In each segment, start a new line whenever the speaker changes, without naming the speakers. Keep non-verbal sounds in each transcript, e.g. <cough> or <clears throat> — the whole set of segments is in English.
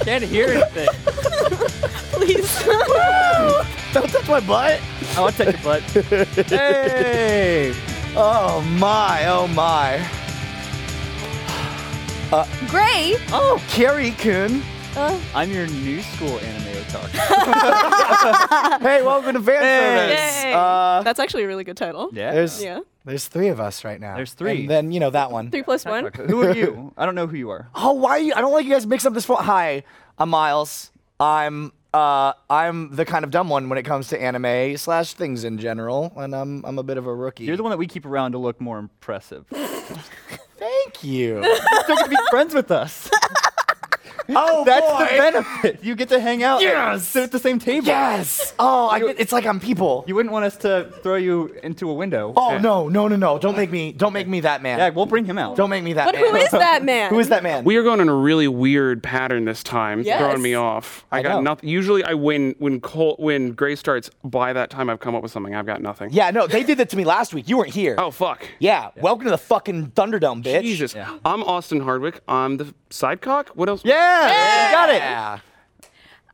Can't hear anything.
Please.
Don't touch my butt.
I want to touch your butt. Hey!
Oh my, oh my.
Gray.
Oh, Carrie Coon.
Uh,
I'm your new school anime
<laughs>
otaku.
Hey, welcome to fan service.
Yay.
Uh,
that's actually a really good title.
Yeah.
there's
Yeah.
there's three of us right now.
There's three.
And then you know that one.
Three plus one.
who are you? I don't know who you are.
Oh, why are you? I don't like you guys mix up this phone. Hi, I'm Miles. I'm uh I'm the kind of dumb one when it comes to anime slash things in general, and I'm I'm a bit of a rookie.
You're the one that we keep around to look more <laughs> impressive. You're
Thank
<laughs>
you.
going to be friends with us.
oh,
That's
boy.
the benefit. You get to hang out.
Yes!
Sit at the same table.
Yes. Oh, I get, it's like I'm people.
You wouldn't want us to throw you into a window.
oh no, no, no, no! Don't make me. Don't make me that man.
Yeah, we'll bring him out.
Don't make me that
But
man. <laughs>
who
<laughs>
is that man?
Who is that man?
We are going in a really weird pattern this time,
Yes.
throwing me off. I,
know.
got nothing. Usually, I win when Cole, when Gray starts. By that time, I've come up with something. I've got nothing.
yeah, no, they did that to me last week. You weren't here.
Oh fuck.
Yeah, welcome to the fucking Thunderdome, bitch.
Jesus. I'm Austin Hardwick. I'm the sidecock. What else?
Yeah, you got it.
Yeah.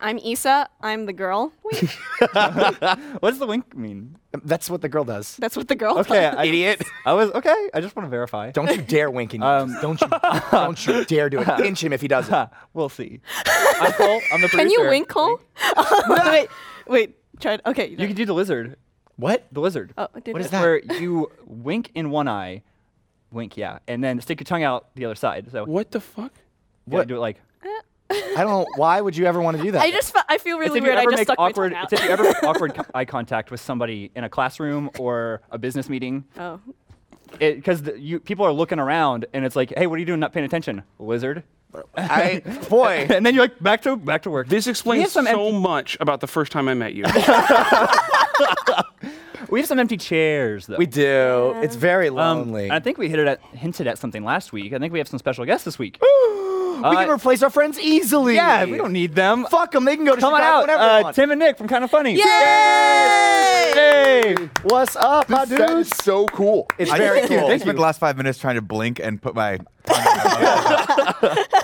I'm Issa. I'm the girl.
<laughs>
Wait,
What does the wink mean?
That's what the girl does.
that's what the girl.
Okay, <laughs> I,
Idiot.
I was okay. I just want to
<laughs>
verify.
Don't you dare wink in your
Um.
Don't you don't
<laughs>
you dare do it. Pinch him if he does it.
We'll <laughs> see. I'm Cole. I'm the producer.
Can you wink, Cole? wait, wait. Try. it. Okay.
You can do the lizard.
What?
The lizard.
Oh, I did
What
it.
is that?
Where you wink in one eye, wink, yeah, and then stick your tongue out the other side. So
What the fuck?
what? Do it like.
I don't why would you ever want to do that?
I just. fe- I feel
It's
really
if you
weird. I
ever
just
make
stuck
awkward.
my
It's if you
tongue out. <laughs>
ever make awkward co- eye contact with somebody in a classroom or a business meeting,
oh.
because you people are looking around and it's like, hey, what are you doing? Not paying attention, lizard.
I boy.
<laughs> And then you're like back to back to work.
This
have
explains so
some empty-
much about the first time I met <laughs> you.
We have some empty chairs though.
We do. It's very
Um,
lonely.
and I think we hit it at, hinted at something last week. I think we have some special guests this week.
<gasps> we can
uh,
replace our friends easily.
yeah, we don't need them.
fuck them. They can go to
Come on
Chicago
out,
whenever they
uh,
want.
Tim and Nick from Kind of Funny.
Yay!
Hey!
What's up, my dude?
That is so cool.
It's
I
very
just-
cool.
I
Thank
spent
you.
the last five minutes trying to blink and put my. That's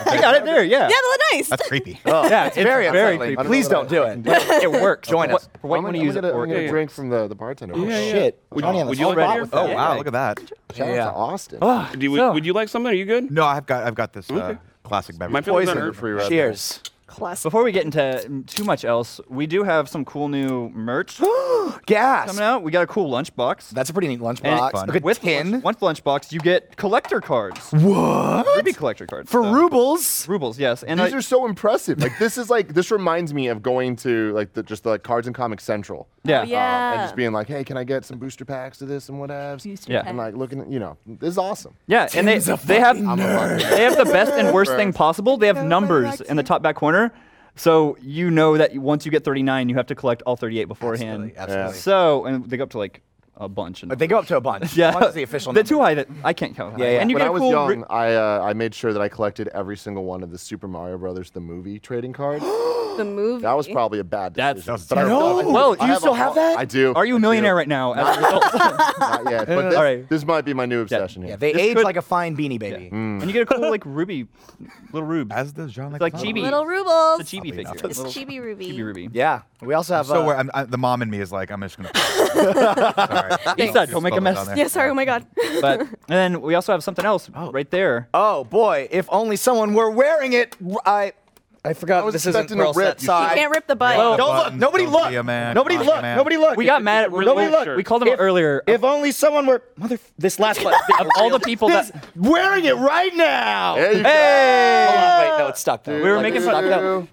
I got it there, yeah.
Yeah, they're <laughs> nice.
creepy.
Oh,
Yeah,
it's
it's
very,
very
unsettling.
creepy.
Please don't do it.
it works.
Join
What-
us.
For what
I'm
you want
gonna,
to
I'm
use it
gonna, I'm
for.
gonna
yeah.
drink from the, the bartender.
Yeah, yeah.
Shit.
Would
Johnny
you-
on the
would you
spot
like
with
beer?
that.
Oh wow,
Yeah.
look at that.
Shout out
Yeah.
to Austin.
Ah,
Do you,
so-
would you like something? Are you good?
No, I've got I've got this uh, classic beverage.
My feelings
Poison.
aren't hurt for you.
Cheers.
Classic.
Before we get into too much else, we do have some cool
<gasps>
new merch
Gas.
coming out. We got a cool lunchbox.
That's a pretty neat
And
lunchbox.
fun.
Look at
with
tin.
Lunch, one lunchbox, you get collector cards.
What?
Ruby collector cards.
For
so-
rubles.
Rubles, yes. And
These
I-
are so impressive. Like this is like this reminds me of going to like the, just the like Cards and Comics Central. Uh,
yeah.
Oh, yeah.
and just being like, hey, can I get some booster packs to this and whatevs?
Booster
Yeah.
And like looking, at, you know, this is awesome.
Yeah, and they they have they have the best and worst thing possible. They have numbers in the top back corner, so you know that you- once you get 39, you have to collect all 38 beforehand.
Absolutely, absolutely.
So and they go up to like a bunch. And
But they go up to a <laughs> bunch.
yeah,
Bunch is the official
<laughs> They're
number.
too high. That I can't count.
Yeah, yeah.
And you
when
get
I
a
was
cool.
young,
ri-
I uh, I made sure that I collected every single one of the Super Mario Brothers the movie trading cards.
The movie.
that was probably a bad
That's-
decision.
That's
but I-
terrible.
I-
Well,
I
you
a
still
hol-
have that?
I do.
are you a millionaire right now?
<laughs>
As a result?
Not yet. But this,
All right.
this might be my new obsession
Yeah,
here.
they
This
age
could-
like a fine beanie baby.
Mm.
and you get a cool like ruby, little rube.
As does John.
It's like chibi.
Little rubles.
It's a chibi
Probably
figure.
not.
<laughs>
It's
Little
chibi ruby.
chibi ruby.
Yeah. We also have.
So
uh,
where I'm, I, the mom in me is like, I'm just gonna. Sorry.
Inside, don't make a
Spelled it
mess.
on there.
Yeah. Sorry. Oh my god.
But and then we also have something else right there.
oh boy, if only someone were wearing it. I, I forgot
was
this isn't
expecting a
real
rip.
set
You
size.
<laughs> you can't rip the butt.
Don't look.
Buttons,
Nobody
don't
look.
be a man,
Nobody
don't be a
look.
man.
Nobody look.
We got mad at
Nobody look.
We called him out earlier.
If only someone were mother. This <laughs> last one.
of all the people
this,
that
wearing it right now.
There you
hey,
Hold on, wait, no, it's stuck though.
go.
<laughs>
We were
Like,
making
do-
fun- no.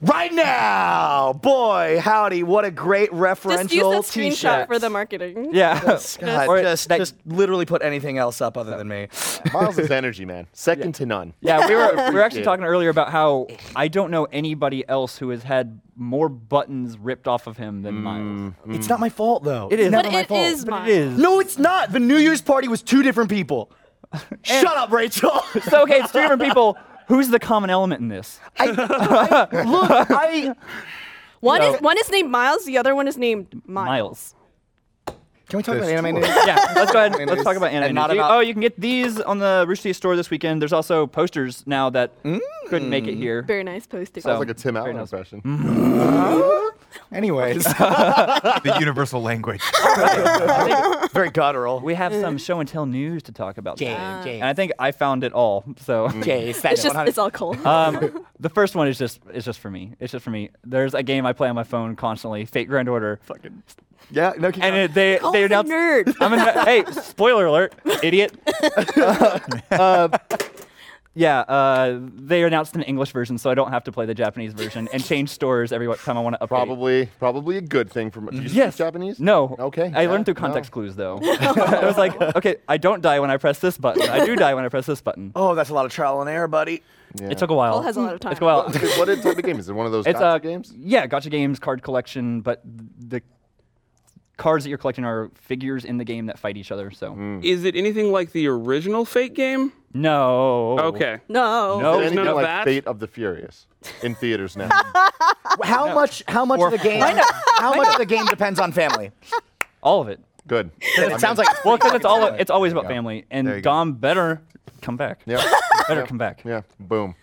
Right now, boy, howdy! What a great
Just use
referential
that screenshot
t-shirt.
for the marketing.
yeah,
God,
Or
just,
that-
just literally put anything else up other than me.
Miles is energy, man. Second to none.
<laughs> yeah. We were we were actually
Appreciate
talking earlier about how I don't know anybody else who has had more buttons ripped off of him than Miles.
It's not my fault though.
It is.
Never
But
my
it
fault.
is
But
mine.
it is
No, it's not. The New Year's party was two different
<laughs>
people. Shut up, Rachel.
so okay. It's three different people. Who's the common element in this?
I, I- look, I
One is one is named Miles. The other one is named Miles.
Miles.
<laughs> Can we talk about anime news?
yeah, <laughs> let's go ahead. Let's talk about anime.
And not
news. You-
about-
oh, you can get these on the Rooster Teeth store this weekend. There's also posters now that couldn't make it here.
Very nice poster.
So-
Sounds like a Tim Allen
Um, nice. Mm-hmm.
impression.
<laughs>
Anyways,
the universal language.
very guttural. <laughs>
We have some show and tell news to talk about. today.
Ah.
And I think I found it all. So
it's just it's all cool. <laughs>
um, the first one is just it's just for me. It's just for me. There's a game I play on my phone constantly, Fate Grand Order. Fucking
yeah, no, keep
and it, they
Call
they
us a
announced.
nerd.
<laughs> I'm a, hey, spoiler alert,
<laughs>
idiot. <laughs> Uh, yeah, uh, they announced an English version, so I don't have to play the Japanese version and change stores every wa- time I want to update.
Probably, probably a good thing for. Do you speak
Yes.
Japanese?
No.
Okay.
I
yeah,
learned through
no.
context clues,
<laughs>
though. <laughs> I was like, okay, I don't die when I press this button. I do die when I press this button.
oh, that's a lot of trial and error, buddy.
Yeah.
It took a while.
Paul has a lot of time.
It took a while.
Is- what type of game is it? One of those
it's
gotcha
uh,
games?
Yeah, gotcha games, card collection, but the cards that you're collecting are figures in the game that fight each other. So
Hmm.
Is it anything like the original Fate game?
no.
Okay.
no.
No.
Is it
Oh,
anything
none of
like
that?
Fate of the Furious in
<laughs>
theaters now?
How much? How much of the game? How much of the game depends on <laughs> family?
All of it.
Good.
It sounds like
Well, because
<laughs>
it's all it's always about
go.
family.
There
And
you go.
Dom better come back.
Yeah.
<laughs> Better come back.
Yeah. Boom.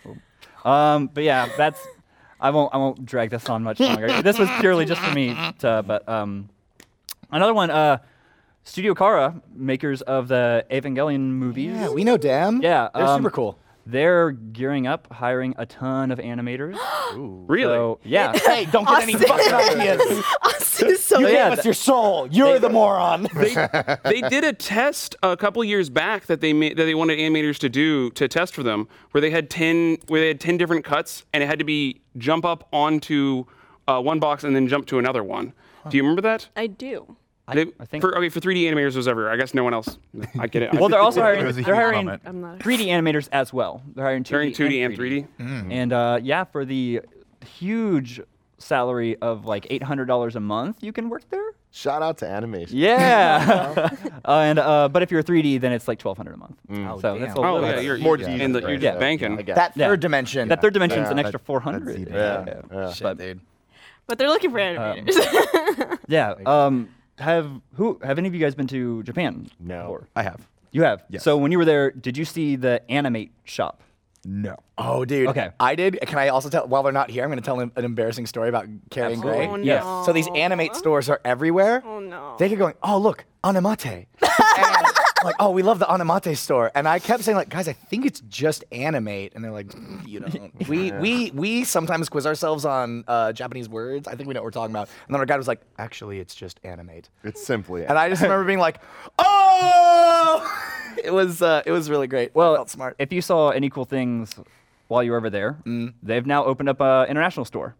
Um, but yeah, that's. I won't. I won't drag this on much
<laughs>
longer. this was purely just for me. To, but um, another one. Uh, Studio Kara, makers of the Evangelion movies.
yeah, we know damn.
Yeah,
they're
um,
super cool.
They're gearing up, hiring a ton of animators.
Really?
So yeah,
Hey, don't get any fucking <laughs> ideas.
Austin's so
Yeah,
good.
yeah,
That's your soul. You're the moron.
they, they did a test a couple years back that they made that they wanted animators to do to test for them, where they had ten where they had ten different cuts, and it had to be jump up onto uh, one box and then jump to another one. Do you remember that?
I do.
They-
I think-
for, okay for 3D animators it was everywhere. I guess no one else. I get
<laughs>
it.
well, they're also
It
hiring.
was a
They're
huge
hiring
comment.
I'm not.
3D animators as well. They're hiring 2D,
They're in 2D and 3D.
Hmm.
And uh, yeah, for the huge salary of like $800 a month, you can work there.
Shout out to animation.
Yeah. <laughs> uh, and uh, but if you're 3D, then it's like 1,200 a month. so that's a
damn.
Oh,
little
yeah,
bit.
you're,
More
you're,
decent
in the, you're
rate,
just
yeah.
banking.
I get
That
Yeah.
third dimension.
That third dimension's
Yeah,
an
that-
extra
that's
400.
easy.
Yeah.
Yeah. yeah.
But-
But they're looking for animators.
yeah. Um, have who have any of you guys been to Japan?
No.
before?
I have.
You have.
Yes.
So when you were there, did you see the animate shop?
No.
Oh, dude.
Okay.
I did. Can I also tell? While they're not here, I'm going to tell an an embarrassing story about Carrie and Gray.
oh, no.
Yes.
So these animate stores are everywhere.
Oh, no.
They kept going, oh, look,
<laughs>
Anamate. and like, oh, we love the Anamate store. And I kept saying, like, guys, I think it's just animate. And they're like, "Mm, you don't. <laughs> We, we, we sometimes quiz ourselves on uh, Japanese words. I think we know what we're talking about. And then our guy was like, actually, it's just animate.
It's simply.
And I just remember being like, oh! <laughs> it was uh, it was really great. I
Well,
felt smart.
if you saw any cool things while you were over there, they've now opened up an international store.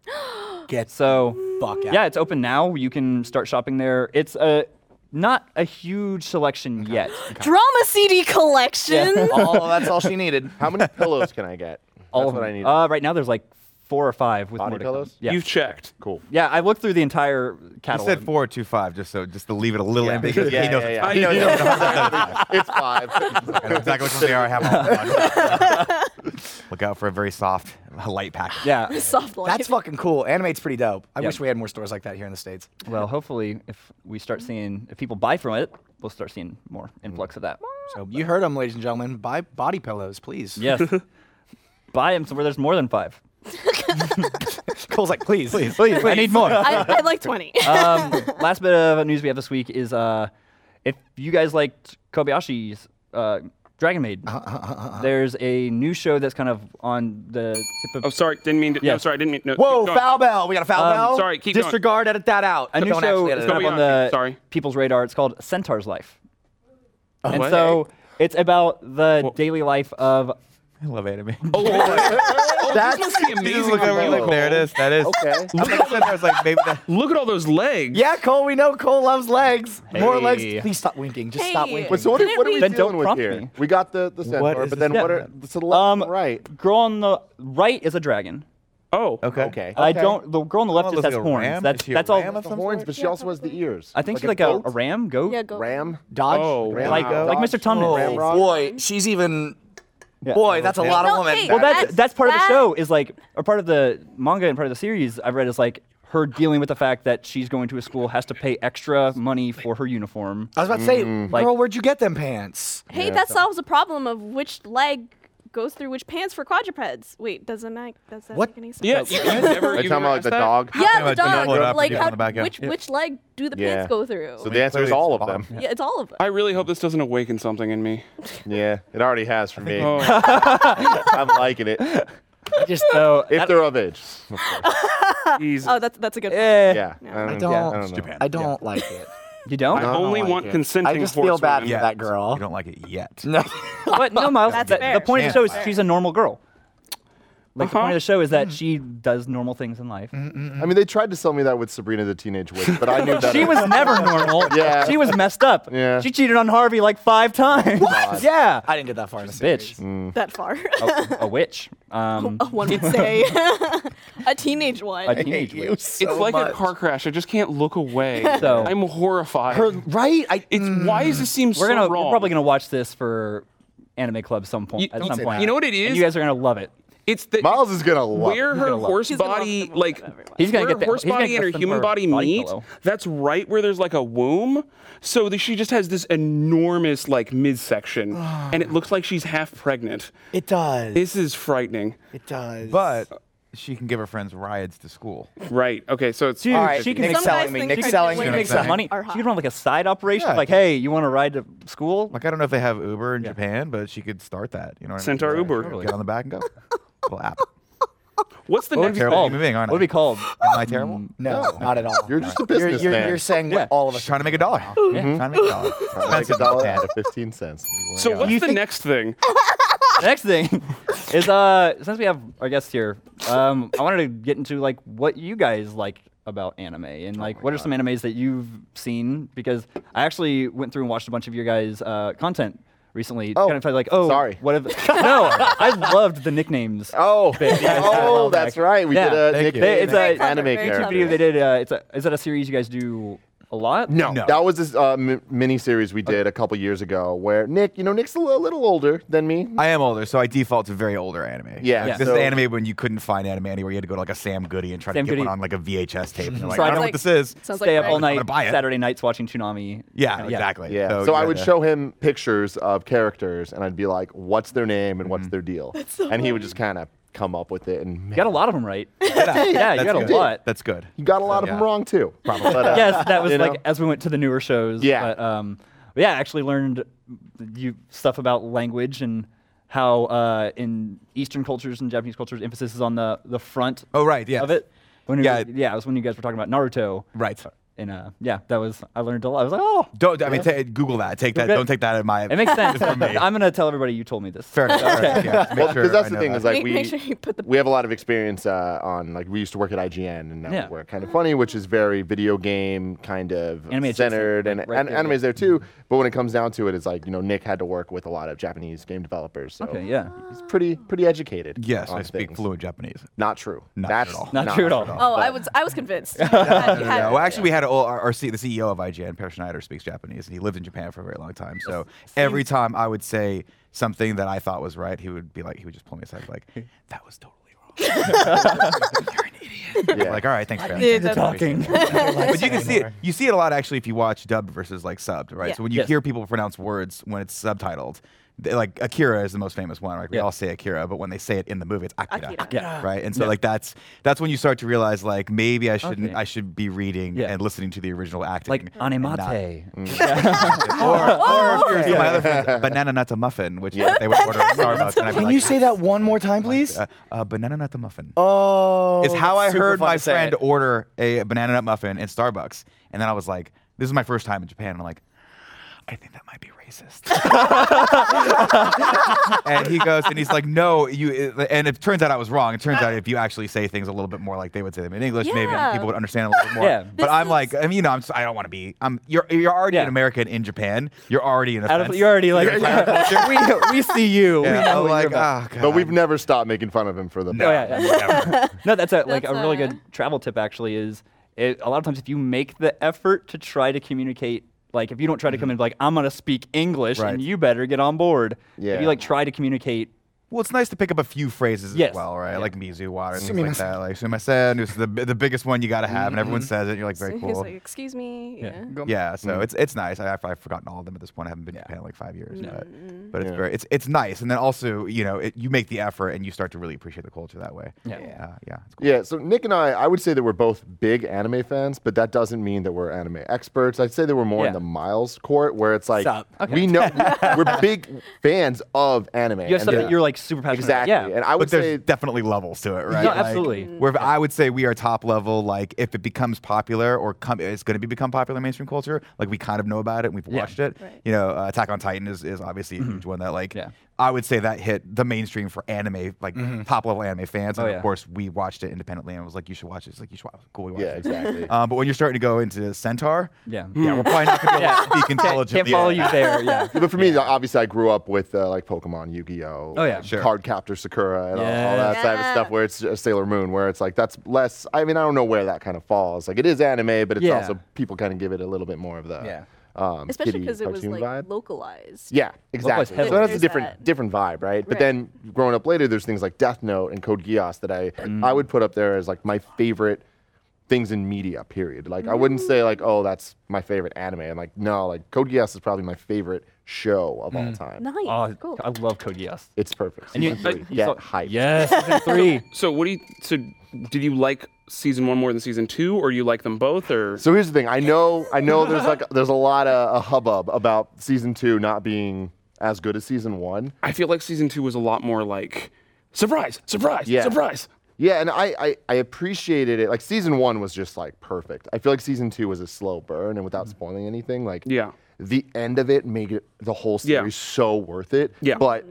Get
so
fuck out.
yeah, it's open now. You can start shopping there. It's a not a huge selection yet.
<laughs> Drama CD collection.
all, that's all she needed.
How many pillows can I get?
All
That's
of
what
them.
I need.
Uh, right now, there's like four or five with
Body
more to come.
pillows?
Yeah,
You've checked.
cool.
yeah. I looked through the entire
I
catalog.
said four two five, just so just to leave it a little ambiguous.
Yeah,
he knows
yeah,
it's
yeah.
I <laughs> know.
it's five.
I
<laughs>
know exactly which ones they are. I have all of them. Look out for a very soft, light package.
<laughs>
Yeah.
<laughs> Soft life.
That's fucking cool. Animate's pretty dope. I
Yeah.
wish we had more stores like that here in the States.
Well, hopefully, if we start seeing if people buy from it, we'll start seeing more influx of that.
So you heard them, ladies and gentlemen. Buy body pillows, please.
Yes. buy them somewhere there's more than five.
<laughs> Cole's like, please. please.
Please, I need
<laughs>
more.
I,
<laughs>
I'd like 20.
um, last bit of news we have this week is uh, if you guys liked Kobayashi's uh, Dragon Maid, there's a new show that's kind of on the tip of.
Oh, sorry. Didn't mean to. No,
Yeah.
sorry. Didn't mean. No,
Whoa,
keep going. <laughs>
foul bell. We got a foul bell.
sorry, keep going.
Disregard, edit that out.
a new
Don't
show
actually
is
edit
kind
it out.
of on the
Kobayashi, sorry.
people's radar. It's called Centaur's Life. and
what?
so it's about the daily life of.
I love <laughs> anime.
Oh, oh,
That's-
this must be
Just
amazing.
look over,
for you.
look, there it is. That is.
Okay.
I was like, I was like, maybe that.
Look at all those legs.
Yeah, Cole, we know Cole loves legs. More
Hey.
legs. Please stop winking. Just stop
Hey.
winking.
Wait, so what, are-
Didn't
what are
we-
we
Then don't
dealing with
prompt
here?
me.
We got the the centaur,
is
but
this
then what are
gentleman?
so the left
Um,
and right?
Girl on the right is a dragon.
Oh.
Okay.
<laughs> Okay.
I
Okay.
don't. The girl on the left
Oh,
just has
looks like a
horns.
ram?
That's
Is she a
that's all.
ram of
the
some
horns,
sort?
but she also has the ears.
I think she's
like
like a,
goat?
a ram, goat.
yeah, go.
Ram.
Dodge.
Oh,
Ram.
Like a-
like Mr. Tumnus.
Ram rock.
boy, she's even.
Yeah.
Boy, that's a lot of
No,
woman.
Oh, hey,
Well, that's
That's-
that's part of
that-
the show. Is like a part of the manga and part of the series I've read is like her dealing with the fact that she's going to a school has to pay extra money for her uniform.
I was about to say,
Like-
girl, where'd you get them pants?
Hey, that solves the problem of which leg goes through which pants for quadrupeds. Wait, doesn't that does that
What?
make any sense?
Yeah, you guys never.
Are you
you
talking
never
about like
asked
the
that?
dog?
Yeah,
Yeah, the
but double it up
dog.
and
Like
do it on
how,
the back end.
which which leg do the
Yeah.
pants go through?
So the answer is
clearly
all
it's
of them.
bottom.
yeah, it's all of them.
I really hope this doesn't awaken something in me.
Yeah, it already has
<laughs>
for me.
Oh.
I'm liking it.
I just though.
If they're of age.
Jeez.
oh, that's that's a good.
eh,
Yeah.
I
know.
don't.
I don't know.
Japan.
I don't like it.
You don't?
I
don't
only
like
want
it.
consenting
I just feel
horsewomen.
bad for
Yeah.
that girl.
You don't like it
<laughs>
yet.
No.
<laughs>
But no, Miles.
That's
the,
fair.
the point of the
Yeah.
show is she's a normal girl. Like the point
Uh-huh.
of the show is that she does normal things in life.
I mean, they tried to sell me that with Sabrina the Teenage Witch, but I knew that.
She was never normal.
Yeah.
She was messed up.
Yeah.
She cheated on Harvey like five times. What? Yeah.
I didn't get that far in the series.
Bitch.
That far, <laughs>
a, a witch. Um,
Oh, one would say, <laughs> a teenage one. <laughs>
a teenage witch.
it's like a car crash. I just can't look away.
<laughs> So-
I'm horrified.
Her, right? I,
it's why does this seem so
We're gonna
wrong?
we're probably gonna watch this for anime club some point
You-
at
you-
some point.
you know what it
And
is?
you guys are gonna love it.
It's the
Miles is gonna love.
where
it.
her
love it.
horse
She's gonna love
body,
the
like
love of everyone.
He's gonna
where
get
her
the-
horse
he's gonna
body
get
and her
the
human
fur
body,
body
meet.
pillow.
That's right where there's like a womb. So that she just has this enormous like midsection, and it looks like she's half pregnant.
it does.
This is frightening.
it does.
But she can give her friends rides to school.
Right. Okay. So it's
All
right,
she can
Nick's
some-
selling
guys
me.
think
Nick's
pregnant
selling
me.
she
women
can make
Exactly.
some money.
Are
She
hot.
can run like a side operation.
Yeah.
Like, hey, you want to ride to school?
Like I don't know if they have Uber in Japan, but she could start that. You know, what I mean?
Centaur
Just, like,
Uber. Totally.
Get on the back and go.
<laughs>
Little app.
what's
Oh,
the next?
terrible
thing?
human being,
what
aren't
would
I?
be called?
Am I terrible?
Mm.
no, not at all.
You're just a
You're,
businessman.
you're, you're saying what
Yeah.
all of
Just
us.
trying to make a
<laughs>
dollar.
Mm-hmm.
Trying to make a dollar.
like a
Expensive
dollar
Japan.
out of fifteen cents.
Oh
So what's the next thing?
The next thing <laughs> is uh since we have our guests here, um, I wanted to get into like what you guys like about anime and like what are some animes that you've seen because I actually went through and watched a bunch of your guys' uh, content recently.
Oh,
kind of felt like oh
sorry.
what if no I loved the nicknames
Oh,
well
oh, that's
back.
right. We
Yeah.
did a
Thank
Nick,
you.
They- it's a- it's a
anime
very
character.
clever.
video they did. Uh, it's a is that a series you guys do a lot?
No,
No.
that was this uh, m- mini series we did a couple years ago where Nick, you know, Nick's a li- little older than me.
I am older, so I default to very older anime.
Yeah,
Like,
Yeah.
This
so-
is anime when you couldn't find anime anywhere. You had to go to like a Sam Goody and try
Sam
to get
Goody.
one on like a VHS tape. And you're like,
So I
I don't know
don't
what this is.
Sounds
Stay
like
up all
Greg.
I'm gonna
night
buy it.
Saturday nights watching Tsunami.
Yeah, exactly.
Yeah. So,
you
I
had
would
to-
show him pictures of characters and I'd be like, what's their name and what's their deal? and he would just kind of come up with it. And
You got a lot of them right.
<laughs>
<laughs>
Yeah,
yeah, you
that's
got a
good.
lot.
That's good.
You got a lot of
Yeah.
them wrong too. Probably. But, uh,
<laughs> yes, that was
you
like
know?
as we went to the newer shows.
Yeah.
But, um, but yeah, I actually learned you stuff about language and how uh, in Eastern cultures and Japanese cultures, emphasis is on the the front.
Oh, right, yes.
Of it. When we-
Yeah,
yeah,
it-
it was when you guys were talking about Naruto.
Right.
And uh, yeah, that was I learned a lot. I was like, oh,
Don't. I mean, ta Google that. Take that.
Okay.
Don't take that in my.
it makes sense.
for
<laughs>
me.
I'm gonna tell everybody you told me this.
<laughs> Fair
<laughs>
enough. Okay. Yeah, just make
Well, because
sure
that's
I
the
know
thing
that.
is like
Make-
we
make sure you put the-
we have a lot of experience uh, on like we used to work at IGN and now
Yeah.
we're kind of funny, which is very video game kind of
Anime adjacent,
centered and,
like, right
and
there,
anime's there
Mm-hmm.
too. But when it comes down to it, it's like you know Nick had to work with a lot of Japanese game developers, so
Okay, yeah.
he's pretty pretty educated.
Yes,
on
I speak
things.
fluent Japanese.
Not true.
Not
That's
at all.
Not true at all.
Oh, I was I was convinced. You had- you
<laughs> Yeah,
had-
well, actually, we had a, our, our C, the CEO of IGN, Per Schneider, speaks Japanese, and he lived in Japan for a very long time. So every time I would say something that I thought was right, he would be like, he would just pull me aside, like, "That was totally <laughs> wrong."
Yeah.
Like, all right, thanks, man.
Yeah, that's-
Talking. <laughs>
but you can see it. You see it a lot actually if you watch dubbed versus like subbed, right?
Yeah.
So when you
Yes.
hear people pronounce words when it's subtitled, they- like Akira is the most famous one. Like we
Yeah.
all say Akira, but when they say it in the movie, it's Akira.
Akira.
Yeah.
Right, and so like that's that's when you start to realize like maybe I shouldn't
Okay.
I should be reading
Yeah.
and listening to the original acting
Like
and
<laughs>
not- <laughs>
animate.
Mm.
or if you're some of my other friends, banana nut muffin, which they would order at Starbucks. and I'd be
Can
like,
you say that one more
Oh
time, please?
uh, uh, banana nut muffin?
Oh,
it's how
that's
I
super
heard
fun
my
to say. <laughs>
friend order a banana nut muffin at Starbucks, and then I was like, "This is my first time in Japan." And I'm like, "I think that might be racist." <laughs> and he goes, and he's like, "No, you." And it turns out I was wrong. It turns out if you actually say things a little bit more like they would say them in English,
Yeah.
maybe people would understand a little bit more.
Yeah.
But I'm like, I mean, you know, I'm just, I don't want to be. I'm you're you're already
Yeah.
an American in Japan. You're already an.
Out
offense.
of, you're already like <laughs> we, we see you.
Yeah,
we know
I'm
what you're
like,
about.
ah, God.
But we've never stopped making fun of him for the.
Oh, <laughs>
No,
yeah,
<laughs>
never.
No, that's a like
That's
a really
a-
good travel tip. Actually, is it, a lot of times if you make the effort to try to communicate, like if you don't
Mm-hmm.
try to come in like I'm gonna speak English
Right.
and you better get on board. If
Yeah.
you like try to communicate
Well, it's nice to pick up a few phrases
Yes.
as well, right? Like mizu water, and things
Sumimasen.
like that. Like sumimasen is the the biggest one you got to have, and
Mm-hmm.
everyone says it. And you're like, very
He's
cool.
like, excuse me. Yeah.
Yeah, so it's it's nice. I, I've forgotten all of them at this point. I haven't been to Japan in like five years, but, but it's
Yeah.
very it's it's nice. And then also, you know, it, you make the effort and you start to really appreciate the culture that way.
Yeah.
uh, yeah, it's cool.
Yeah, so Nick and I, I would say that we're both big anime fans, but that doesn't mean that we're anime experts. I'd say that we're more
Yeah.
in the Miles court, where it's like
Sup.
we know we're big fans of anime.
You have
and
stuff
the-
that you're like super passionate
exactly,
about. Yeah.
and I
But
would
there's
<laughs>
say Mm.
definitely levels to it, right?
No,
Like,
absolutely.
Where if I would say we are top level, like if it becomes popular or come, it's going to be become popular in mainstream culture, like we kind of know about it and we've
Yeah. Mm-hmm.
watched it.
Right.
You know, uh, Attack on Titan is, is obviously a huge one that like
Yeah. Mm-hmm.
I would say that hit the mainstream for anime, like top level anime fans. And
Oh,
of
yeah.
course, we watched it independently and was like, you should watch it. It's like you should watch it. Cool, we watched
yeah,
it.
exactly.
Um, but when you're starting to go into Centaur,
Yeah.
yeah, we're probably not going to be
<laughs>
able
<laughs>
Yeah.
to speak intelligently.
Can't follow you there. Yeah.
but for me, like, obviously, I grew up with uh, like Pokemon, Yu-Gi-Oh,
Oh, yeah.
uh,
Sure.
Cardcaptor, Sakura, and all- all,
Yeah.
that type of
Yeah.
stuff. Where it's just Sailor Moon, where it's like that's less. I mean, I don't know where that kind of falls. Like it is anime, but it's
Yeah.
also people kind of give it a little bit more of the
Yeah.
um,
Especially
kiddie
because it was
cartoon
like
vibe.
localized.
Yeah,
Localized
exactly. So
heavily.
that's a
There's
different
that.
different vibe, right? But
Right.
then growing up later, there's things like Death Note and Code Geass that I
Mm.
I would put up there as like my favorite things in media. Period. Like I
Mm-hmm.
wouldn't say like oh that's my favorite anime. I'm like no, like Code Geass is probably my favorite show of all time.
Nice.
Oh,
cool.
I love Code Geass.
It's perfect.
And you,
Season three,
you
get
saw-
hyped.
Yes, season
<laughs>
three.
So what do you? So did you like season one more than season two, or you like them both, or?
So here's the thing. I know I know
<laughs>
there's like there's a lot of a hubbub about season two not being as good as season one.
I feel like season two was a lot more like surprise, surprise,
Yeah.
surprise.
Yeah, and I, I I appreciated it. Like season one was just like perfect. I feel like season two was a slow burn, and without spoiling anything, like
Mm-hmm. Yeah.
the end of it made it the whole
Yeah.
series so worth it.
Yeah.
but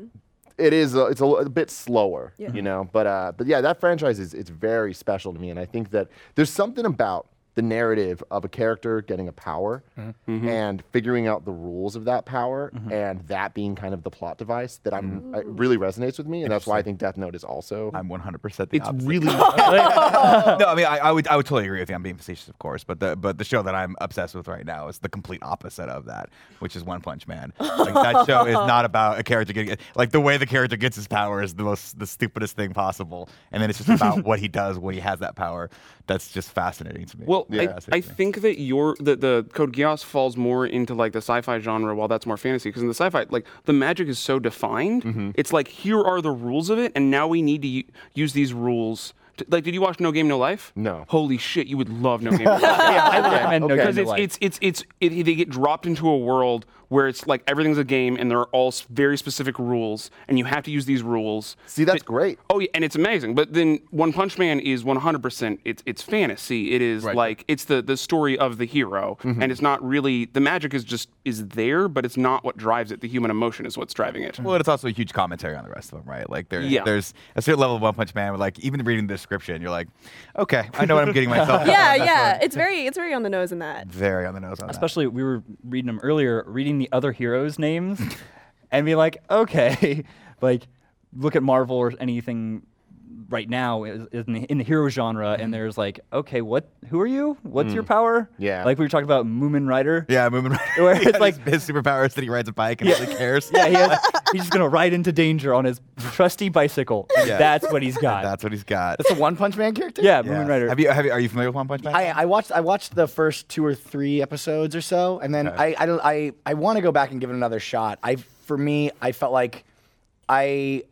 it is a, it's a, li- a bit slower, you know. But uh, but yeah, that franchise is it's very special to me, and I think that there's something about the narrative of a character getting a power
Mm-hmm.
and figuring out the rules of that power and that being kind of the plot device that I'm it really resonates with me and that's why I think Death Note is also
I'm 100% the
It's
opposite. <laughs>
really
no, I mean, I, I would, I would totally agree with you. I'm being facetious, of course, but the, but the show that I'm obsessed with right now is the complete opposite of that, which is One Punch Man. Like that show is not about a character getting, like the way the character gets his power is the most, the stupidest thing possible, and then it's just about what he does when he has that power. That's just fascinating to me.
Well,
Yeah.
I, I think that your the, the Code Geass falls more into like the sci-fi genre, while that's more fantasy. Because in the sci-fi, like the magic is so defined. It's like here are the rules of it, and now we need to u- use these rules. To, like, did you watch No Game No Life?
No.
Holy shit, you would love No Game No Life.
Yeah, I would recommend No
okay.
Game
Because
No
it's,
Life.
it's it's it's it, they get dropped into a world where it's like everything's a game and there are all s- very specific rules and you have to use these rules.
See, that's great.
Oh yeah, and it's amazing. But then One Punch Man is 100% it's it's fantasy. It is like it's the the story of the hero
Mm-hmm.
and it's not really the magic is just is there but it's not what drives it. The human emotion is what's driving it.
Well, it's also a huge commentary on the rest of them, right? Like there's
Yeah.
there's a certain level of One Punch Man where like even reading the description, you're like, okay, I know what I'm getting myself. into.
yeah,
That's
yeah. It's very it's very on the nose in that.
Very on the nose on that.
Especially we were reading them earlier, reading the other heroes'
<laughs>
names, and be like, okay, <laughs> like look at Marvel or anything right now is, is in, the, in the hero genre,
Mm-hmm.
and there's like, okay, what? Who are you? What's your power?
Yeah.
Like we were talking about Moomin Rider.
Mm. <laughs> Yeah, moving right.
<laughs> Where
he
it's
got
like-
his, his superpower is that he rides a bike and yeah. really cares.
<laughs> Yeah, he has, he's just gonna ride into danger on his trusty bicycle.
<laughs> Yeah.
That's what he's got.
That's what he's got.
That's a One Punch Man character.
yeah,
Yeah.
Moomin Rider.
Have you, have you, are you familiar with One Punch Man?
I, I watched I watched the first two or three episodes or so, and then I I don't I, I want to go back and give it another shot. I for me I felt like I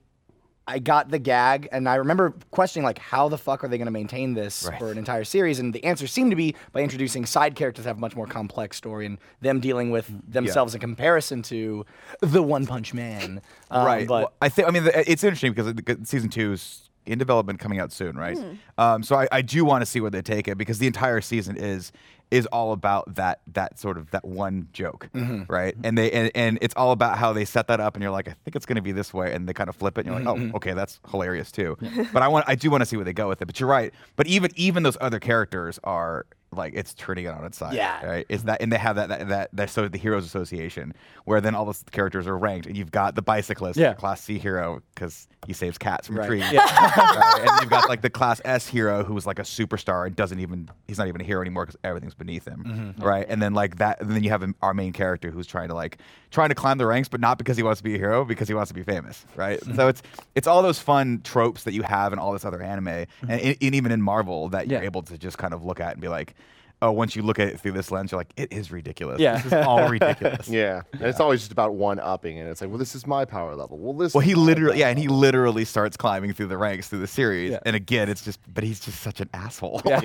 I got the gag, and I remember questioning like how the fuck are they going to maintain this for an entire series? And the answer seemed to be by introducing side characters that have a much more complex story and them dealing with
Mm,
themselves in comparison to the One Punch Man. Um,
right.
but
Well, I think I mean the- it's interesting because it- because season two is in development, coming out soon, right? Um, so I, I do want to see where they take it because the entire season is is all about that that sort of that one joke,
Mm-hmm.
right? And they and, and it's all about how they set that up, and you're like, I think it's going to be this way, and they kind of flip it, and you're like,
Mm-hmm.
oh, okay, that's hilarious too. <laughs> but I want I do want to see where they go with it. But you're right. But even even those other characters are. Like it's turning it on its side,
Yeah.
right? Is that and they have that that that, that so the Heroes Association, where then all the characters are ranked, and you've got the bicyclist,
Yeah.
class C hero because he saves cats from
Right.
trees. <laughs> Uh, and you've got like the class S hero who was like a superstar and doesn't even he's not even a hero anymore because everything's beneath him,
Mm-hmm.
right? And then like that, and then you have him- our main character who's trying to like trying to climb the ranks, but not because he wants to be a hero, because he wants to be famous, right?
Mm-hmm.
so it's it's all those fun tropes that you have in all this other anime, and, and even in Marvel that you're
Mm-hmm. Yeah.
able to just kind of look at and be like. Oh, once you look at it through this lens, you're like, it is ridiculous.
Yeah.
This is
<laughs>
all ridiculous.
Yeah. And it's always just about one upping, and it's like, well, this is my power level. Well, this.
Well,
is
he
my
literally,
power
yeah, and he literally starts climbing through the ranks through the series.
Yeah.
And again, it's just, but he's just such an asshole. <laughs>
Yeah.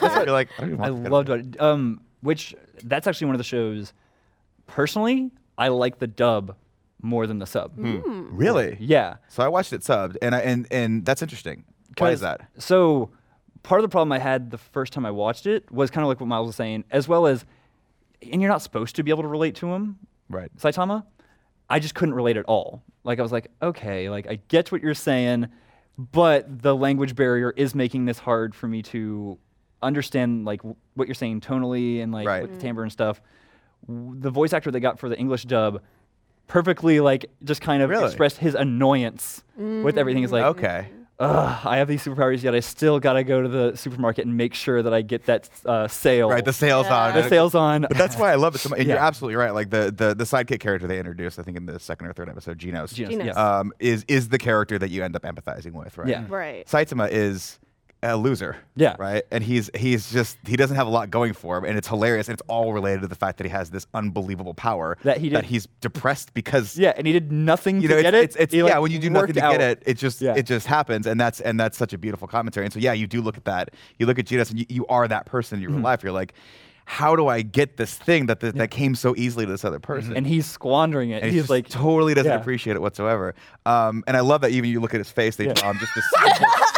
<laughs>
You're like, I,
I loved it. Um, which that's actually one of the shows. Personally, I like the dub more than the sub.
Hmm. Really?
Yeah.
So I watched it subbed, and I, and and that's interesting. Why is
'Cause-
that?
So, part of the problem I had the first time I watched it was kind of like what Miles was saying, as well as, and you're not supposed to be able to relate to him,
Right.
Saitama. I just couldn't relate at all. Like I was like, okay, like I get what you're saying, but the language barrier is making this hard for me to understand like w- what you're saying tonally and like
Right.
with the timbre and stuff. W- The voice actor they got for the English dub perfectly like just kind of
Really?
expressed his annoyance with everything. He's like,
Okay.
Ugh, I have these superpowers, yet I still gotta go to the supermarket and make sure that I get that uh, sale.
Right. The sales on.
The uh,
it.
sales on. <laughs>
But that's why I love it so much. And you're
Yeah.
absolutely right. Like the, the the sidekick character they introduced, I think in the second or third episode, Genos,
Genos,
Genos.
yeah.
um, is is the character that you end up empathizing with, right?
Yeah.
Right.
Saitama is a loser.
Yeah.
Right. And he's he's just he doesn't have a lot going for him, and it's hilarious. And it's all related to the fact that he has this unbelievable power
That he did-
he's depressed because
yeah, and he did nothing
you
to
know,
get
it's,
it.
it's, it's
He, like,
yeah. When you do nothing
worked
to
out.
get it, it just
Yeah.
it just happens, and that's and that's such a beautiful commentary. And so yeah, you do look at that. You look at Judas, and you, you are that person in
Mm-hmm.
your real life. You're like, how do I get this thing that that, that came so easily to this other person?
Mm-hmm. and he's squandering it.
And
he's
just
like,
totally doesn't
yeah.
appreciate it whatsoever. Um, and I love that even you look at his face, they draw him
<laughs>
just this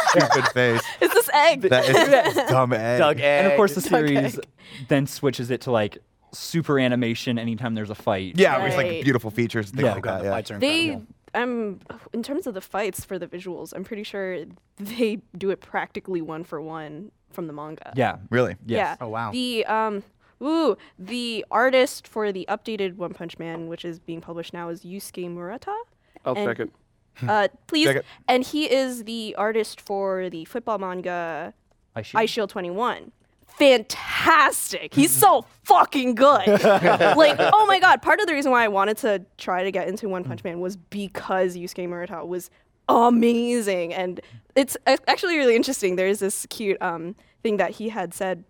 stupid face.
Is this egg?
That is just dumb egg.
Doug And of <laughs> course, the
Doug
series
Egg.
then switches it to like super animation anytime there's a fight.
Yeah, it was
Right.
like beautiful features and things
Yeah. Oh,
like
God,
that.
the
Yeah.
fights are
They,
incredible.
I'm in terms of the fights for the visuals. I'm pretty sure they do it practically one for one from the manga.
Yeah.
Really?
Yes.
Yeah.
Oh, wow.
The um, ooh, the artist for the updated One Punch Man, which is being published now, is Yusuke Murata.
I'll
And-
check it.
Uh,
Hmm.
please.
Check it.
And he is the artist for the football manga
I should.
Ice Shield 21. Fantastic. He's so fucking good. like, oh my god, part of the reason why I wanted to try to get into One Punch Man was because Yusuke Murata was amazing. And it's a- actually really interesting. There's this cute um, thing that he had said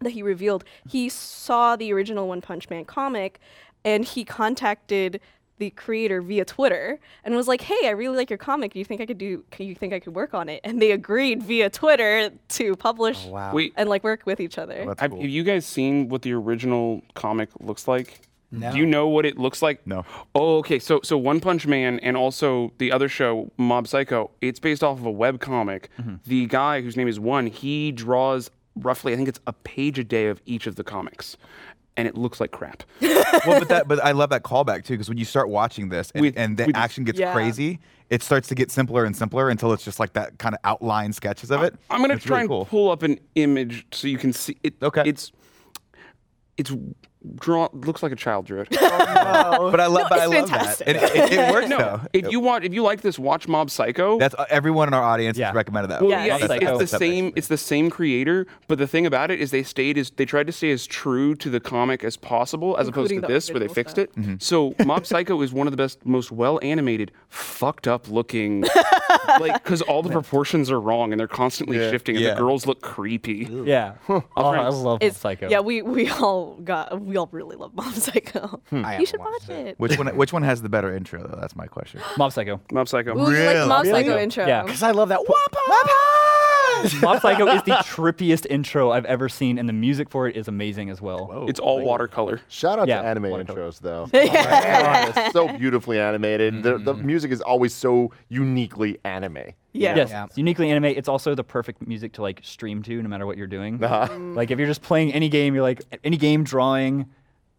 that he revealed. He saw the original One Punch Man comic and he contacted the creator via Twitter and was like, "Hey, I really like your comic. Do you think I could do? can- You think I could work on it?" And they agreed via Twitter to publish
wow.
Wait,
and like work with each other.
That's
have,
cool.
have you guys seen what the original comic looks like?
No.
Do you know what it looks like?
No.
Oh, okay. So, so One Punch Man and also the other show, Mob Psycho. It's based off of a web comic.
Mm-hmm.
The guy whose name is One, he draws roughly, I think it's a page a day of each of the comics, and it looks like crap.
well, but that, but I love that callback too, because when you start watching this and,
With-
and the
with-
action gets
Yeah.
crazy, it starts to get simpler and simpler until it's just like that kind of outline sketches of it.
I'm gonna
It's
try
really
and
cool.
pull up an image so you can see it.
Okay.
It's it's drawn looks like a child
<laughs>
drew it.
But I love, but I
it's
love
fantastic.
that. It, it, it works
no,
though.
if you want, if you like this, watch Mob Psycho.
That's uh, everyone in our audience
Yeah.
has recommended that.
Well,
Yeah,
yeah,
it's
it's,
like-
it's the
That makes
same. It's the same creator, but the thing about it is they stayed as they tried to stay as true to the comic as possible, as
Including
opposed
the
to this where they
original
fixed
stuff.
it.
Mm-hmm. <laughs>
So Mob Psycho is one of the best, most well animated, fucked up looking,
<laughs>
like because all the proportions are wrong and they're constantly shifting, and
Yeah.
the girls look creepy.
yeah. Oh, I
thanks.
love
It's-
Psycho.
Yeah, we we all got we all really love Mom Psycho.
Hmm.
I
You
haven't
should watch
watched it.
it.
Which one? Which one has the better intro though? That's my question.
Mob Psycho.
Mob Psycho.
Ooh, you like Mom
Really?
Psycho intro.
Yeah.
Because I love that. Wapa!
Mob Psycho is the <laughs> trippiest intro I've ever seen, and the music for it is amazing as well.
It's all watercolor.
Shout out
Yeah,
to anime
wonderful.
<laughs>
intros, though. It's so beautifully animated. The, the
Mm-hmm.
music is always so uniquely anime.
Yeah.
Yes,
Yeah.
it's uniquely anime. It's also the perfect music to like
Uh-huh. <laughs>
stream to, no matter what you're doing. Like if you're just playing any game, you're like any game drawing.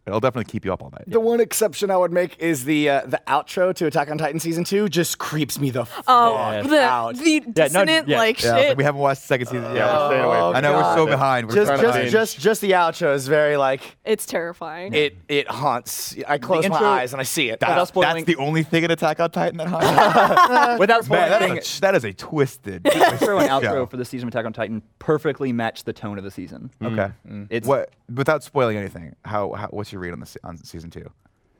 It'll definitely keep you up all night.
The one exception I would make is the uh, the outro to Attack on Titan season two just creeps me the fuck
Oh,
out.
the, the dissonant
yeah,
like
Yeah, I was like,
shit.
we haven't watched the second season.
Oh,
yet.
Yeah, Oh, we're staying away from
I know we're
God.
so behind. We're
just
trying to
just
find-
just just the outro is very like
it's terrifying.
it it haunts. I close
intro-
my eyes and I see it.
without
That's
spoiling,
the only thing in Attack on Titan that
<laughs>
haunts.
without
Man,
spoiling anything,
that's a, that is a twisted. twisted
intro and outro
show.
for the season of Attack on Titan perfectly match the tone of the season.
Mm,
Okay.
It's-
what without spoiling anything. How, how what's your read on the se- on season two?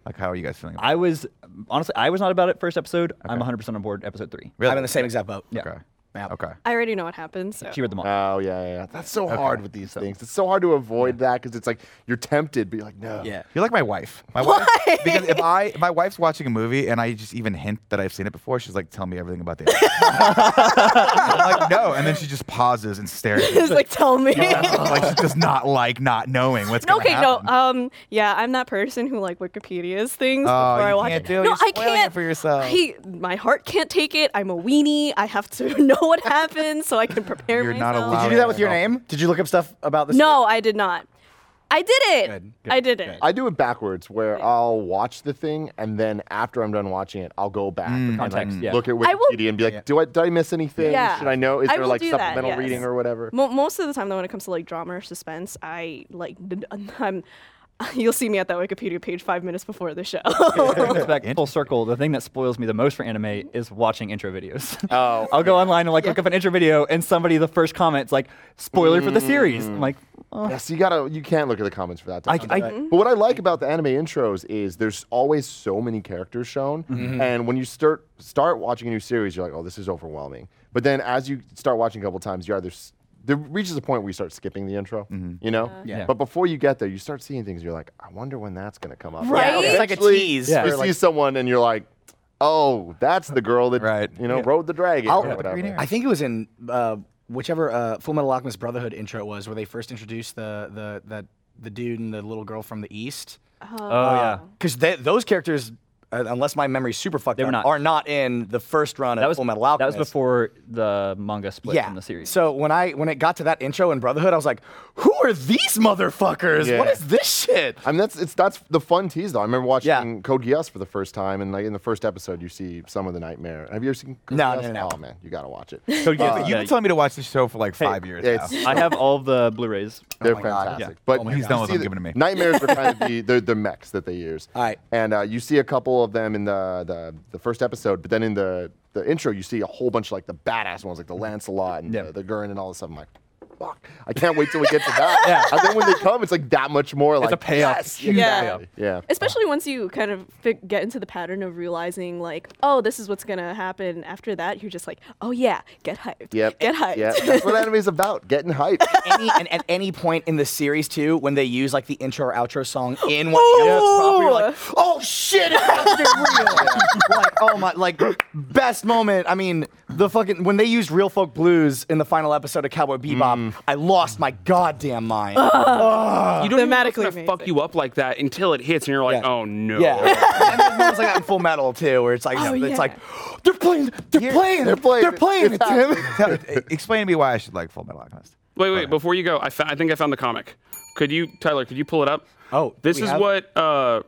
Like how are you guys feeling? About
I was honestly, I was not about it first episode. I'm 100 percent on board episode three.
Really?
I'm in the same exact boat.
it? Okay.
Yeah.
Okay.
I already know what happens. So.
She
<laughs>
read them all.
Oh yeah, yeah, yeah. That's so hard with these things. It's so hard to avoid that because it's like you're tempted, but you're like, no.
Yeah.
You're like my wife.
<laughs>
My wife because if I if my wife's watching a movie and I just even hint that I've seen it before, she's like, "Tell me everything
<laughs>
about the." episode." I'm like, no, and then she just pauses and stares. At me.
It's like, tell <laughs> me.
like she does not like not knowing what's going
okay,
on.
no. Um, yeah, I'm that person who like Wikipedia's things
Oh,
before I
you
watch.
can't
it.
do it.
No,
You're
I
spoiling it
can't
for yourself.
I, my heart can't take it. I'm a weenie. I have to <laughs> know what happens so I can prepare
You're not
myself.
allowed.
Did you do that with your name? Did you look up stuff about this?
No, I did not. I did it.
Good,
I
good,
did it.
I do it backwards, where I'll watch the thing and then after I'm done watching it, I'll go back and like,
Context, yeah.
look at
I will-
Wikipedia and be like, do I did I miss anything?
Yeah.
Should I know? Is
I
there
will
like
do that,
supplemental
yes.
reading or whatever?
Mo- most of the time, though, when it comes to like drama or suspense, I like d- <laughs> I'm. You'll see me at that Wikipedia page five minutes before the show.
It's back full circle. The thing that spoils me the most for anime is watching intro videos. <laughs> Oh, I'll go online and like look up an intro video, and somebody the first comment's like, "Spoiler for the
Mm.
series." I'm like, oh,
Yes, you gotta. You can't look at the comments for that.
I-
Tom.
I-
but what I like about the anime intros is there's always so many characters shown,
Mm-hmm.
and when you start start watching a new series, you're like, oh, this is overwhelming. But then as you start watching a couple times, you either s- there reaches a point where you start skipping the intro,
Mm-hmm.
you know.
Yeah. Yeah.
But before you get there, you start seeing things. You're like, I wonder when that's gonna come up.
Right?
Yeah, it's like a
Actually,
tease.
Yeah.
for,
You see
like-
someone and you're like, oh, that's the girl that
Right.
you know rode the dragon.
I'll-
or whatever.
I think it was in uh, whichever uh, Full Metal Alchemist Brotherhood intro it was, where they first introduced the the the, the dude and the little girl from the east.
oh yeah.
Because those characters, uh, unless my memory's super fucked
were
up,
not.
are not in the first run
That
of
was
Full Metal Alchemist.
That was before the manga split
yeah.
from the series.
So when I when it got to that intro in Brotherhood, I was like, "Who are these motherfuckers?
Yeah.
What is this shit?"
I mean, that's it's that's the fun tease though. I remember watching
Yeah.
Code Geass for the first time, and like in the first episode, you see some of the nightmare. Have you ever seen? Code
No,
Geass?
no, no.
Oh man, you gotta watch it.
So, yeah,
You've
yeah,
been telling me to watch this show for like five years now.
it's-
I have all of the Blu-rays.
They're
my God.
fantastic.
Yeah.
But
Oh my
you
He's done
see
with them,
the-
give it to me.
Nightmares are kind of the they're, they're mechs that they use.
All right.
And uh, you see a couple of them in the, the the first episode, but then in the the intro, you see a whole bunch of like the badass ones, like the Lancelot and
Yeah.
the, the Gurren and all this stuff. I'm like. Fuck! I can't wait till we get to that.
<laughs>
yeah. And then when they come, it's like that much more. Like
a payoff.
Yes,
Huge
Yeah.
exactly. Yeah.
<laughs> Especially once you kind of fi- get into the pattern of realizing, like, oh, this is what's gonna happen. After that, you're just like, oh yeah, get hyped.
Yep.
Get hyped. <laughs>
Yep. That's what anime's about. Getting hyped.
any, and at any point in the series too, when they use like the intro or outro song in one of the episodes proper, you're like, oh shit, it's about to
<laughs>
be real. like, oh my, like best moment. I mean, the fucking when they used Real Folk Blues in the final episode of Cowboy Bebop, I lost my goddamn mind.
You don't even know it's
Thematically
gonna fuck
amazing.
you up like that until it hits, and you're like,
Uh, Yeah.
oh no.
yeah, and there's moments like that in Full Metal too, where it's like,
Oh,
it's
yeah.
like, they're playing, they're playing,
they're playing
they're
it.
playing it,
It's
Tim.
<laughs> Tell- e, explain to me why I should like Full Metal Alchemist.
Wait, wait. Before you go, I, fa- I think I found the comic. Could you, Tyler? Could you pull it up?
Oh,
this
we
is
have-
what. Uh,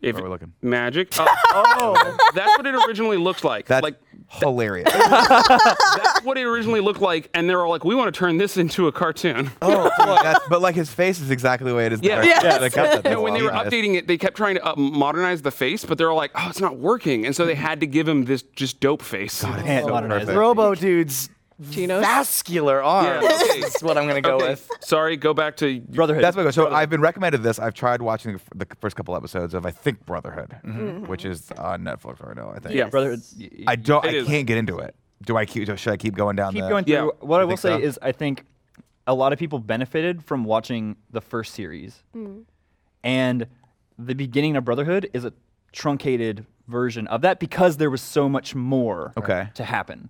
if
Where are we looking?
Magic. Uh,
<laughs>
oh, that's what it originally looked like.
That's
like
<laughs> hilarious.
that's what it originally looked like, and they're all like, "We want to turn this into a cartoon."
oh, that's, but like his face is exactly the way it is.
Yeah.
now.
Yes.
they cut that.
No, when they were
That's awesome.
updating it, they kept trying to up modernize the face, but they're like, "Oh, it's not working," and so they had to give him this just dope face.
Can't
modernize
perfect.
Robo dudes.
Chinos?
Vascular arms.
Yeah, okay.
That's what I'm gonna go
Okay,
with.
uh, Sorry, go back to
Brotherhood.
That's what I go. So I've been recommended this. I've tried watching the f- the first couple episodes of I think Brotherhood,
Mm-hmm.
which is on Netflix right now. I think.
Yeah.
Brotherhood. y- y-
I don't.
It
I
is.
can't get into it. Do I keep? Should I keep going down?
keep
the,
going through.
Yeah.
What I
You
will
think
say
so?
is, I think a lot of people benefited from watching the first series, and the beginning of Brotherhood is a truncated version of that because there was so much more
Okay.
to happen.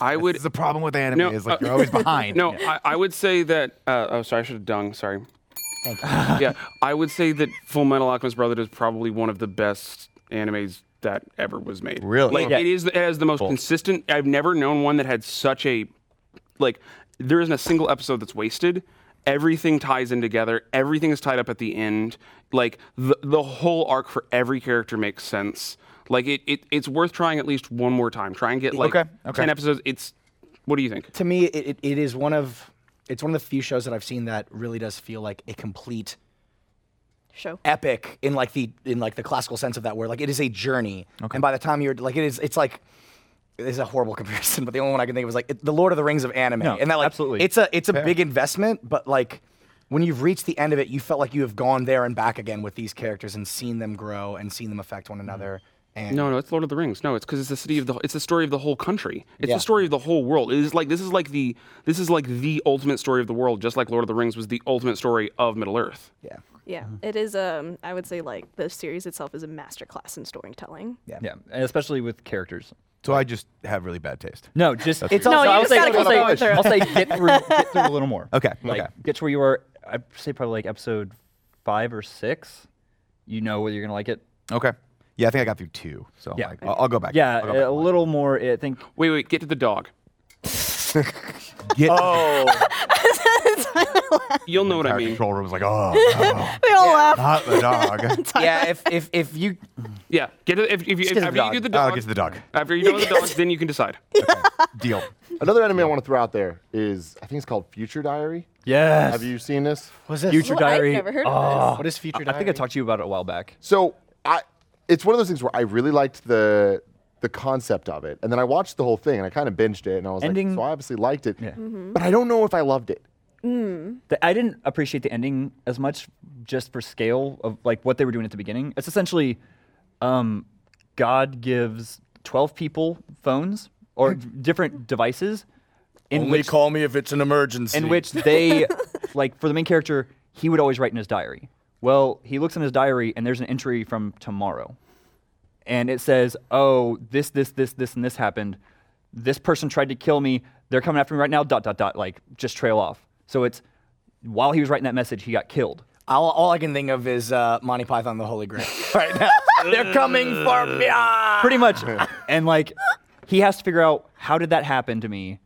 I
This
would.
is the problem with anime
No,
is like
uh,
you're always
<laughs>
behind.
No, I, I would say that. Uh, oh, sorry, I should have dung. Sorry. <laughs> Thank you. yeah, I would say that Full Metal Alchemist Brotherhood is probably one of the best animes that ever was made.
Really?
Like
Yeah.
it is. It has the most consistent. I've never known one that had such a, like, there isn't a single episode that's wasted. Everything ties in together. Everything is tied up at the end. Like the the whole arc for every character makes sense. Like it, it it's worth trying at least one more time. Try and get like
Okay, okay.
ten episodes. It's what do you think?
to me, it, it, it is one of it's one of the few shows that I've seen that really does feel like a complete
Show.
epic in like the in like the classical sense of that word. Like it is a journey, and by the time you're like it is, it's like this is a horrible <laughs> comparison, but the only one I can think of is like it, the Lord of the Rings of anime,
No,
and that like
absolutely.
it's a it's a big investment, but like. When you've reached the end of it, you felt like you have gone there and back again with these characters and seen them grow and seen them affect one another. And
No, no, it's Lord of the Rings. No, it's because it's the city of the. It's the story of the whole country. It's
Yeah.
the story of the whole world. It is like this is like the this is like the ultimate story of the world. Just like Lord of the Rings was the ultimate story of Middle Earth.
yeah,
Yeah,
Uh-huh.
it is. Um, I would say like the series itself is a masterclass in
<laughs>
storytelling.
Yeah, and especially with characters.
So I just have really bad taste.
No, just it's
No, you
I'll
just
say,
gotta
I'll,
go
say,
through it.
I'll say get through, get through a little more.
Okay,
Like,
okay.
Get to where you are. I'd say probably like episode five or six. You know whether you're gonna like it.
Okay. Yeah, I think I got through two. So
Yeah.
like, I'll, I'll go back.
Yeah,
I'll go
a
back.
little more. I think
Wait, wait, get to the dog.
Get
Oh, You'll know what I
our
mean.
control room was like, oh, no,
They all laugh.
not
<laughs>
the dog. Oh,
yeah. If if if you
Yeah, get to, if, if, you-
get to the
after
dog.
you get the
I'll
dog.
get to the dog.
After you know the dog, then you can decide.
Deal.
Another anime I want to throw out there is I think it's called Future Diary.
yes.
Have you seen this?
was this
Future
Well,
Diary.
I've never heard of
Oh,
what is future?
I think I talked to you about it a while back.
So I, it's one of those things where I really liked the the concept of it, and then I watched the whole thing and I kind of binged it, and I was
Ending-
like, so I obviously liked it, but I don't know if I loved it.
The, I didn't appreciate the ending as much, just for scale of like what they were doing at the beginning. It's essentially, um, God gives twelve people phones or different devices, in which
call me if it's an emergency.
in which they like for the main character he would always write in his diary well he looks in his diary and there's an entry from tomorrow and it says oh this this this this and this happened this person tried to kill me they're coming after me right now dot dot dot like just trail off so it's while he was writing that message he got killed <laughs>
All, all I can think of is uh, Monty Python and the Holy Grail right now. They're coming for me. Ah!
pretty much and like he has to figure out how did that happen to me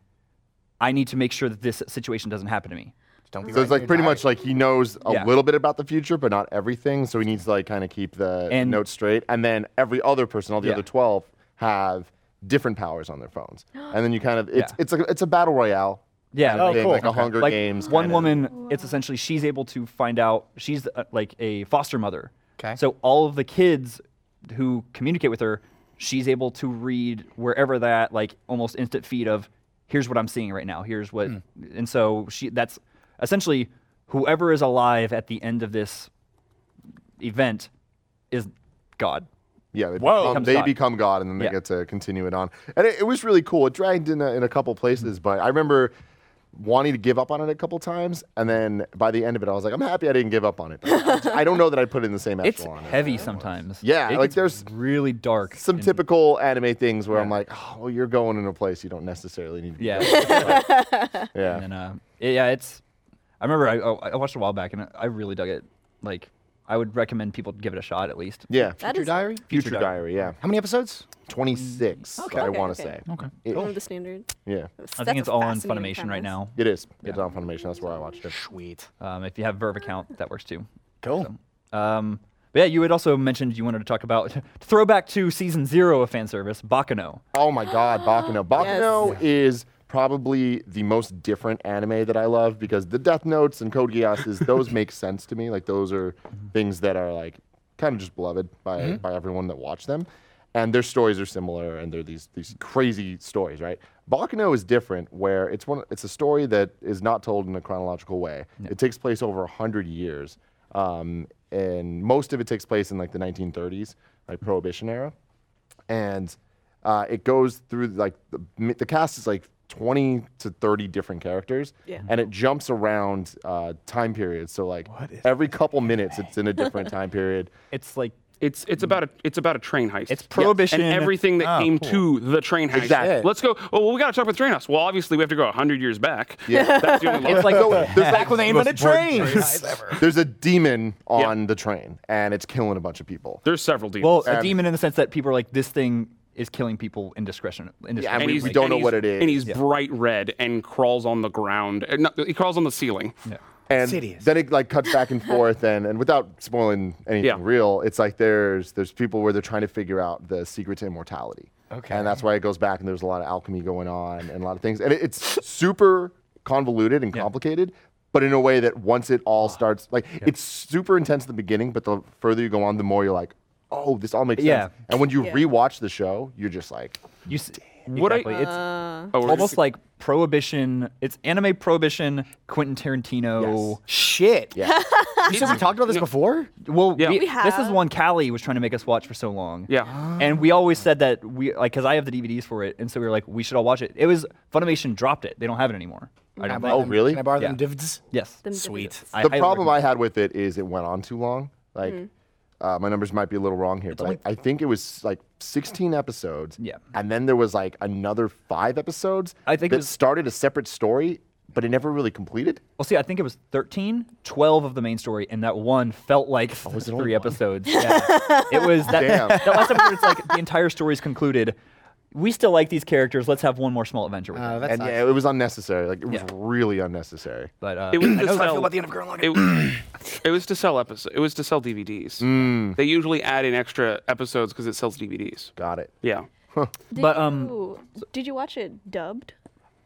i need to make sure that this situation doesn't happen to me
Don't be
So it's like pretty much like he knows a
Yeah.
little bit about the future, but not everything. So he needs to like kind of keep the
And-
notes straight. And then every other person, all the
Yeah.
other twelve, have different powers on their phones. And then you kind of it's
Yeah.
it's a it's a battle royale.
Yeah,
kind of
Oh,
thing,
cool.
like a
Okay.
Hunger
like
Games.
one
kind of-
woman it's essentially she's able to find out she's uh, like a foster mother
'Kay.
so all of the kids who communicate with her she's able to read wherever that like almost instant feed of here's what i'm seeing right now here's
Hmm.
what and so she that's essentially whoever is alive at the end of this event is god
Yeah, they,
Whoa.
become,
Becomes
they
God.
become God, and then they
Yeah.
get to continue it on. And it, it was really cool. It dragged in a, in a couple places, but I remember wanting to give up on it a couple times, and then by the end of it, I was like, I'm happy I didn't give up on it. <laughs> I don't know that I put it in the same
it's
echelon.
heavy sometimes
Yeah,
It
like
gets
there's
really dark
Some
and-
typical anime things where I'm like, oh, well, you're going in a place you don't necessarily need to be. <laughs>
yeah
going." Yeah.
And then, uh, it- yeah, it's. I remember I, oh, I watched it a while back and I really dug it. Like, I would recommend people give it a shot at least.
Yeah.
That is
diary.
Future, Diary, yeah.
How many episodes?
26,
Okay.
I
Okay,
want
okay.
to say. Okay.
one of the standard.
Yeah.
I think it's all on Funimation right now.
It is. It's on Funimation. That's where I watched it.
Sweet.
Um, if you have Verve account, that works too.
Cool.
Um, but yeah, you had also mentioned you wanted to talk about <laughs> throwback to season zero of fan service, Bakano.
Oh my God, Bakano. Bakano is probably the most different anime that I love because the Death Notes and Code Geasses, those make sense to me. Like those are things that are like kind of just beloved by, by everyone that watched them. And their stories are similar and they're these these crazy stories, right? Bakano is different where it's one it's a story that is not told in a chronological way. It takes place over hundred years. Um, and most of it takes place in like the 1930s, like Prohibition era and uh, it goes through like the, m- the cast is like 20 to 30 different characters
Yeah.
and it jumps around uh, time periods so like every couple minutes it's in a different time period
It's like
It's it's about a it's about a train heist.
It's prohibition.
and everything that came to the train heist.
Exactly.
Let's go. Oh, well, we got to talk about the train heist. Well, obviously we have to go hundred years back.
Yeah.
That's the only
<laughs>
it's like
there's,
Back when they invented trains.
there's a demon on the train and it's killing a bunch of people
there's several demons.
<laughs> well, a demon in the sense that people are like this thing is killing people indiscretion. indiscretion.
we- we don't
and
know
he's-
what it is. <clears throat>
And he's bright red and crawls on the ground. Uh, no, he crawls on the ceiling.
and
Sidious.
then it like cuts back and forth and and without spoiling anything
Yeah.
real it's like there's there's people where they're trying to figure out the secret to immortality okay and that's why it goes back and there's a lot of alchemy going on and a lot of things and it, it's super convoluted and complicated but in a way that once it all starts like it's super intense at the beginning but the further you go on the more you're like oh this all makes
Yeah.
sense and when you
Yeah.
rewatch the show you're just like
You s-
What I-
exactly. it's
Oh, we're-
almost like prohibition. It's anime prohibition. Quentin Tarantino.
Shit. <laughs>
yeah
You said we talked about this before?
Well,
Yeah.
we-
We
this is
have.
one Callie was trying to make us watch for so long.
Yeah.
<gasps> and we always said that we like because I have the DVDs for it, and so we were like, we should all watch it. It was Funimation dropped it. They don't have it anymore. I don't think.
Oh, really?
Can I borrow them
Yeah.
divs?
Yes.
Them
Sweet.
dividends.
I
the
highly
problem
recommend
I had with it is it went on too long. Like, uh, my numbers might be a little wrong here, but I, I think it was like 16 episodes.
Yeah.
And then there was like another five episodes
I think it
that
was-
started a separate story, but it never really completed.
Well, see, I think it was 13, 12 of the main story, and that one felt like
Oh, was it only
three
one? <laughs>
episodes. Yeah. it was that,
Damn.
that last episode. It's like the entire story's concluded. We still like these characters. Let's have one more small adventure with them.
that's
and yeah, it was unnecessary. Like, it was really unnecessary.
But uh,
It
<clears throat>
was to
That's how I
sell-
feel about the end of Girl Logan.
it, it was to sell episodes. It was to sell DVDs.
Mm.
They usually add in extra episodes because it sells DVDs.
Got it.
Yeah.
Did
But, um,
you- did you watch it dubbed?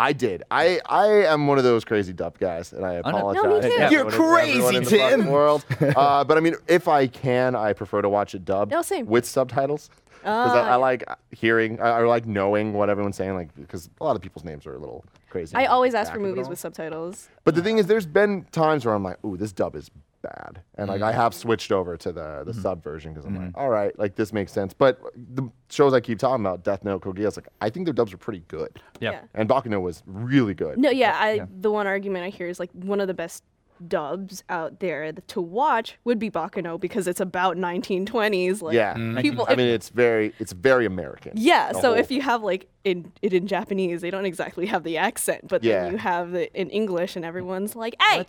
I did. I, I am one of those crazy dub guys, and I
no,
apologize.
me
to
too.
everyone
You're
in- everyone
crazy,
in the fucking
Tim.
World. <laughs> Uh, but I mean, if I can, I prefer to watch it dubbed
No, same. Ah.
with subtitles. Because I, I like hearing, I, I like knowing what everyone's saying, like because a lot of people's names are a little crazy.
I always ask for
Back of it
movies
all.
with subtitles.
But the thing is, there's been times where I'm like, "Ooh, this dub is bad," and like I have switched over to the the sub version because I'm like, "All right, like this makes sense." But the shows I keep talking about, Death Note, Kogia, it's like I think their dubs are pretty good,
yeah.
yeah.
and Bakuno was really good.
No, yeah, I the one argument I hear is like one of the best dubs out there th- to watch would be Bacano because it's about 1920s. Like,
Yeah,
Mm-hmm.
people.
I
if-
mean, it's very it's very American.
yeah,
the
so
whole-
if you have like in it in Japanese, they don't exactly have the accent, but
Yeah.
then you have it in English, and everyone's like, "Hey,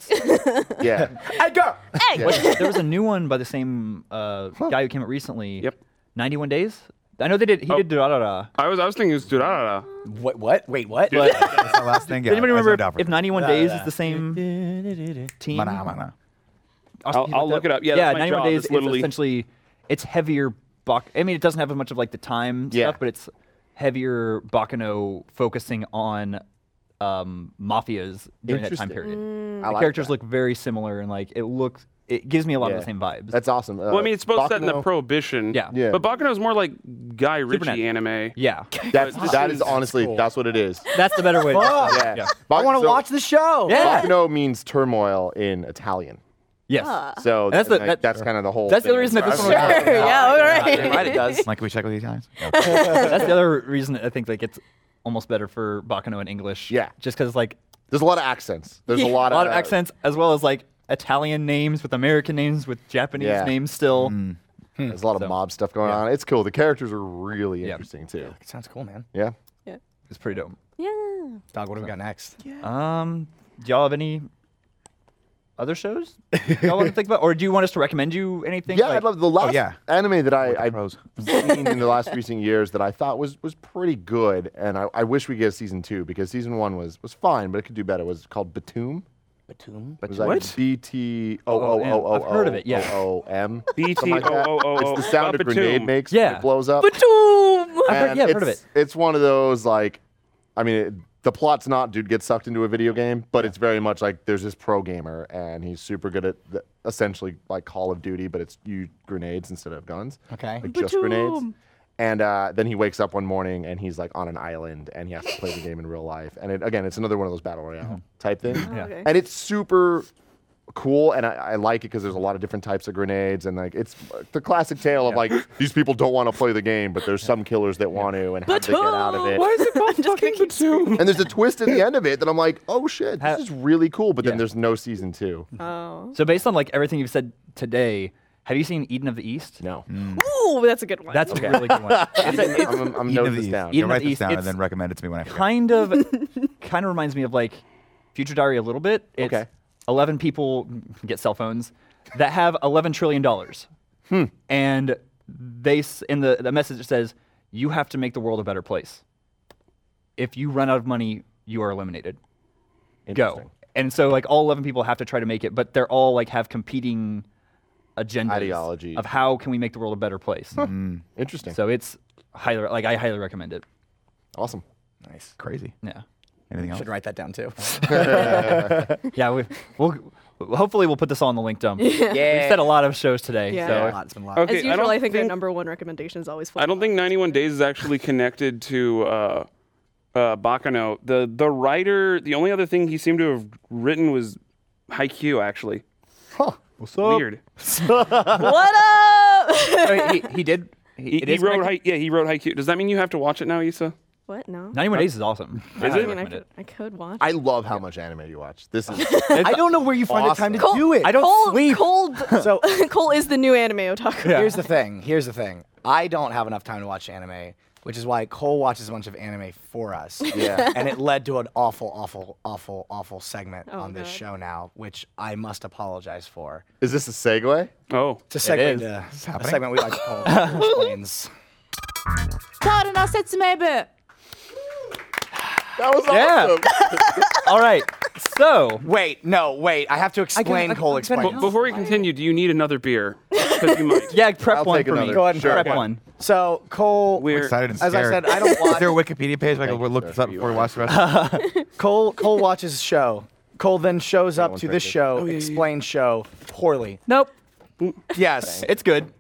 yeah,
Edgar!
<laughs>
hey!" <laughs>
Yeah.
But there was a new one by the same uh, guy who came out recently.
Yep. Oh.
91 Days. I know they did. He did da da da.
I was I was thinking it was dude, I don't know.
What? What? Wait, what?
That's the last thing. Yeah,
Anybody
I
remember
zoned out
if,
for
if
a
91
Da,
Days
da.
is the same team?
second. Mana, mana.
um, I'll- I'll look it up. Yeah, that's my
91
job.
Days
It's
is
literally-
essentially it's heavier. Bach- I mean, it doesn't have as much of like the time
Yeah.
stuff, but it's heavier Bacano focusing on um, mafias during that time
Interesting.
period.
I
Mm.
the
like
characters
that.
look very similar, and like it looks, it gives me a lot of
Yeah.
the same vibes.
That's awesome. Uh,
Well, I mean, it's both set in the prohibition.
Yeah.
Yeah.
But Bakano's more like Guy Ritchie
Supernatural.
anime.
yeah,
That's
But
that
this
is honestly
cool.
that's what it is.
that's the better way. To describe it.
Yeah,
I want to watch the show.
Yeah.
Bacano means turmoil in Italian.
Yes,
So
That's
that's,
the- that-
that's kind of the whole.
That's the
thing.
only reason that this
I
one
was
was-
<laughs>
like,
Sure, yeah, all right.
Right, it does.
<laughs>
Like, can we check with these guys?
that's the other reason I think like it's almost better for Bacano in English.
Yeah.
just because like
There's a lot of accents. There's a lot
a
of,
lot of accents as well as like Italian names with American names with Japanese
Yeah.
names still.
There's a lot of mob stuff going on. It's cool. The characters are really interesting too.
Sounds cool, man.
Yeah.
yeah.
It's pretty dope.
yeah.
Dog, what have we got next?
Um, do y'all have any other shows y'all want to think about, or do you want us to recommend you anything?
Yeah,
Like- oh,
I'd love the last
yeah.
anime that I, I've
pros.
seen
<laughs>
in the last recent years that I thought was was pretty good, and I, I wish we get a season two because season one was was fine, but it could do better. It was called Batum.
Batum.
It was like B T O O O O.
I've heard of it, Oh, yeah.
O
<laughs>
M.
BT
Something like that.
BTOOOO.
It's the sound a
Batum.
grenade makes when
Yeah.
it blows up.
Batum.
I've heard-
And
yeah, I've heard of
it's-
it.
It's one of those like, I mean, it, the plot's not dude gets sucked into a video game, but it's very much like there's this pro gamer and he's super good at the, essentially like Call of Duty, but it's you grenades instead of guns.
Okay.
like just grenades.
Batum.
And uh, then he wakes up one morning and he's like on an island and he has to play the game in real life. And it, again, it's another one of those battle royale
Mm-hmm.
type things.
Oh,
Yeah. okay.
And it's super cool and I, I like it because there's a lot of different types of grenades and like it's uh, the classic tale of like these people don't want to play the game but there's some killers that want to and how do they get out of it
Why is it called
I'm just
fucking
kidding.
Batum?
and there's a twist at the end of it that i'm like oh shit
Ha-
this is really cool but
Yeah.
then there's no season two
Uh,
Oh.
so based on like everything you've said today, have you seen Eden of the East?
no
Ooh, that's a good one.
That's a really good
<laughs>
one. It's a- it's
i'm, I'm, I'm
Eden of
noting
the
this
East.
down
Yeah,
Eden of
write
the e
this
East.
down
It's
and then recommend it to me when I forget.
kind
<laughs>
of kind of reminds me of like Future Diary a little bit. It's
Okay.
11 people get cell phones that have 11 trillion dollars.
Hmm.
And they s- in the the message it says you have to make the world a better place. If you run out of money, you are eliminated. Go.
Interesting.
and so like all eleven people have to try to make it, but they're all like have competing agendas
Ideology.
of how can we make the world a better place.
Hmm. Interesting.
So it's highly like I highly recommend it.
awesome.
Nice.
Crazy.
Yeah,
Anything else?
Should write that down too.
yeah. We, we'll hopefully we'll put this on the link dump. Yeah.
<laughs>
We
<laughs> yeah.
said a lot of shows today.
Yeah.
It's
So
been a lot, it's been a lot.
Okay,
As
I
usual,
don't
I, think, their
think-
number one recommendation is always fun.
I don't think 91 Days is actually connected to uh, uh, Bacano. The the writer, the only other thing he seemed to have written was Haikyuu, actually.
What's
Weird.
<laughs> what up?
I mean, he, he did. He,
He,
it
he
is
wrote
connected.
Hai- yeah, he wrote Haikyuu. Does that mean you have to watch it now, Issa?
what? No.
Ninety One Days is awesome. I
Is
highly
it?
I mean, I
recommend
could, I could watch.
I love how much anime you watch. This is
<laughs>
I don't know where you find the time to
Awesome.
do it.
I don't
Cole,
sleep.
Cole, <laughs>
So
Cole is the new anime otaku.
here's the thing. Here's the thing. I don't have enough time to watch anime, which is why Cole watches a bunch of anime for us.
Yeah.
<laughs> and it led to an awful, awful, awful, awful segment on this
God.
show now, which I must apologize for.
is this a segue?
Oh.
It's a segment,
is.
uh, a segment we like to call explains.
That was
Yeah.
awesome.
All right. So
Wait, no, wait. I have to explain
I can-
Cole
I can-
explains.
But before we continue, do you need another beer? 'Cause you <laughs> might.
yeah, prep
I'll
one
take
for me.
another.
Go ahead and
Sure.
Prep
Okay.
one.
So Cole,
We're-
Excited and
as I said,
scared.
I don't
Is
watch.
there a Wikipedia page where I can look this up before we watch the rest?
Cole Cole watches the show. Cole then shows up
one's
to
very
this
good.
show, explains show poorly.
Nope. <laughs>
Yes,
It's good.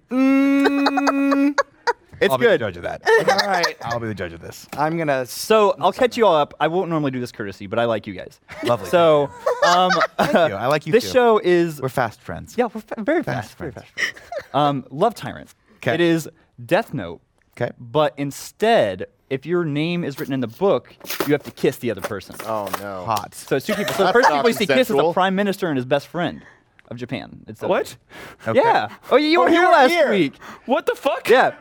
It's
I'll be the
good.
judge of that.
all right.
I'll be the judge of this.
I'm gonna. s-
So I'll catch you all up. I won't normally do this courtesy, but I like you guys.
Lovely.
So um,
Thank you. I like you
this
too.
show is
We're fast friends.
yeah, we're fa- very fast,
Fast
very
friends.
fast. Um, Love Tyrant.
'Kay.
It is Death Note,
Okay.
but instead, if your name is written in the book, you have to kiss the other person.
Oh no.
Hot.
So it's two people. So the
That's
first
not
people you see kiss is the
consensual.
prime minister and his best friend of Japan. It's a-
What?
Okay.
Yeah. Oh, you, you were here
you were
last
here.
week.
What the fuck?
Yeah.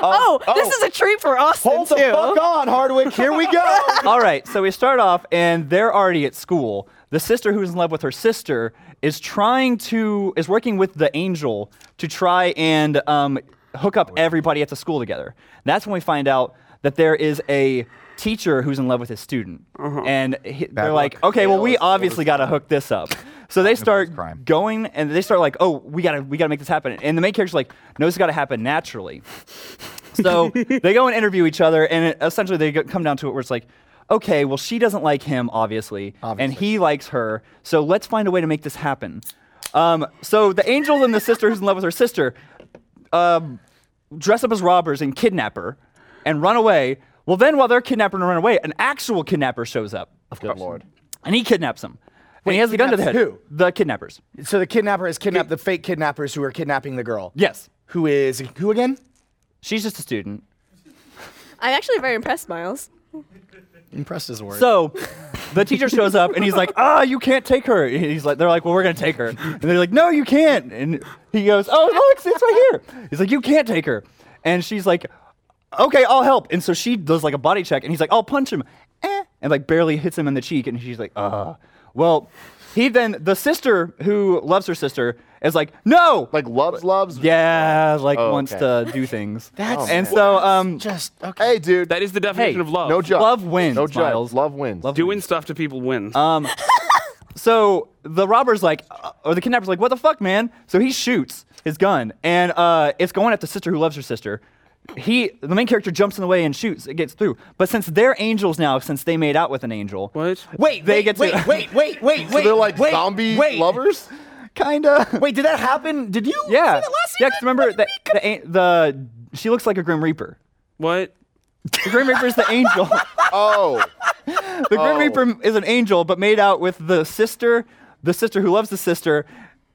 Oh, this is a treat for us.
Hold the fuck
<laughs>
on, Hardwick. <laughs> Here we go.
All right, so we start off, and they're already at school. The sister who's in love with her sister is trying to is working with the angel to try and um, hook up everybody at the school together. That's when we find out that there is a teacher who's in love with his student,
Uh-huh.
and he, they're like,
luck.
okay, well, we obviously got to hook this up. So they start
crime.
going, and they start like, oh, we gotta we gotta make this happen. And the main character's like, no, this got to happen naturally.
<laughs>
So they go and interview each other, and it, essentially they go, come down to it where it's like, okay, well, she doesn't like him, obviously, and he likes her, so let's find a way to make this happen. Um, so the angel and the sister who's in love with her sister um, dress up as robbers and kidnap her and run away. Well, then while they're kidnapping and run away, an actual kidnapper shows up. Of
Good lord.
And he kidnaps them. and he has the gun to the head.
kidnaps who?
The kidnappers.
So the kidnapper has kidnapped the fake kidnappers who are kidnapping the girl.
Yes.
Who is who again?
She's just a student.
I'm actually very impressed, Miles.
Impressed is a word.
So the teacher shows up and he's like, "Ah, you can't take her." And he's like, "They're like, well, we're gonna take her." And they're like, "No, you can't." And he goes, "Oh, look, it's- it's right here." He's like, "You can't take her," and she's like, "Okay, I'll help." And so she does like a body check, and he's like, "I'll punch him," eh, and like barely hits him in the cheek, and she's like, "Uh." Well, he then the sister who loves her sister is like, "No."
Like loves loves.
yeah, like
Oh,
wants
okay.
to do things.
That's-
and so um,
just okay.
Hey dude.
That is the definition
Hey,
of love.
no judge.
love wins,
No judge.
Miles.
Love wins.
Love
Doing stuff to people wins.
Uh,
Um, so the robber's like, uh, or the kidnapper's like, what the fuck, man? So he shoots his gun, and uh, it's going at the sister who loves her sister. He, the main character, jumps in the way and shoots. It gets through. But since they're angels now, since they made out with an angel,
what?
Wait,
They
wait,
get to-
wait, wait, wait, wait,
so
wait.
they're like
wait,
zombie
wait.
<laughs>
lovers.
<laughs> kinda.
Wait, did that happen? Did you?
Yeah.
say that last
yeah.
season?
'cause remember the, the an- the she looks like a grim reaper.
What?
The grim reaper is the
<laughs>
angel.
Oh.
The Grim
Oh.
Reaper is an angel, but made out with the sister, the sister who loves the sister,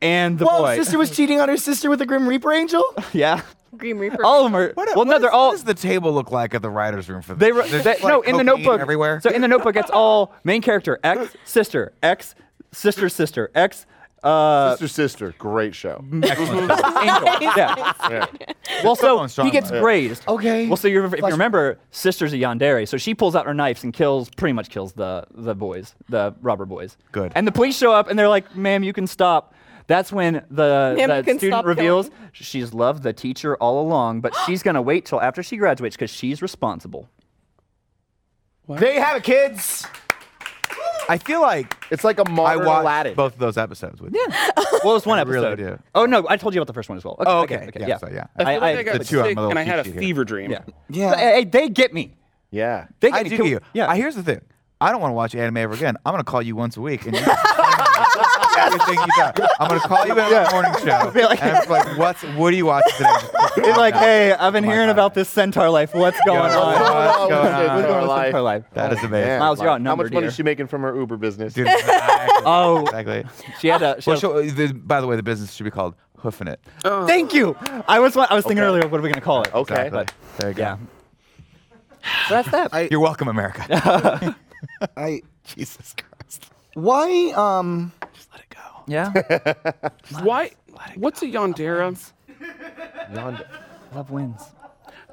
and the
Whoa,
boy.
sister was cheating on her sister with the Grim Reaper angel.
<laughs> Yeah.
Green Reaper.
All of them are. well, no,
<laughs> what
they're
is-
all.
What does the table look like at the writers' room for this?
They were
There's
that,
just, like,
no in the
cocaine
notebook
everywhere.
So in the notebook, it's all main character ex sister ex sister sister ex
<laughs>
uh,
Sister sister. Great
<laughs>
show.
angel. Yeah.
Yeah.
Well, so
going strong,
he gets
though.
grazed.
Okay.
Well, so you're, if you
Plus-
remember, sister's a yandere, so she pulls out her knives and kills, pretty much kills the the boys, the robber boys.
Good.
And the police show up and they're like, "Ma'am, you can stop." That's when the,
Ma'am, you
the
can
student
stop
reveals
killing.
she's loved the teacher all along, but she's gonna wait till after she graduates because she's responsible.
There you have it, kids.
I feel like
It's like a
I
modern
watched
Aladdin.
both of those episodes with yeah.
Well, it was one
I really
episode.
do.
Oh no, I told you about the first one as well.
Oh,
okay,
okay. Yeah,
yeah.
so, yeah.
I feel
I,
like I,
I,
got
the two, I'm a
sick
little
and I had a
peachy here.
fever dream.
yeah.
Yeah.
But, hey, they get me.
yeah.
They get
I
me.
do
Can we-
you.
Yeah.
I, here's the thing. I don't want to watch anime ever again. I'm gonna call you once a week, and you everything you got. I'm gonna call you in on the morning show.
like-
and it's like, what's what do you watch today?
It's like, hey, I've been
Oh my
hearing
God.
about this centaur life. What's going
Yeah.
on?
What's
Oh,
going
what's
on?
What's
going
going on with
life?
centaur life?
That is amazing.
Man,
Miles, you're
How
outnumbered
much money
here.
did she making from her Uber business?
Dude, exactly.
Oh,
exactly.
she had a. She
Well,
had a
she'll- the, by the way, the business should be called Hoofing It.
thank you. I was. I was thinking
Okay.
earlier. What are we gonna call it?
Okay.
But,
There you go.
yeah. So that's that.
You're welcome, America.
I
<laughs> Jesus Christ.
why um
yeah.
<laughs>
Why? What's a yandera?
Yonder-
Love wins.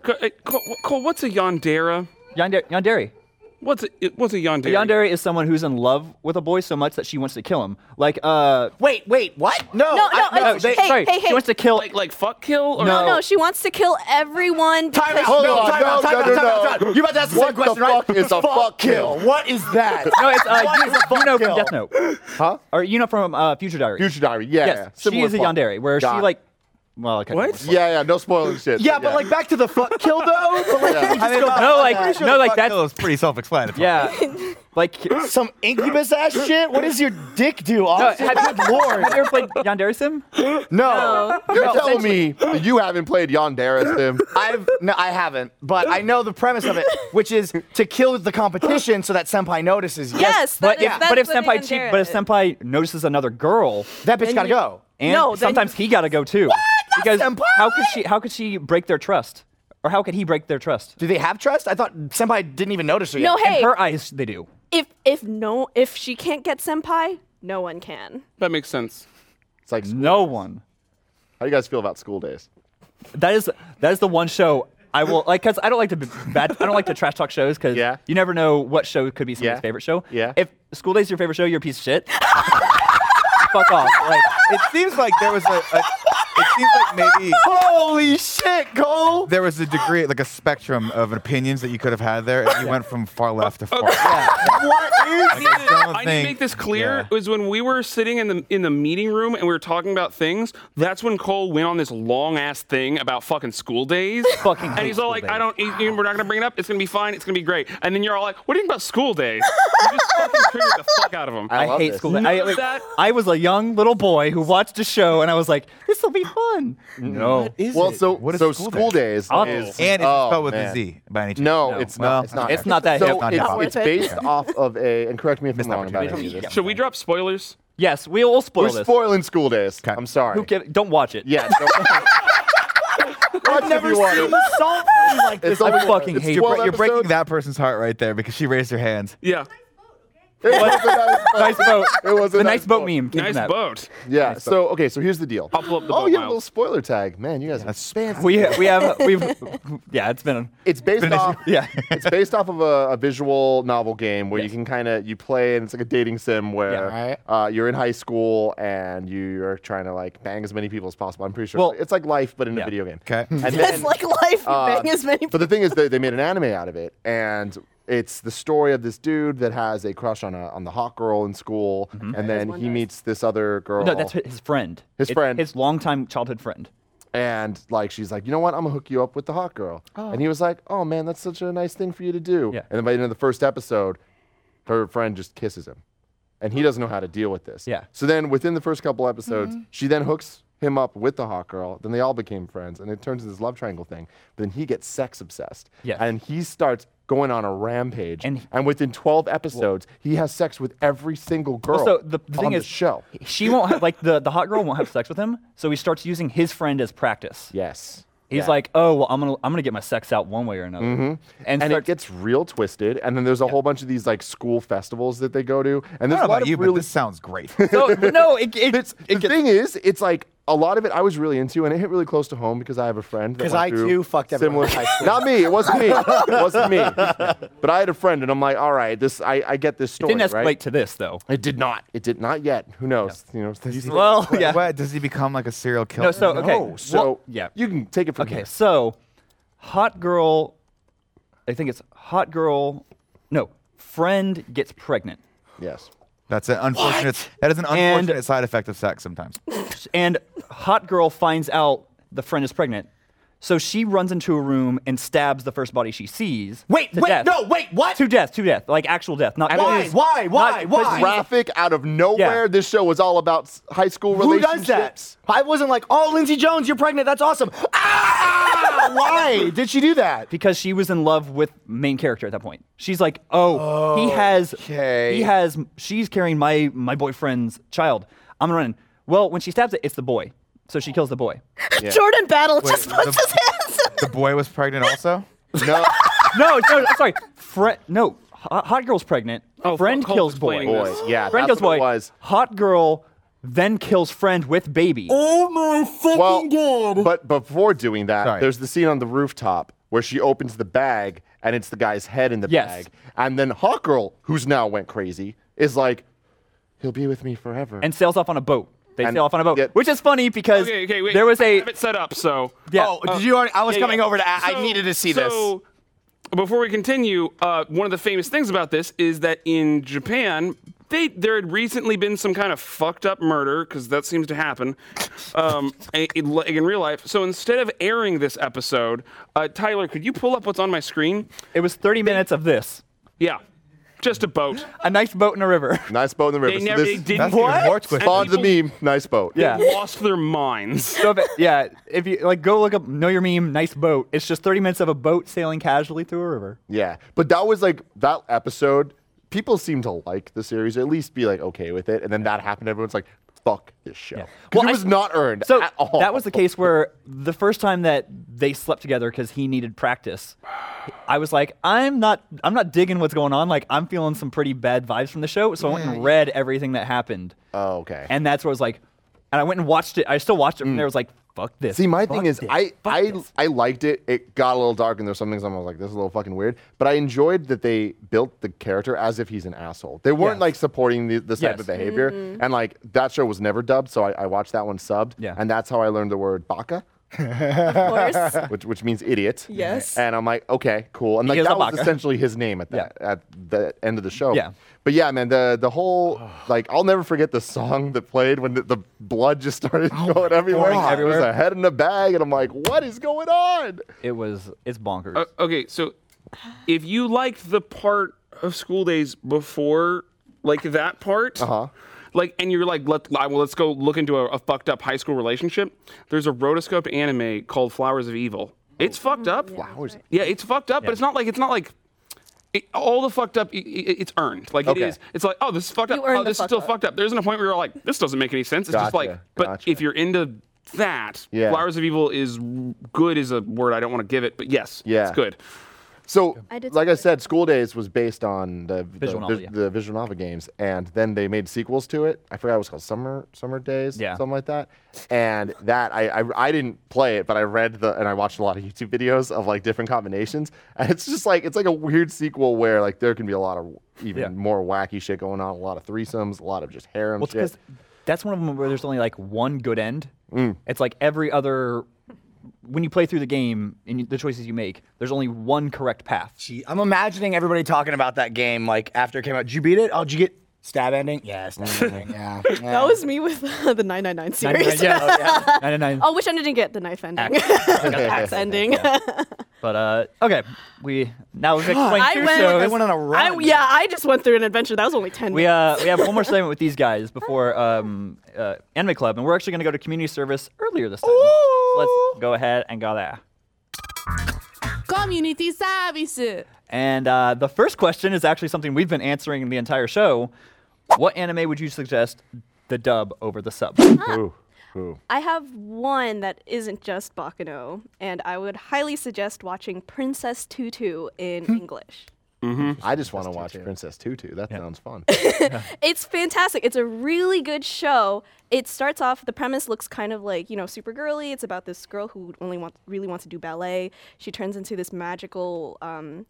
Co- uh, Cole, Cole, what's a yandera?
Yonder, Yandere.
What's a, it- what's a yandere?
Yandere is someone who's in love with a boy so much that she wants to kill him. Like, uh,
wait, wait, what? No,
No,
I-
no, it's- hey,
sorry,
hey, hey.
she wants to kill.
Like like fuck kill? Or
No.
No, no, she wants to kill everyone.
Time out,
because-
Hold
no,
on,
time
no,
out, time
no,
out,
no,
time out,
no.
time out. You're about to ask the
What
same
the
question,
fuck
right?
is a fuck kill?
What is that?
no, it's uh,
What is a fuck
you know from
kill?
Death Note,
Huh?
or you know from uh, Future Diary.
Future Diary. Yeah.
Yes, she
similar
is a
fuck.
Yandere, where
Got
she
it.
like, well, okay.
What?
Yeah, yeah. No spoiling
<laughs>
shit.
Yeah, but like back to the fuck kill though. But like,
Yeah.
you just
I mean,
go
but-
back
No,
to
like-
that.
no, like
that
that's-
is pretty
<laughs>
self-explanatory.
Yeah, like. No,
some incubus ass shit. What does your dick do?
<laughs>
Austin?
have,
Good
you,
lord.
have you ever played Yandere Sim?
No,
You're telling me that you haven't played
<laughs>
Yandere Sim.
I've no, I haven't, but I know the premise of it, which is to kill the competition so that senpai notices. you.
Yes,
but
that is-
if
that's
but if
what a
senpai cheat,
Yandere
but if
is.
senpai notices another girl,
that bitch
Then
gotta
you-
go.
and
No, then
sometimes he gotta go too. Because
senpai!
how could she? How could she break their trust? Or how could he break their trust?
Do they have trust? I thought senpai didn't even notice her.
No,
yet.
hey,
In her eyes, they do.
if if no, if she can't get senpai, no one can.
That makes sense.
It's like, how
No one.
do you guys feel about school days?
That is that is the one show I will like because I don't like to be bad. I don't like to trash talk shows because
Yeah.
you never know what show could be somebody's
Yeah.
favorite show.
Yeah.
If School Day's your favorite show, you're a piece of shit. <laughs> Fuck off. Like
It seems like there was a, a it seems like maybe
Holy shit, Cole!
there was a degree, like a spectrum of opinions that you could have had there, and you went from far left to far right.
I need, to,
don't
I need to
think-
make this clear.
yeah.
It was when we were sitting in the in the meeting room and we were talking about things. That's when Cole went on this long ass thing about fucking school days.
<laughs> Fucking
And
hate
he's all
school
like,
days.
I don't. you- We're not gonna bring it up. It's gonna be fine. It's gonna be great. And then you're all like, What do you think about
<laughs>
school days? You just fucking triggered the fuck out of him.
I,
love
hate
this.
school. Day. I,
None of
like,
that-
I was a young little boy who watched a show and I was like, this will be fun.
Mm-hmm.
No.
Is
well,
it?
so
What is
so
school
school,
day?
days
Oh.
is
and it's
oh,
spelled with
man.
a Z by any chance.
No,
No.
it's
Well,
not. It's not.
it's
not that
So
hip.
Not
it's,
hip-hop.
it's based off of a. And correct me if I'm
not
wrong
what
about
you
any
mean.
of this.
Should we drop spoilers?
Yes, we will spoil
We're
this.
spoiling school days.
Okay.
I'm sorry.
Who give, don't watch it.
Yeah. I've
Never seen salt food like this.
It's only,
fucking
it's
hate
You're,
12 <laughs>
bre- you're breaking
episodes.
that person's heart right there because she raised her hands.
Yeah.
It was a nice boat.
Nice boat.
It was a
the
nice
nice boat
boat.
meme. came from
Nice
that.
boat.
Yeah. So okay. So here's the deal.
I'll pull up the
oh,
boat,
you have a little
Miles.
spoiler tag, man. You guys are
That's-
fancy.
We we have we've <laughs> yeah. It's been
It's based
Finish.
off.
<laughs> yeah.
It's based off of a, a visual novel game where you can kind of you play and it's like a dating sim where
Yeah.
uh, you're in high school and you're trying to like bang as many people as possible. I'm pretty sure
Well-
it's like life, but in
Yeah.
Hmm. a video game.
Okay.
And
That's
then-
like life. You
uh,
bang as many. <laughs>
But the thing is, they, they made an anime out of it, and it's the story of this dude that has a crush on a on the hot girl in school, and then
one
he
does.
meets this other girl.
Mm-hmm. no. That's his friend.
His
It's
friend.
His longtime childhood friend.
And like she's like, you know what? I'm gonna hook you up with the hot girl. And he was like, oh man, that's such a nice thing for you to do.
Yeah.
And then by the end of the first episode, her friend just kisses him, and he doesn't know how to deal with this.
Yeah. Mm-hmm.
So then within the first couple episodes, she then hooks him up with the hot girl. Then they all became friends, and it turns into this love triangle thing. But then he gets sex obsessed.
Yes.
And he starts going on a rampage.
And-
And, within 12 episodes, he has sex with every single girl
Also, the, the
on
thing
the
is,
show.
she won't have like the, the hot girl won't have sex with him, so he starts using his friend as practice.
Yes.
He's
Yeah. Mm-hmm.
like, oh well, I'm gonna I'm gonna get my sex out one way or another, and,
and
starts,
it gets real twisted. And then there's a whole bunch of these like school festivals that they go to, and there's
I don't
a
know
lot
about
of
you, but
really.
this sounds
<laughs>
great.
<laughs> no, no, it, it,
It's,
it
the
gets,
thing is, it's like a lot of it I was really into, and it hit really close to home because I have a friend. Because
'Cause I, too, fucked everyone in high school.
Not me. It wasn't me. It wasn't me. But I had a friend, and I'm like, all right, this I, I get this story.
didn't escalate
right?
to this though.
It did not. It did not yet. Who knows? You know. this-
Well, yeah.
What does he become like a serial killer?
No, so okay,
No, so
well, yeah,
you can take it from
Okay,
here.
so hot girl, I think it's hot girl. No, friend gets pregnant.
Yes.
That's an unfortunate. That is an
And-
unfortunate side effect of sex sometimes.
and hot girl finds out the friend is pregnant. So she runs into a room and stabs the first body she sees.
Wait,
to
wait,
death.
no, wait, what?
To death, to death, like actual death, not
Why?
not-
Why? Why?
not-
Why?
Graphic out of nowhere. This show was all about s- high school
Who
relationships.
does that? I wasn't like, oh, Lindsay Jones, you're pregnant. That's awesome. Ah! <laughs> Why did she do that?
Because she was in love with main character at that point. She's like, oh, he has,
Okay.
he has, she's carrying my my boyfriend's child. I'm running. Well, when she stabs it, it's the boy. So she kills the boy.
Jordan Battle just
the-
puts his hands. up.
The boy was pregnant also.
No.
<laughs> no, no, I'm sorry. Fre- no, hot, hot girl's pregnant.
Oh,
friend
Cole
kills
was
boy.
explaining
Boy, yeah,
Friend
that's
kills
what
boy.
it was.
Hot girl then kills friend with baby.
Oh my fucking
Well, but before doing that,
Sorry.
there's the scene on the rooftop where she opens the bag and it's the guy's head in the
Yes.
bag. And then Hawk Girl, who's now went crazy, is like, he'll be with me forever.
And sails off on a boat. They
And-
sail off on a boat,
yeah.
which is funny because
Okay, okay, wait.
there was
I
a
have it set up, so
yeah.
Oh, did you already? I was
Yeah,
coming
yeah.
over to. a- I
So-
needed to see
so, Before we continue, uh, one of the famous things about this is that in Japan, they there had recently been some kind of fucked up murder because that seems to happen um, <laughs> i- in, li- in real life. So instead of airing this episode, uh, Tyler, could you pull up what's on my screen?
It was 30 minutes of this.
Yeah, just a boat.
A nice boat in a river.
nice boat in the river.
They
So
never
this
they didn't
That's even more
And
twisted.
spawned
people
the meme. Nice boat.
Yeah.
Lost their minds.
<laughs> So if it- yeah, if you like go look up know your meme, nice boat. It's just 30 minutes of a boat sailing casually through a river.
Yeah. But that was like that episode. People seem to like the series, or at least be like okay with it. And then that happened. Everyone's like, fuck this show. 'Cause
Well,
it
I-
was not earned
So
at all.
that was the case where the first time that they slept together because he needed practice, I was like, I'm not, I'm not digging what's going on. Like I'm feeling some pretty bad vibes from the show, so I went and read everything that happened,
Oh, okay. Mm.
and that's where I was like, and I went and watched it. I still watched it, and there was like, fuck this.
See, my
fuck
thing is,
this,
I
fuck
I,
this.
I liked it. It got a little dark, and there's some things I'm like, this is a little fucking weird. But I enjoyed that they built the character as if he's an asshole. They weren't
Yes.
like supporting the, this type
Yes.
of behavior, and like that show was never dubbed, so I, I watched that one subbed,
Yeah.
and that's how I learned the word baka,
Of course.
<laughs> which which means idiot.
Yes.
And I'm like, okay, cool, and like
is a
that was
baka.
essentially his name at that at the end of the show.
Yeah.
But yeah, man, the the whole like I'll never forget the song that played when the, the blood just started going everywhere.
God.
There was a head in a bag, and I'm like, what is going on?
it was, it's bonkers.
Uh, okay, so if you liked the part of school days before, like that part, uh-huh. like, and you're like, let I- well, let's go look into a, a fucked up high school relationship. There's a rotoscope anime called Flowers of Evil. It's fucked up.
Flowers. right.
Yeah, it's fucked up, but it's not like it's not like. It, all the fucked up, i i it's earned. Like
Okay.
it is. It's like, oh, this is fucked up.
You earned
Oh,
the
this is
fucked
still
up.
fucked up. There isn't a point where you're like, this doesn't make any sense. It's just like,
Gotcha,
but
gotcha.
if you're into that,
Yeah.
Flowers of Evil is good. Is a word I don't want to give it, but yes,
Yeah.
it's good.
So,
I did
like
see
I
it.
said, School Days was based on the
Visual
the,
novel,
vis-
yeah.
the visual novel games, and then they made sequels to it. I forgot it was called Summer Summer Days,
Yeah.
something like that. And that I, I I didn't play it, but I read the and I watched a lot of YouTube videos of like different combinations, <laughs> and it's just like it's like a weird sequel where like there can be a lot of even
Yeah.
more wacky shit going on, a lot of threesomes, a lot of just harem
Well, it's
shit.
because that's one of them where there's only like one good end.
Mm.
It's like every other. When you play through the game and you, the choices you make, there's only one correct path.
Gee, I'm imagining everybody talking about that game like after it came out. Did you beat it? Oh, did you get stab ending? Yeah, stab
<laughs>
ending. Yeah.
That was me with uh, the 999 series.
yeah,
<laughs>
yeah. Nine, nine, nine.
Oh, which ending didn't get the knife ending? <laughs> Axe ending.
But uh, okay, we now we've explained
<laughs> I
two
went-
shows.
I went on a
I,
run.
yeah, I just went through an adventure. That was only 10
we
minutes.
uh, we have one more segment with these guys before um, uh, Anime Club, and we're actually going to go to community service earlier this time. So let's go ahead and go there.
Community service.
And uh, the first question is actually something we've been answering the entire show. What anime would you suggest the dub over the sub?
Ooh,
uh,
ooh.
I have one that isn't just Bakano, and I would highly suggest watching Princess Tutu in
Hmm.
English.
I just want to watch Princess Tutu. That
<laughs>
sounds fun.
It's fantastic. It's a really good show. It starts off the premise looks kind of like, you know, super girly. It's about this girl who only wants really wants to do ballet. She turns into this magical um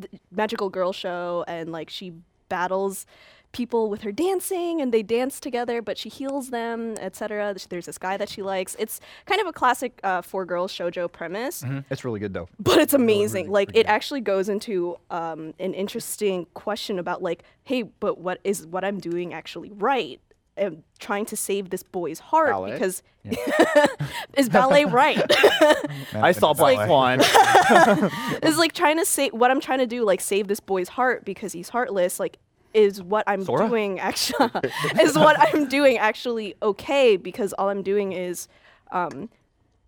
th- magical girl show and like she battles people with her dancing and they dance together, but she heals them, etc. There's this guy that she likes. It's kind of a classic uh, four girls shoujo premise
Mm-hmm. It's really good though.
but it's amazing. like it actually goes into um, an interesting question about like, hey, but what is what I'm doing actually right? And trying to save this boy's heart
Ballet?
because <laughs> is ballet right?
<laughs>
<laughs>
I saw Black Swan.
is like trying to say what I'm trying to do, like save this boy's heart because he's heartless. Like, is what I'm
Sora?
doing <laughs>
<laughs>
actually is what I'm doing actually okay? Because all I'm doing is um,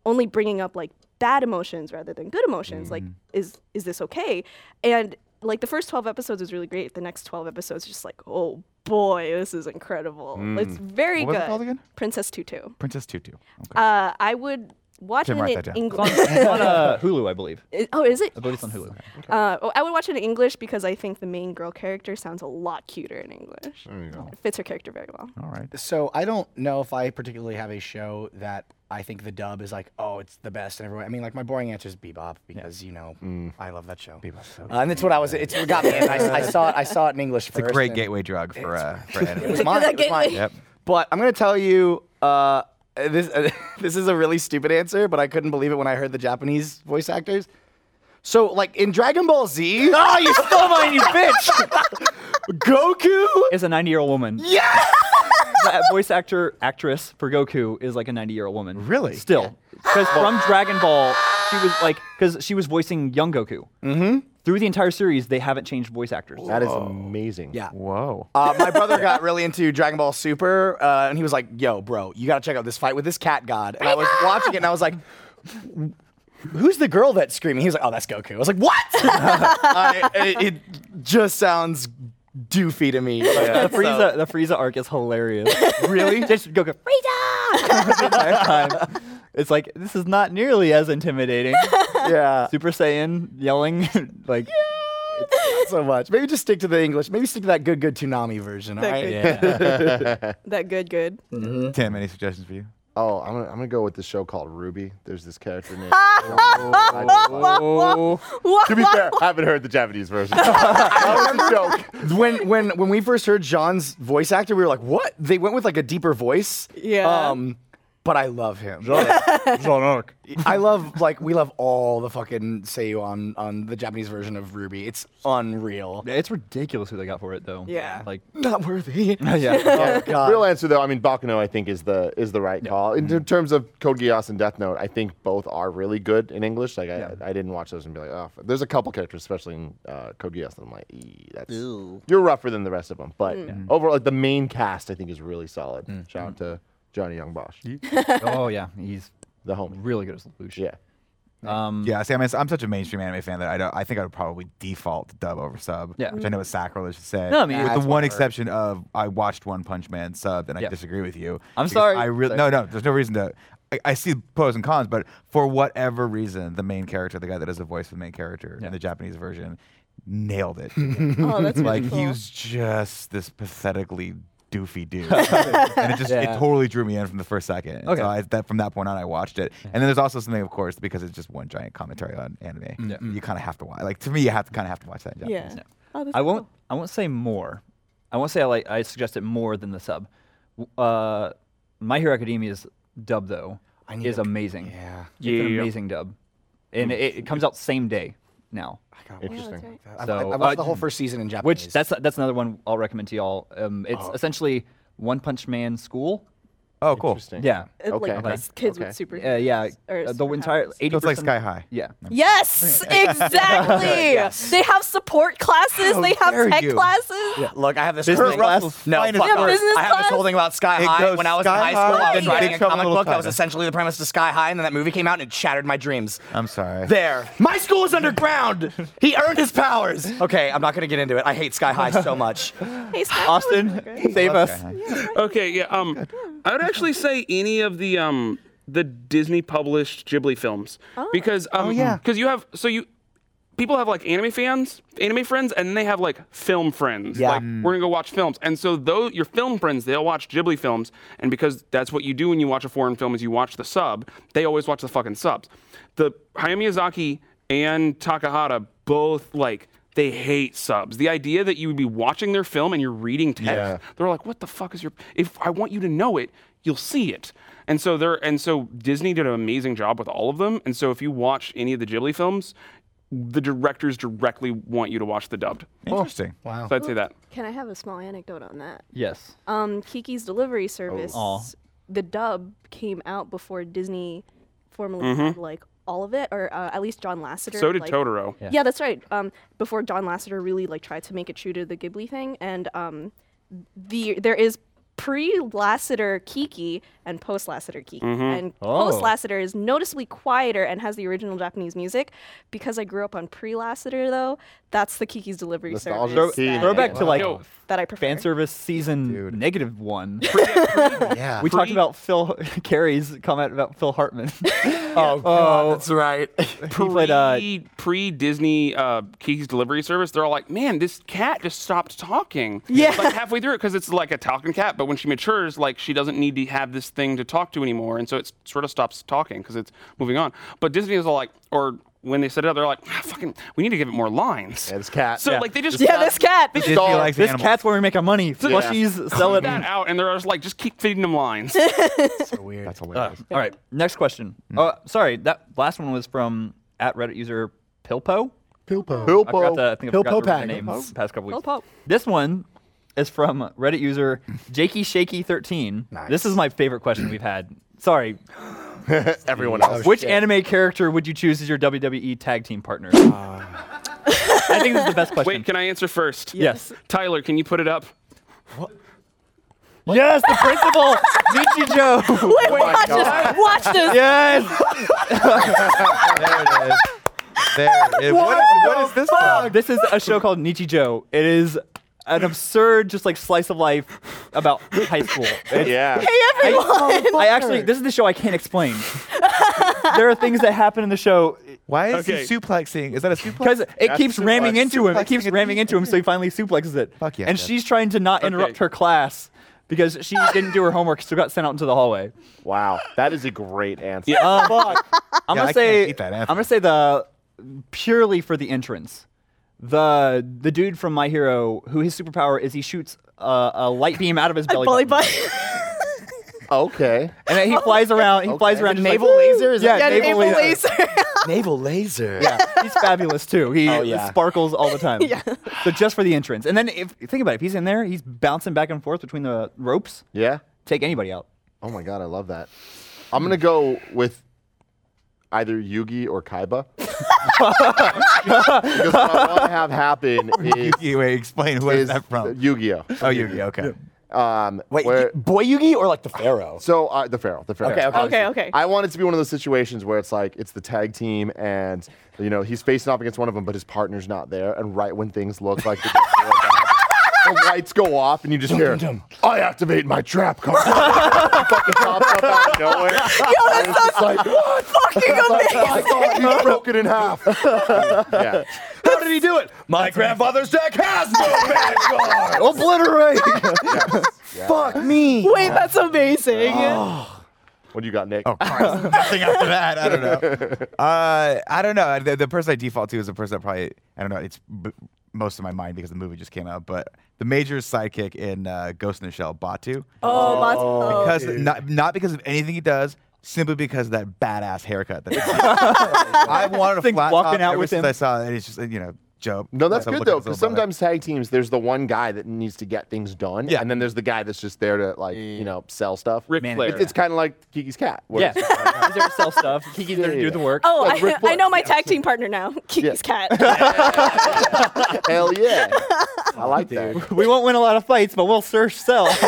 only bringing up like bad emotions rather than good emotions. Like,
Mm.
is is this okay? And like the first 12 episodes is really great. The next 12 episodes, just like, oh boy, this is incredible. It's very
Mm. What was
good.
it called again?
Princess Tutu.
Princess Tutu. Okay.
Uh, I would watch
Tim,
it
write
in
that down.
English. <laughs>
it's on uh, Hulu, I believe.
It- oh, is it?
I believe it's on Hulu.
Uh, oh, I would watch it in English because I think the main girl character sounds a lot cuter in English. It fits her character very well.
Oh.
All right.
So I don't know if I particularly have a show that I think the dub is like, oh, it's the best in every way. I mean, like my boring answer is Bebop because you know
Mm.
I love that show. Bebop, uh, and that's what I was. It's it got me. And I, I saw it. I saw it in English
It's
first.
a great
and
gateway drug for uh, for <laughs>
It
anime.
was mine. It was mine.
Yep.
But I'm gonna tell you. Uh, this <laughs> this is a really stupid answer, but I couldn't believe it when I heard the Japanese voice actors. So, like in Dragon Ball Z,
Ah, you stole mine, you <laughs> bitch!
Goku.
Is a 90 year old woman. Yeah! that voice actor, actress for Goku is like a 90 year old woman.
Really?
<gasps> Still. Because from Dragon Ball, she was like, because she was voicing young Goku. Mm-hmm. Through the entire series, they haven't changed voice actors.
That is amazing.
Yeah.
Whoa.
Uh, my brother got really into Dragon Ball Super, uh, and he was like, "Yo, bro, you gotta check out this fight with this cat god." And I was watching it, and I was like, "Who's the girl that's screaming?" He was like, "Oh, that's Goku." I was like, "What?" <laughs> I, it, it just sounds doofy to me.
The Frieza, the Frieza arc is hilarious. <laughs> really? Just Goku, Frieza! <laughs> the entire time. It's like, this is not nearly as <laughs> intimidating.
yeah,
Super Saiyan yelling, <laughs> like,
not so much. Maybe just stick to the English. Maybe stick to that good, good Toonami version. All
That
right.
good- That good, good.
Tim, any suggestions for you?
Oh, I'm gonna, I'm gonna go with this show called Ruby. There's this character named.
oh.
to be fair, I haven't heard the Japanese version. that was a joke.
<laughs> when when when we first heard John's voice actor, we were like, "What?" They went with like a deeper voice.
Yeah.
Um, but I love him. I love like we love all the fucking Seiyu on on the Japanese version of Ruby. It's unreal.
It's ridiculous who they got for it, though.
Yeah.
Like, <laughs>
Not
<laughs>
worthy.
yeah.
oh god.
Real answer though, I mean Bakano, I think is the is the right call in ter- terms of Code Geass and Death Note. I think both are really good in English. Like I, I didn't watch those and be like, oh, f-" there's a couple characters, especially in uh, Code Geass, that I'm like, "Ee, that's you're rougher than the rest of them. But overall, like, the main cast, I think is really solid. Shout out to Johnny Young Bosch,
oh, yeah. He's
the homie.
really good at solution.
Yeah.
Um,
Yeah, see, I'm, I'm such a mainstream anime fan that I don't. I think I would probably default to dub over sub.
Yeah.
which I know is sacrilege to say.
No, I mean-
with
That's
the one exception of I watched One Punch Man sub, and I
Yeah.
disagree with you.
I'm
because
sorry.
I really no, no. There's no reason to. I, I see pros and cons, but for whatever reason, the main character, the guy that does the voice of the main character in the Japanese version,
<laughs>
nailed it.
Oh, that's really
like
cool.
he was just this pathetically doofy dude, and it just it totally drew me in from the first second. And
Okay.
so I, that from that point on, I watched it, and then there's also something, of course, because it's just one giant commentary on anime. You kind of have to watch. Like to me, you have to kind of have to watch that. In Japanese.
yeah. Oh, that's
I
really
won't. I won't say more. I won't say I like. I suggest it more than the sub. W- Uh, My Hero Academia's dub though
need
is
a-
amazing.
Yeah.
it's an
Yeah.
amazing dub, and it, it comes out same day now.
Interesting.
I,
So,
I, I watched
uh,
the whole first season in Japanese.
Which that's that's another one I'll recommend to y'all. Um, it's essentially One Punch Man School.
Oh, cool. So
Interesting.
Yeah.
cool. Like,
Okay.
these kids
Okay.
with super.
Uh, yeah.
Or
uh, the
super
entire
powers.
eighty.
it's like Sky High.
Yeah.
Yes, exactly. They have support classes. they
dare
have tech
you.
classes.
Look, I have this
Business
whole-
class?
No,
Finest
fuck
Yeah,
off.
business
I have this whole
class?
thing about Sky
It
High.
goes
When I was in
Sky
high school,
High,
I've been
Big
writing a
Trouble in
comic
Little
book that was
China.
essentially the premise to Sky High, and then that movie came out and it shattered my dreams.
I'm sorry.
There. My school is underground. he earned his powers. Okay, I'm not gonna get into it. I hate Sky High so much.
Hey, Sky High was really
<laughs>
great.
Austin, save us.
<laughs> Okay, yeah. Um, I would actually say any of the um the Disney published Ghibli films because um
yeah.
because you have so you people have like anime fans, anime friends, and they have like film friends.
Yeah.
Like we're gonna go watch films, and so though your film friends, they'll watch Ghibli films, and because that's what you do when you watch a foreign film is you watch the sub. They always watch the fucking subs. The Hayao Miyazaki and Takahata both like They hate subs. The idea that you would be watching their film and you're reading text,
Yeah.
they're like, "What the fuck is your?" If I want you to know it, you'll see it. And so they're and so Disney did an amazing job with all of them. And so if you watch any of the Ghibli films, the directors directly want you to watch the dubbed.
Interesting.
Wow.
So I'd say that.
Can I have a small anecdote on that?
Yes.
Um, Kiki's Delivery Service,
Aw.
the dub came out before Disney formally had like all of it, or uh, at least John Lasseter.
Mm-hmm. So did
like-
Totoro.
Yeah. that's right. Um, before John Lasseter really like tried to make it true to the Ghibli thing, and um, the there is pre Lasseter Kiki and post Lasseter Kiki,
Mm-hmm.
and
Oh.
post Lasseter is noticeably quieter and has the original Japanese music. Because I grew up on pre Lasseter though, that's the Kiki's Delivery
Nostalgia
Service
Kiki.
that,
Throwback to like
Yo.
that I prefer.
fan service season negative one.
Yeah.
<laughs>
we talked
Pre-
about Phil <laughs> Carey's comment about Phil
<laughs>
Hartman.
oh, God, that's right.
he played uh,
pre pre Disney uh, Kiki's Delivery Service, they're all like, "Man, this cat just stopped talking."
Yeah.
like halfway through it because it's like a talking cat, but when she matures, like she doesn't need to have this thing to talk to anymore, and so it sort of stops talking because it's moving on. But Disney is all like, or when they set it up, they're like, "Ah, "Fucking, we need to give it more lines."
Yeah, this cat.
So
Yeah.
like they just
yeah, this cat.
Disney
Dog.
likes
this
animals.
cat's where we make our money. Plushies, sell it.
that out, and they're just like, just keep feeding them lines.
so weird.
That's hilarious.
All right, next question.
Hmm.
Oh, sorry, that last one was from at Reddit user Pilpo.
Pilpo.
I forgot the, I think I
Pilpo
forgot the
Pack.
name the past couple weeks.
Pilpo.
This one is from Reddit user Jakey Shaky 13. This is my favorite question we've
<clears throat>
had. Sorry,
Oh,
Everyone else.
which anime character would you choose as your WWE tag team partner?
Uh.
<laughs> I think this is the best question.
Wait, can I answer first?
yes.
Tyler, can you put it up?
Yes, the principal,
<laughs>
Michi Joe.
Wait, watch this. Watch this.
Yes.
There it is. There it is. What is, what is this about?
This is a show called Nichi Joe. It is an absurd, just like slice of life about high school. It's-
<laughs> Yeah.
I, I actually, this is the show I can't explain. there are things that happen in the show
Why is
Okay.
he suplexing? Is that a suplex?
because it keeps
suplex.
ramming into him. It keeps
Suplexing it.
ramming into him, so he finally suplexes it.
Fuck yeah,
and
that's-
she's trying to not interrupt
Okay.
her class because she didn't do her homework, so got sent out into the hallway.
Wow. That is a great answer.
Yeah.
Um,
<laughs>
I'm
Yeah, I
gonna
can't
say
beat that
I'm
answer.
gonna say the purely for the entrance. The the dude from My Hero who his superpower is he shoots a, a light beam out of his belly,
Bully
button.
butt.
Okay.
and then he flies around. He flies around.
The
just like,
navel
"Woo!"
laser? Is
yeah,
that-
yeah,
navel,
naval
laser.
laser.
Naval laser.
Yeah, he's fabulous too.
<laughs>
He
Oh, yeah.
sparkles all the time. So just for the entrance, and then if think about it, if he's in there, he's bouncing back and forth between the ropes.
Yeah.
Take anybody out.
Oh my god, I love that. I'm gonna go with either Yugi or Kaiba. <laughs> because what I want to
<laughs>
have happen is,
Yugi, wait, explain where
is
is that from?
Yu-Gi-Oh.
Oh, Yugi. Okay.
Um,
Wait,
where-
y- boy Yugi or like the Pharaoh?
so uh, the Pharaoh, the Pharaoh.
Okay, okay.
Okay, okay.
I want it to be one of those situations where it's like it's the tag team, and you know he's facing off against one of them, but his partner's not there. And right when things look like
<laughs>
they're getting real bad, the lights go off, and you just hear,
dum,
"I activate my trap card." Fucking pops up out of nowhere. And it's just like, what?
Fucking
Like,
amazing.
my God, he's broken in half. yeah.
How did he do it? My grandfather's deck has no man guard.
<laughs>
Obliterate.
Fuck me.
Wait, that's amazing.
Oh,
What do you got, Nick?
Oh, <laughs> Christ. nothing after that. I don't know. <laughs> Uh, I don't know. The, the person I default to is the person that probably I don't know. It's b- most of my mind because the movie just came out. But the major's sidekick in uh, Ghost in the Shell, Batu,
Oh, lots
because not, not because of anything he does. Simply because of that badass
<laughs>
haircut. That he has. I wanted a
Think
flat
walking
top
out
ever
with
since
him.
I saw it. and It's just you know, Joe.
No, that's
so
good
look at
though,
his little
because
brother.
sometimes tag teams, there's the one guy that needs to get things done,
Yeah.
and then there's the guy that's just there to like, you know, sell stuff.
Ric
Man,
Flair.
It- It's kind of like Kiki's cat. where
yeah.
it's-
he's there to sell stuff. Kiki's there to do the work. <laughs>
Oh,
Like Ric
I, I
Flair.
know my tag team partner now, Kiki's cat.
Hell yeah! I like that.
We won't win a lot of fights, but we'll search <laughs> sell.
<laughs>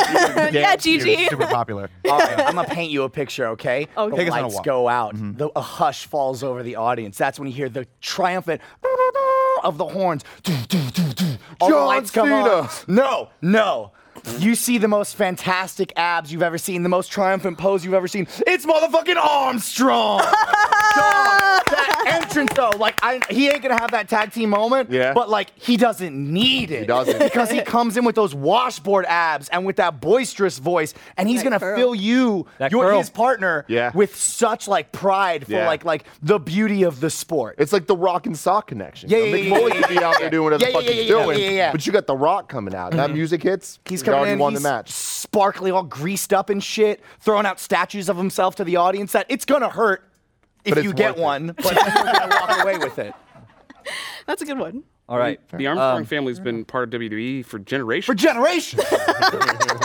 yeah,
He was
GG.
super
<laughs>
popular.
All right, I'm gonna paint you a picture, okay?
Okay.
The
Take us on a
lights
walk.
go out. The, a hush falls over the audience. That's when you hear the triumphant <laughs> of the horns. <laughs> All the
John
lights come on.
Cena.
No, no. You see the most fantastic abs you've ever seen, the most triumphant pose you've ever seen. It's motherfucking Armstrong. Dog, that veteran though. Like I, he ain't gonna have that tag team moment.
Yeah.
But like he doesn't need it. He
doesn't.
because he comes in with those washboard abs and with that boisterous voice, and he's
That
gonna
curl.
fill you,
That
your,
curl.
his partner,
Yeah.
with such like pride for
Yeah.
like like the beauty of the sport.
It's like the rock and sock connection.
Yeah,
You
yeah,
know, Mick
yeah,
Foley
yeah,
could be out there doing whatever
Yeah,
the fuck
yeah,
he's
yeah, yeah,
doing.
yeah, yeah, yeah.
But you got the rock coming out. That music hits.
He's
you
coming
already
in.
won
he's
the match.
Sparkly, all greased up and shit, throwing out statues of himself to the audience. That it's gonna hurt if
But it's
you get
worth it.
one, but you're gonna walk away with it.
That's a good one.
All right.
The Armstrong
Um,
family's been part of WWE for
<laughs>
generations.
For generations,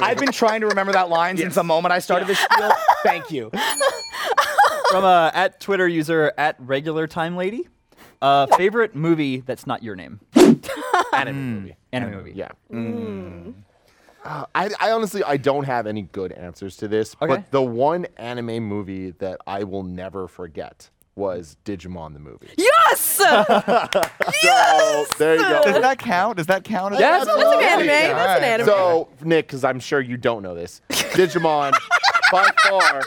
I've been trying to remember that line since the moment I started this spiel. Thank you.
From uh, at Twitter user at regular time lady, uh, favorite movie that's not your name.
<laughs> Anime movie.
Hmm. Anime movie.
Yeah. Uh, I, I honestly I don't have any good answers to this,
Okay.
but the one anime movie that I will never forget was Digimon the movie.
Yes! that's
Yes! there you go.
Does that count? Does that count? as-
Yes,
an anime. That's an anime.
Oh, So, Nick, because I'm sure you don't know this, Digimon
<laughs>
by far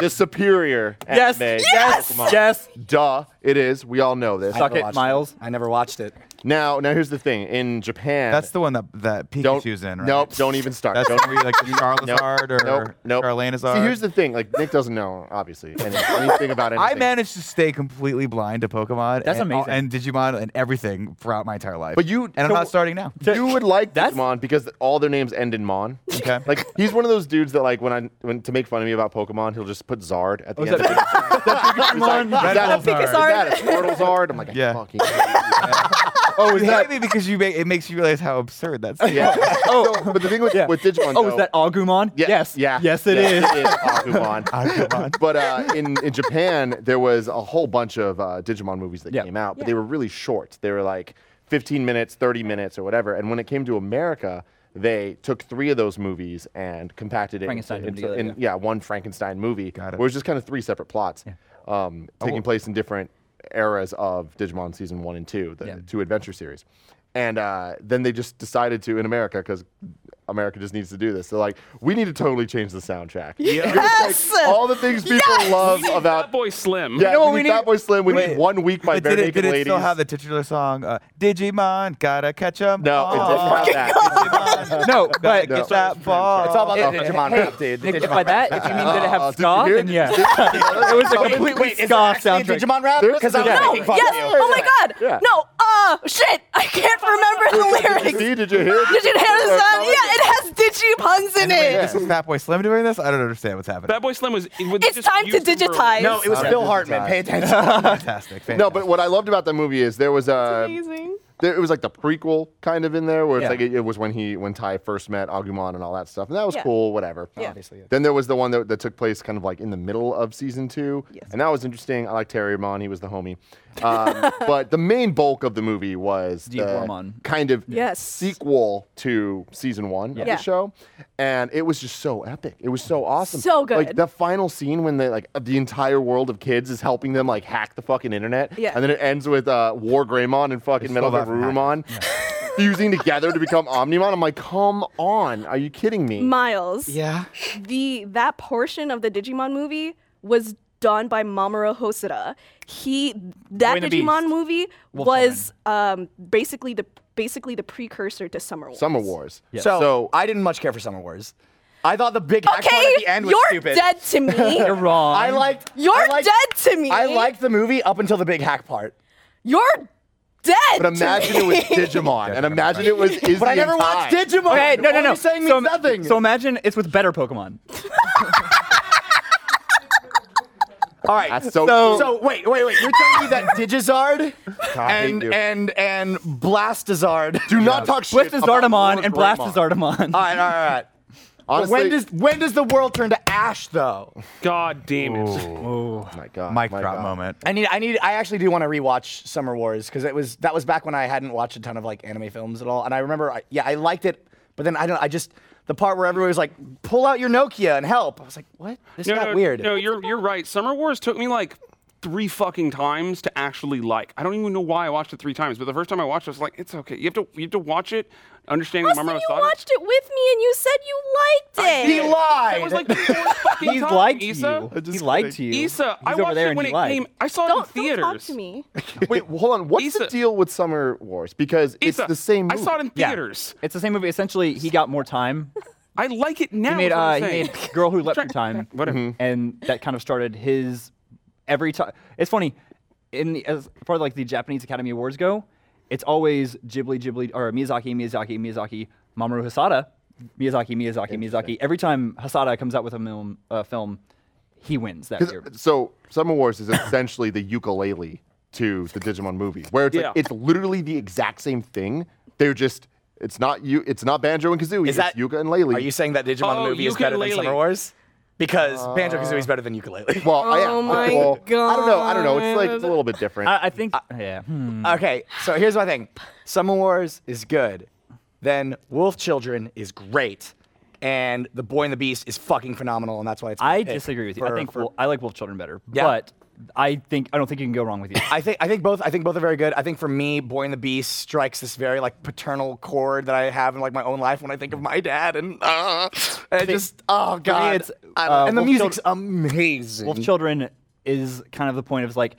the superior
Yes.
anime.
Yes.
Pokemon.
Yes.
Duh, it is. We all know this.
Suck
never
it,
watched
Miles.
I never watched it.
Now, now here's the thing. In Japan,
That's the one that that
don't
Pikachu's in, right?
Nope, don't even start.
That's
Don't-
the one where you, like <laughs> Charizard or
nope, nope.
Charlanazar.
See, here's the thing. Like Nick doesn't know, obviously, any,
<laughs>
anything about anything.
I managed to stay completely blind to Pokemon.
That's
and,
amazing.
And Digimon and everything throughout my entire life.
But you-
and I'm
so-
not starting now.
You would like
That's-
Digimon because all their names end in mon.
Okay.
Like he's one of those dudes that like when I when to make fun of me about Pokemon, he'll just put Zard at the
Oh, Is
end.
that-
of it. He's like,
Red
is that,
Bull
Zard.
is that a Squirtle Zard? I'm like, I
Yeah.
fucking
<laughs>
hate you.
Oh, is that maybe because you make it makes you realize how absurd that's.
Yeah. oh, but the thing with, with Digimon.
Oh, is
though-
that Agumon?
Yeah,
Yes.
Yeah.
Yes, it is.
<laughs> yes, It
<laughs>
is Agumon.
Agumon.
But uh, in, in Japan, there was a whole bunch of uh, Digimon movies that
Yeah.
came out, but
Yeah.
they were really short. They were like 15 minutes, 30 minutes, or whatever. And when it came to America, they took three of those movies and compacted it
Frankenstein
into,
them together,
in- yeah. one Frankenstein movie.
Got it.
Where it was just kind of three separate plots um, taking
well-
place in different eras of Digimon season one and two, the
Yeah.
two adventure series. And uh, then they just decided to in America because America just needs to do this. They're like, we need to totally change the soundtrack. You're gonna take
Yes!
all the things people love <laughs>
Fat
about.
Boy Slim.
Yeah,
know what
we
we
need
need?
Fat Boy Slim. We need
Wait.
one week by
But
Bare
did it,
Naked
did it
Ladies.
still have the titular song uh, Digimon? Gotta catch 'em.
no, it <laughs> didn't
all.
have
<laughs>
that.
No,
Gotta
but
get that ball.
It's all about
Hey,
the Digimon rap, dude. The
Nick,
Digimon
by that,
rap.
if you mean did it
Uh,
have
did you
ska,
hear Oh,
then
it?
yeah. it was a completely ska soundtrack.
Digimon rap?
There's-
Because I was
Yeah.
No,
making fun
yes!
of you.
Oh my god!
Yeah.
No, uh, shit! I can't remember the
Did you see?
lyrics.
Did you hear? it?
Did you hear this? song? Yeah, it has digipuns in
Wait,
it.
This is Fat Boy Slim doing this? I don't understand what's happening.
Fat Boy Slim was. it was
It's
just
time to
used for-
digitize.
No, it was
Okay.
Phil Hartman. Pay
<laughs>
attention.
fantastic, fantastic.
No, but what I loved about that movie is there was a
Amazing.
there, it was like the prequel kind of in there, where it's
Yeah.
like it, it was when he when Ty first met Agumon and all that stuff, and that was
Yeah.
cool, whatever.
Yeah.
Obviously, yeah.
Then there was the one that, that took place kind of like in the middle of season two,
Yes.
and that was interesting. I like Terrymon; he was the homie. Um, <laughs> but the main bulk of the movie was the
Deepwormmon.
kind of
Yes.
sequel to season one of
Yeah.
the show, and it was just so epic. It was so awesome,
So
Like
good.
the final scene when the like the entire world of kids is helping them like hack the fucking internet,
Yeah.
and then it ends with uh, War Greymon and fucking
It's
Metal
still not
Gear
hacking.
Rurumon fusing together to become Omnimon. I'm like, come on, are you kidding me?
Miles.
yeah.
the that portion of the Digimon movie was done by Mamoru Hosoda. He that
Boy and the
Digimon
Beast.
movie was um, basically the basically the precursor to Summer Wars.
Summer Wars.
So,
So-
I didn't much care for Summer Wars. I thought the big act part
Okay,
at the end was
you're
stupid.
dead to me.
You're wrong.
<laughs> I liked.
You're
I liked,
dead to me.
I liked the movie up until the big hack part.
You're dead.
But imagine
<laughs>
it was Digimon, and imagine it was Izzy
But I never
and Kai.
watched Digimon.
Okay, no,
All
no, no.
You're saying means
so,
nothing.
so imagine it's with better Pokemon.
all right.
That's so.
So-
So wait, wait, wait. You're telling me that
<laughs>
Digizard
Oh. I hate
and
you.
and and Blastizard.
do not talk shit. about
Blistazardamon
Lord
and
Greymon.
Blastazardamon.
All
<laughs>
right, all right, all right. But
Honestly,
when does when does the world turn to ash though?
God damn it.
oh my God,
Mic
my
drop
God.
moment.
I need I need I actually do want to rewatch Summer Wars because it was that was back when I hadn't watched a ton of like anime films at all, and I remember I, yeah I liked it, but then I don't I just the part where everybody was like pull out your Nokia and help. I was like what this got weird.
No, you're you're right. Summer Wars took me like three fucking times to actually like. I don't even know why I watched it three times, but the first time I watched it, I was like, it's okay. You have to you have to watch it, understand what my
Austin,
mom
you
thought.
watched it with me and you said you liked it.
<laughs>
He lied.
That
<laughs>
was like the
<laughs>
fourth fucking
He
time,
liked
Issa.
you. He liked you.
Issa,
He's
I
over
watched
there
it
and
when
he
it
liked.
came. I saw
don't,
it in
don't
theaters.
talk
<laughs>
to me.
Wait, hold on. What's the
Issa-
deal with Summer Wars? Because it's
Issa,
the same.
I
Movie.
saw it in theaters.
It's the same movie. Essentially, he got more time.
I like it now.
He made
is what
uh,
I'm
he
saying.
made
<laughs>
Girl Who Leapt Through Time,
Whatever.
Mm-hmm.
Mhm.
and that kind of started his every time. It's funny, in the, as far as like the Japanese Academy Awards go, it's always Ghibli, Ghibli, or Miyazaki, Miyazaki, Miyazaki, Mamoru Hasada, Miyazaki, Miyazaki, Miyazaki. Every time Hasada comes out with a film, uh, film he wins that
'Cause-
year.
So Summer Wars is essentially the ukulele to the Digimon movie, where it's
Yeah.
like, it's literally the exact same thing. They're just it's not you. It's not banjo and kazooie.
Is that
it's Yuka and Lele?
Are you saying that Digimon
Oh,
movie is better than
ukulele.
Summer Wars? Because Banjo Kazooie
Uh,
is better than ukulele.
Well, I am.
Oh my
well, I don't know. I don't know. It's like it's a
God.
little bit different.
I, I think, yeah. hmm.
okay, so here's my thing: Summer Wars is good, then Wolf Children is great, and The Boy and the Beast is fucking phenomenal, and that's why it's. my
I
pick
disagree with you.
for-
I think
for-
Wol- I like Wolf Children better,
Yeah.
but I think I don't think you can go wrong with you.
I think I think both I think both are very good. I think for me, Boy and the Beast strikes this very like paternal chord that I have in like my own life when I think of my dad and uh, and it just oh god,
it's,
I don't-
uh,
and the
Wolf
music's amazing.
Wolf Children is kind of the point of like,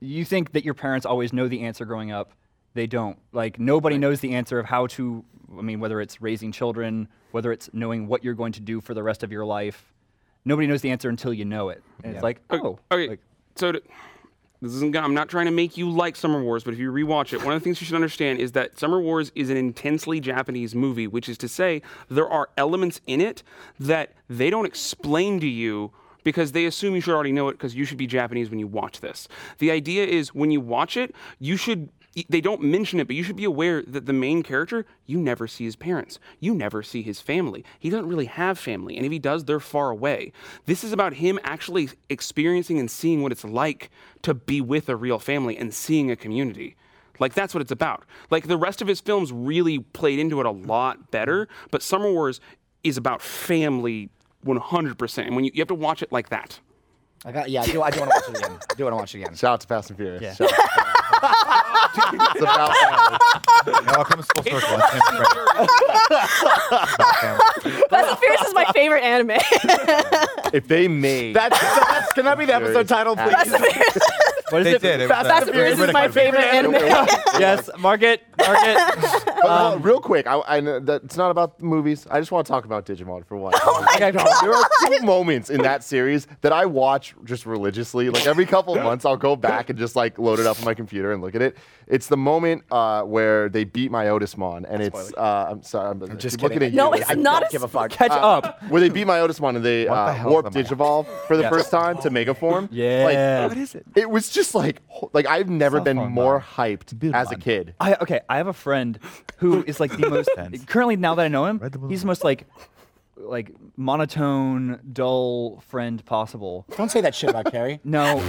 you think that your parents always know the answer growing up. They don't. Like, nobody knows the answer of how to, I mean, whether it's raising children, whether it's knowing what you're going to do for the rest of your life. Nobody knows the answer until you know it. And it's like, oh.
Okay,
like-
so to, this isn't. gonna- I'm not trying to make you like Summer Wars, but if you rewatch it, one of the things you should understand is that Summer Wars is an intensely Japanese movie, which is to say there are elements in it that they don't explain to you because they assume you should already know it because you should be Japanese when you watch this. The idea is when you watch it, you should y- they don't mention it, but you should be aware that the main character, you never see his parents. You never see his family. He doesn't really have family. And if he does, they're far away. This is about him actually experiencing and seeing what it's like to be with a real family and seeing a community. Like, that's what it's about. Like, the rest of his films really played into it a lot better, but Summer Wars is about family 100%. And when you, you have to watch it like that.
I got yeah, I do, I do want to watch it again. I do want to watch it again.
Shout out to Fast and Furious. Shout out. <laughs> it's about family.
It all comes full circle. I can't remember.
Fast and Furious is my favorite
<laughs>
anime.
if they made
That's, so that's can that be the episode title, please?
what is
They
it?
did. It was-
Fast
and Furious is my
Ridiculous.
favorite anime. <laughs>
Yes, market, market.
But, uh,
um,
real quick, I, I know that it's not about the movies. I just want to talk about Digimon
<laughs>
for one.
Oh my God.
There are two moments in that series that I watch just religiously. Like every couple of months, I'll go back and just like load it up on my computer and look at it. It's the moment uh, where they beat my Otismon, and it's uh, I'm sorry, I'm, I
Just
keep looking
kidding.
at you.
No, it's
I
not
Don't
a
give a fuck.
Uh,
Catch up.
where they beat my Otismon and they
What the
uh,
hell
warped
am I-
Digivolve for the
Yeah.
first time to Mega Form.
Yeah.
Like,
What
is it?
It was just like ho- like I've never
Cell
been
phone
more
line.
hyped
Beautiful
as a
line.
kid.
I okay. I have a friend who is like the most
Tense.
currently now that I know him,
Red Bull.
he's the most like like monotone, dull friend possible.
Don't say that shit about Carrie.
<laughs>
No,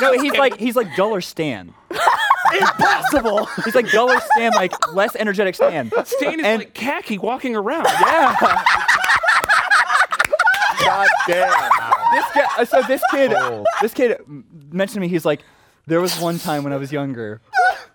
no, he's like he's like duller Stan.
Impossible.
He's like duller Stan, like less energetic Stan.
Stan is
And-
like khaki walking around.
Yeah,
God damn.
this guy. uh, So this kid,
Oh.
this kid m- mentioned to me. He's like, there was one time when I was younger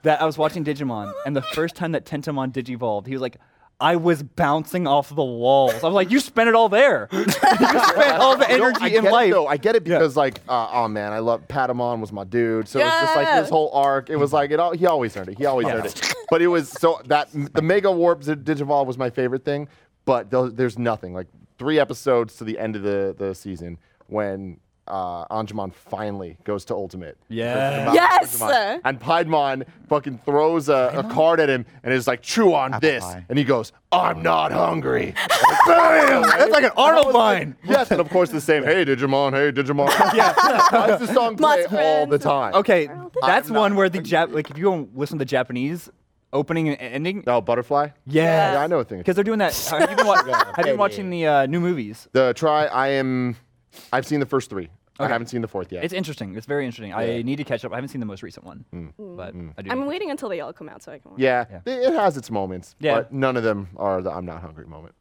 that I was watching Digimon, and the first time that Tentamon digivolved, he was like. I was bouncing off the walls. I was like, "You spent it all there. <laughs> you spent all the
No,
energy
I
in
get
life."
It, though. I get it because like, uh, oh man, I love Patamon was my dude. So it's just like
Yeah.
this whole arc. It was like it all. He always earned it. He always earned it. But it was so that the Mega Warp Z- Digivolve was my favorite thing. But tho- there's nothing like three episodes to the end of the the season when. Uh, Anjumon finally goes to ultimate.
Yeah.
Yes.
Anjumon. And Piedmon fucking throws a, a card at him and is like, chew on this.
pie.
And he goes, I'm
<laughs>
not hungry. Bam! That's like an Arnold line. yes, and of course the same, hey Digimon,
<laughs>
hey Digimon. <laughs> yeah. That's the song play
Must
all the
friends.
time.
Okay, that's one where the Jap like if you go and listen to the Japanese opening and ending.
Oh, Butterfly?
Yeah.
Yeah, I know a thing.
Because they're doing that.
<laughs>
Have you been, wa- have you been watching the uh, new movies?
The try, I am, I've seen the first three. I haven't seen the fourth yet.
It's interesting. It's very interesting. I need to catch up. I haven't seen the most recent one,
Hmm.
but I do.
I'm waiting until they all come out so I can watch.
yeah, they- it has its moments,
Yeah.
but none of them are the I'm not hungry moment.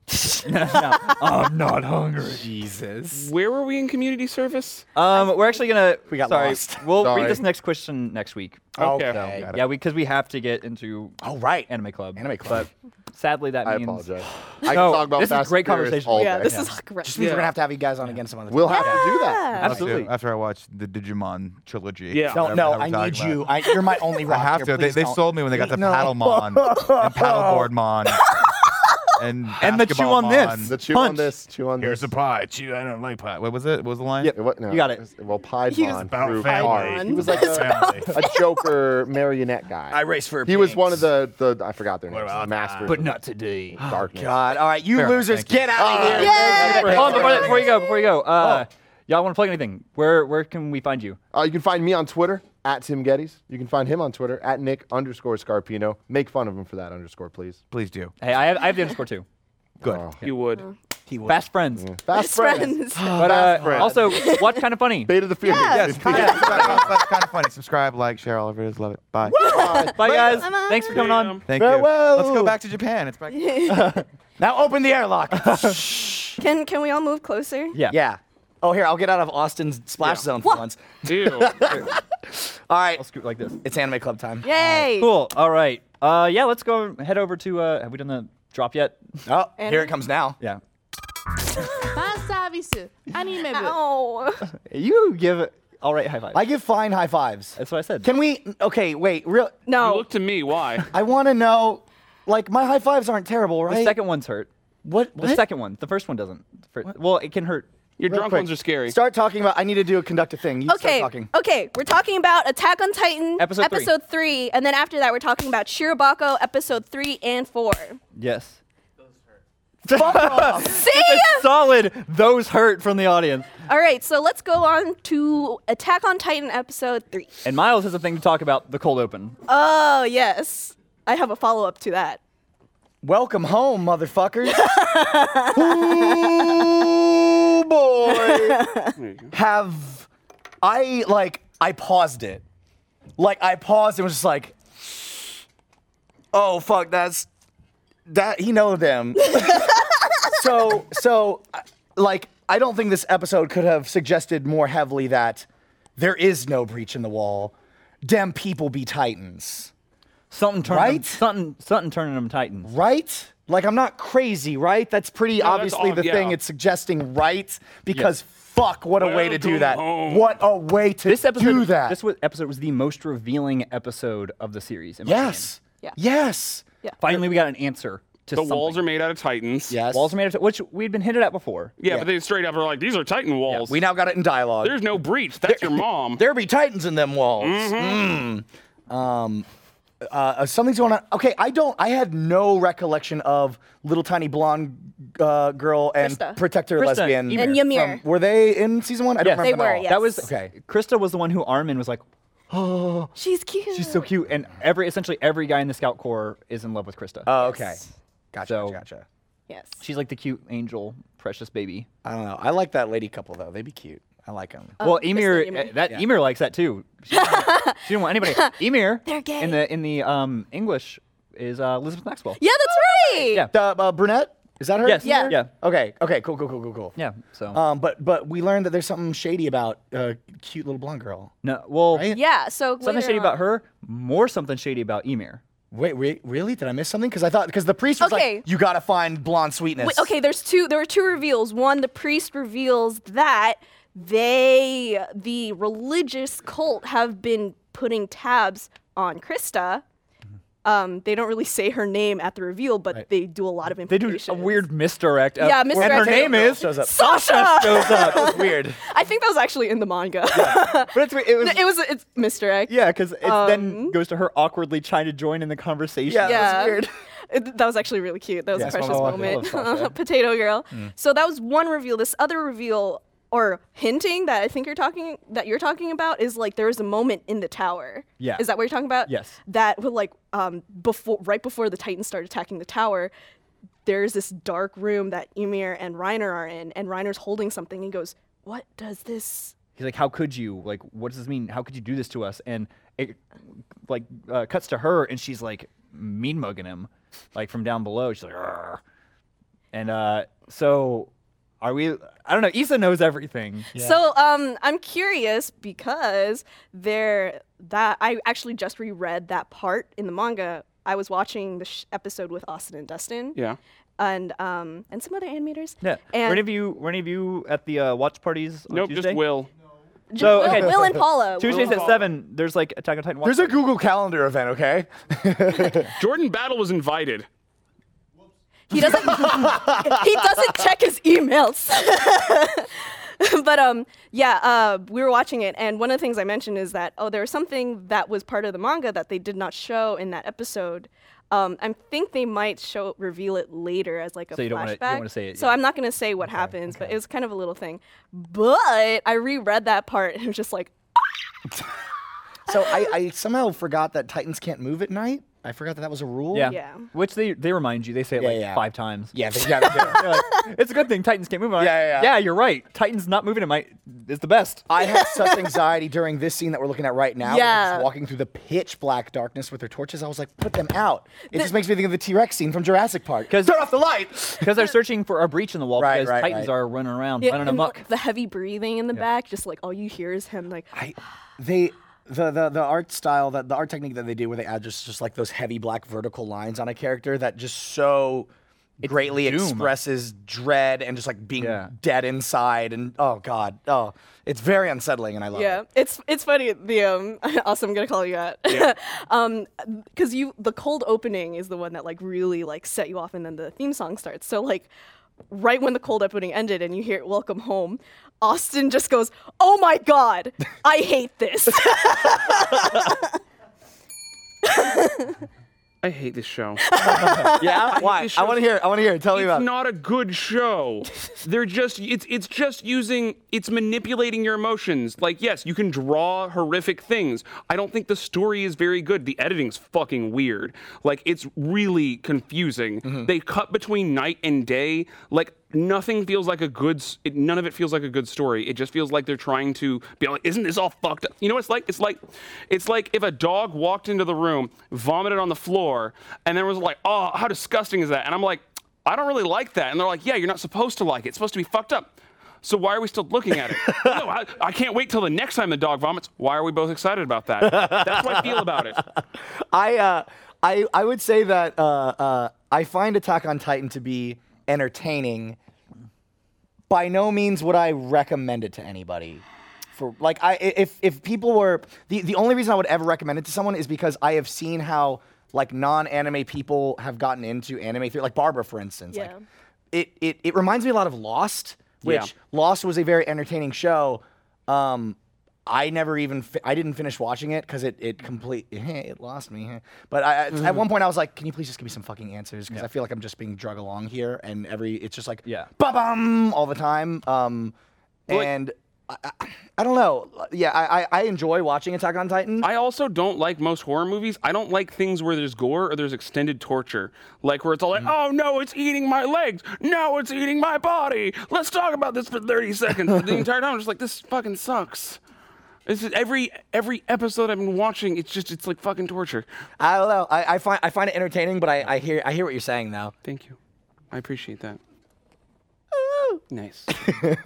I'm not hungry.
Jesus.
Where were we in community service?
Um, we're actually gonna.
We got
sorry,
lost. Oh,
We'll
Sorry.
read this next question next week.
Okay.
Okay.
Yeah, we because we have to get into
Oh, right.
anime club.
Anime club.
But sadly, that
I
means <sighs>
apologize.
No,
I can talk about
this is
Fast and
great
Furious
conversation.
all
Yeah,
day.
this is great.
Just means we're gonna have to have you guys on again some other
We'll
time.
have to do that.
Have to,
Absolutely.
After I watched the Digimon trilogy.
Yeah.
No,
whatever the
no,
hell we're
I need
talking
you.
about.
I, you're my only rock.
<laughs> I have
here.
to. They,
Please
they
don't.
sold me when they got the
No.
Paddlemon
<laughs>
and Paddleboardmon and
And the chew on this.
Basketballmon.
The chew on
Punch.
this. Chew on
Here's a
this.
pie. Chew. I don't like pie. What was it? What was the line?
It wa- no,
You got it.
Well,
He was
Piedmon
about
through
family.
Cars. He was like
About
a,
family.
a Joker marionette guy.
I race for.
He was one of
pigs.
the, the I forgot their names.
about
Masters.
But
of
not today.
Darkness.
God. All right, you
Fair enough,
losers,
thank you.
get out of here.
Yeah.
Thank you for
Oh,
hanging
before,
out.
before you go, before you go, uh, y'all want to plug anything? Where where can we find you?
Uh, you can find me on Twitter at Tim Geddes. You can find him on Twitter at Nick underscore Scarpino. Make fun of him for that underscore, please. Oh.
Please do.
Hey, I have, I have the underscore too.
Good.
You would.
Fast friends.
Fast
Best friends.
But
Fast
uh,
friends.
also, watch kind of funny.
Beta the Fear.
Yes, please.
<laughs>
That's kind of funny. Subscribe, like, share, all of it is. Love it. Bye.
Bye guys.
I'm on.
Thanks for coming on.
Thank
Farewell.
you. Let's go back to Japan. It's back.
Now open the airlock.
<gasps> Can can we all move closer?
Yeah.
yeah. Oh, here, I'll get out of Austin's splash zone for
Wha-
once. <laughs>
Ew.
All right,
Scoot like this.
it's anime club time.
Yay!
Cool. All right. Uh, yeah. Let's go and head over to. Uh, have we done the drop yet?
Oh, here
Anime.
it comes now.
Yeah.
ファンサービス、アニメ部。
Ow.
You give. it- All right. High five.
I give fine high fives.
That's what I said.
Can we? Okay, wait. Real.
You
No.
Look to me. Why?
Oh. I want to know. Like my high fives aren't terrible,
the
right?
second one's hurt.
What?
The second one. The first one doesn't. The fir- well, it can hurt.
Your
Real
drunk
quick.
ones are scary.
Start talking about. I need to do a conductive thing. You
Okay.
start talking.
Okay. We're talking about Attack on Titan
Episode three.
three, and then after that, we're talking about Shirobako episode three and four.
Yes.
See ya!
Solid. Those hurt from the audience.
All right. So let's go on to Attack on Titan episode three.
And Miles has a thing to talk about. The cold open.
Oh yes, I have a follow up to that.
Welcome home, motherfuckers.
Ooh, boy.
Have I like? I paused it. Like I paused and was just like, oh fuck, that's that. He know them. so so, I- like I don't think this episode could have suggested more heavily that there is no breach in the wall. Damn people be titans.
Something turning.
Right?
Something. Something turning them titans.
right? Like I'm not crazy, right? That's pretty
that's
obviously
ob-
the thing
yeah.
it's suggesting, right? Because fuck, what a way to do that.
Welcome home.
What a way to
This episode.
do that.
This wa- episode was the most revealing episode of the series. in my
yes.
Yeah.
Yes.
opinion. Finally, we got an answer to
The walls are made out of titans.
Yes.
Walls are made of which we'd been hinted at before.
Yeah, but they straight up are like, these are titan walls.
we now got it in dialogue.
There's no breach. That's your mom.
there be titans in them walls.
Mm-hmm.
Mm. Um, uh, uh, something's going on. Okay, I don't. I had no recollection of little tiny blonde uh, girl and
Krista.
protector
Krista,
lesbian.
Ymir.
And Ymir.
were they in season one? I don't
Yes. They
remember. them
were,
all.
yes.
That was
Okay.
Krista was the one who Armin was like,
She's cute.
she's so cute, and every essentially every guy in the Scout Corps is in love with Krista.
Oh, okay. Gotcha.
So-
gotcha.
Yes.
she's like the cute angel, precious baby.
I don't know. I like that lady couple though. They'd be cute. I like them.
well,
Oh, Krista
Emir,
and Ymir.
uh, that Emir likes that too. She, didn't- she didn't want anybody. Emir
<laughs> They're gay.
in the in the um English is uh, Elizabeth Maxwell.
Yeah, that's right.
Yeah.
The uh, brunette is that her?
Yes.
Yeah.
Yeah.
Okay. Okay. Cool. Cool. Cool. Cool. Cool.
Yeah. So
Um, but but we learned that there's something shady about uh, cute little blonde girl.
no, well,
Right?
Yeah. So
something
later
shady
on-
about her, more something shady about Emir.
Wait, wait, really? Did I miss something? Because I thought because the priest was
Okay.
like, you gotta find blonde sweetness.
Wait, okay, there's two. There were two reveals. One, the priest reveals that they, the religious cult, have been putting tabs on Krista. Um, they don't really say her name at the reveal, but they do a lot of
They do
implications.
a weird misdirect. of-
Yeah,
And her
misdirect.
name is
Shows up.
Sasha.
shows
<laughs>
up.
Weird.
I think that was actually in the manga. <laughs>
But it's, it was
it was it's misdirect.
Yeah, because it then goes to her awkwardly trying to join in the conversation.
Yeah.
yeah.
That's weird.
<laughs> It- that was actually really cute. That was
Yeah.
a precious
Oh, I
moment.
love Sasha.
<laughs> Potato girl.
Mm.
So that was one reveal. This other reveal or hinting that I think you're talking that you're talking about is like there was a moment in the tower.
Yeah.
Is that what you're talking about?
Yes.
That would like um before right before the Titans start attacking the tower, there's this dark room that Ymir and Reiner are in, and Reiner's holding something and he goes, What does this
he's like, "How could you? Like, what does this mean? How could you do this to us?" And it like uh, cuts to her, and she's like mean mugging him, like from down below. She's like, "Arr." and uh, so are we? I don't know. Issa knows everything.
So um, I'm curious because there that I actually just reread that part in the manga. I was watching the sh- episode with Austin and Dustin.
Yeah.
And um and some other animators.
Yeah. were any
And
of you were any of you at the uh, watch parties? On
Nope,
Tuesday?
just Will.
So okay,
Will and Paula.
Tuesdays
Will.
at seven. There's like Attack on Titan. Watch
There's a Google Calendar event, okay?
<laughs>
Jordan Battle was invited.
He doesn't. <laughs> he doesn't check his emails. <laughs> but um, yeah, uh, we were watching it, and one of the things I mentioned is that oh, there was something that was part of the manga that they did not show in that episode. Um, I think they might show reveal it later as like a
So you
flashback.
don't wanna- you don't wanna say it
So
yet.
I'm not gonna say what happens, but it was kind of a little thing. But I reread that part and it was just like,
So I, I somehow forgot that Titans can't move at night. I forgot that that was a rule.
Yeah.
Yeah.
Which they they remind you. They say it
Yeah,
like
yeah.
five times.
Yeah, they, yeah, they
<laughs>
do.
It's a good thing Titans can't move. I'm like,
Yeah, yeah, yeah.
you're right. Titans not moving. It might is the best.
I
<laughs>
had such anxiety during this scene that we're looking at right now. with them
Yeah.
Just walking through the pitch black darkness with their torches. I was like, put them out. It just makes me think of the T Rex scene from Jurassic Park.
'Cause-
Turn off the light.
Because they're searching for a breach in the wall.
Right,
because
right,
Titans
right.
are running around,
yeah,
running
and
amok.
the heavy breathing in the back, just like all you hear is him like.
I, they, the, the the art style that the art technique that they do where they add just just like those heavy black vertical lines on a character that just so greatly
doom.
expresses dread and just like being
Yeah.
dead inside and oh god oh it's very unsettling and I love
Yeah,
it.
it's it's funny. The um, <laughs> also I'm gonna call you out. <laughs> um, because you the cold opening is the one that like really like set you off, and then the theme song starts. So like, right when the cold opening ended, and you hear "Welcome Home," Austin just goes, "Oh my god, I hate this."
I hate this show.
<laughs>
Yeah, why? I want to hear. it. I want to hear. it. Tell me about.
it's
it.
not a good show. They're just it's it's just using it's manipulating your emotions. Like yes, you can draw horrific things. I don't think the story is very good. The editing's fucking weird. Like it's really confusing. They cut between night and day. Like nothing feels like a good s- it, none of it feels like a good story. It just feels like they're trying to be like isn't this all fucked up? You know what it's like? It's like it's like if a dog walked into the room, vomited on the floor, and then was like, "Oh, how disgusting is that?" And I'm like, I don't really like that. And they're like, yeah, you're not supposed to like it. It's supposed to be fucked up. So why are we still looking at it? no, I, I can't wait till the next time the dog vomits. Why are we both excited about that? That's how I feel about it.
I uh, I I would say that uh, uh, I find Attack on Titan to be entertaining. By no means would I recommend it to anybody. For like, I i- if if people were the the only reason I would ever recommend it to someone is because I have seen how like non-anime people have gotten into anime through like Barbara, for instance. Like,
Yeah.
it, it it reminds me a lot of Lost, which Lost was a very entertaining show. Um, I never even fi- I didn't finish watching it because it it complete <laughs> it lost me. eh. But I, I- at
Mm-hmm.
one point I was like, can you please just give me some fucking answers because I feel like I'm just being drug along here and every it's just like
Yeah.
ba bum all the time. Um, and I, I, I don't know. Yeah, I, I I enjoy watching Attack on Titan.
I also don't like most horror movies. I don't like things where there's gore or there's extended torture. Like where it's all like, oh no, it's eating my legs. No, it's eating my body. Let's talk about this for 30 seconds. the entire time I'm just like, this fucking sucks. This is every every episode I've been watching, it's just it's like fucking torture.
I don't know. I, I find I find it entertaining, but I, I hear I hear what you're saying though.
Thank you. I appreciate that. <laughs> Nice.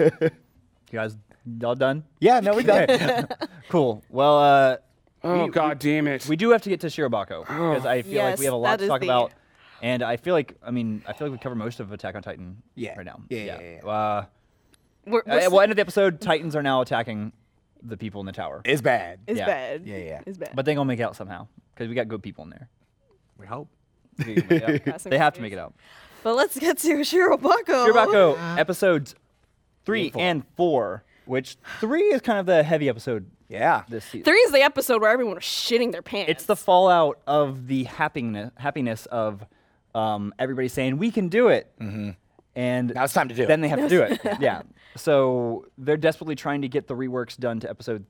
You guys, y'all done?
Yeah,
<laughs>
no, we done.
Cool. Well, uh,
Oh god damn it.
we do have to get to Shirobako because I feel like
Yes,
we have a lot
that
to
is
talk
the-
about, and I feel like I mean I feel like we cover most of Attack on Titan
Yeah.
right now.
Yeah, yeah, yeah, yeah.
Uh,
<laughs> We're, we're
at
s-
the end of the episode, Titans are now attacking the people in the tower,
it's bad.
it's
yeah.
bad.
Yeah, yeah.
It's bad.
but they gonna make it out somehow because we got good people in there.
We hope.
They gonna make it out.
Crossing
They have to
fingers.
make it out.
But let's get to Shirobako.
Shirobako episodes three and four, which three is kind of the heavy episode
Yeah.
this season.
Three is the episode where everyone was shitting their pants.
It's the fallout of the happiness happiness of um, everybody saying we can do it, and
Mm-hmm. Now it's time to do it.
Then they have to
<laughs>
do it. yeah. So they're desperately trying to get the reworks done to episode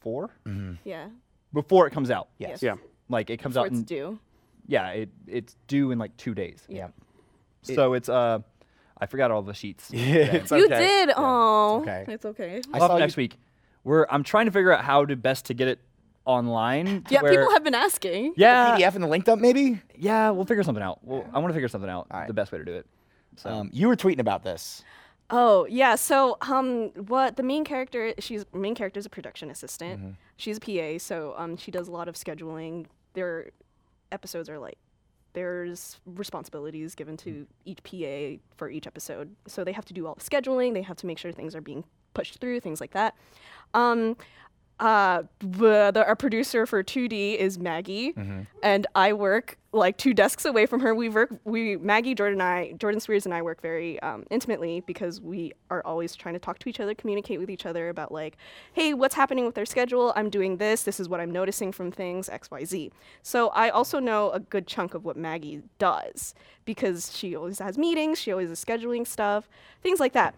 4
Mm-hmm.
yeah.
before it comes out.
Yes.
Yeah.
Like it comes
Before
out
it's
in
due.
yeah it it's due in like two days.
Yeah.
So it's uh,
<laughs>
I forgot all the sheets.
it's
You did. Oh.
okay.
It's okay.
I
Up
saw
next
you,
week. We're I'm trying to figure out how to best to get it online. to
Yeah,
where-
people have been asking.
Yeah,
PDF and the link dump, maybe.
yeah, we'll figure something out. We'll, I want to figure something out.
right.
The best way to do it. So
Um, you were tweeting about this.
Oh yeah, so um, what the main character? She's main character is a production assistant. She's a PA, so um, she does a lot of scheduling. Their episodes are like there's responsibilities given to each PA for each episode, so they have to do all the scheduling. They have to make sure things are being pushed through, things like that. Um, uh, the, the, our producer for 2D is Maggie, and I work like two desks away from her. We work, we Maggie, Jordan, and I, Jordan Spears, and I work very um, intimately because we are always trying to talk to each other, communicate with each other about like, hey, what's happening with our schedule? I'm doing this. This is what I'm noticing from things X, Y, Z. So I also know a good chunk of what Maggie does because she always has meetings, she always is scheduling stuff, things like that.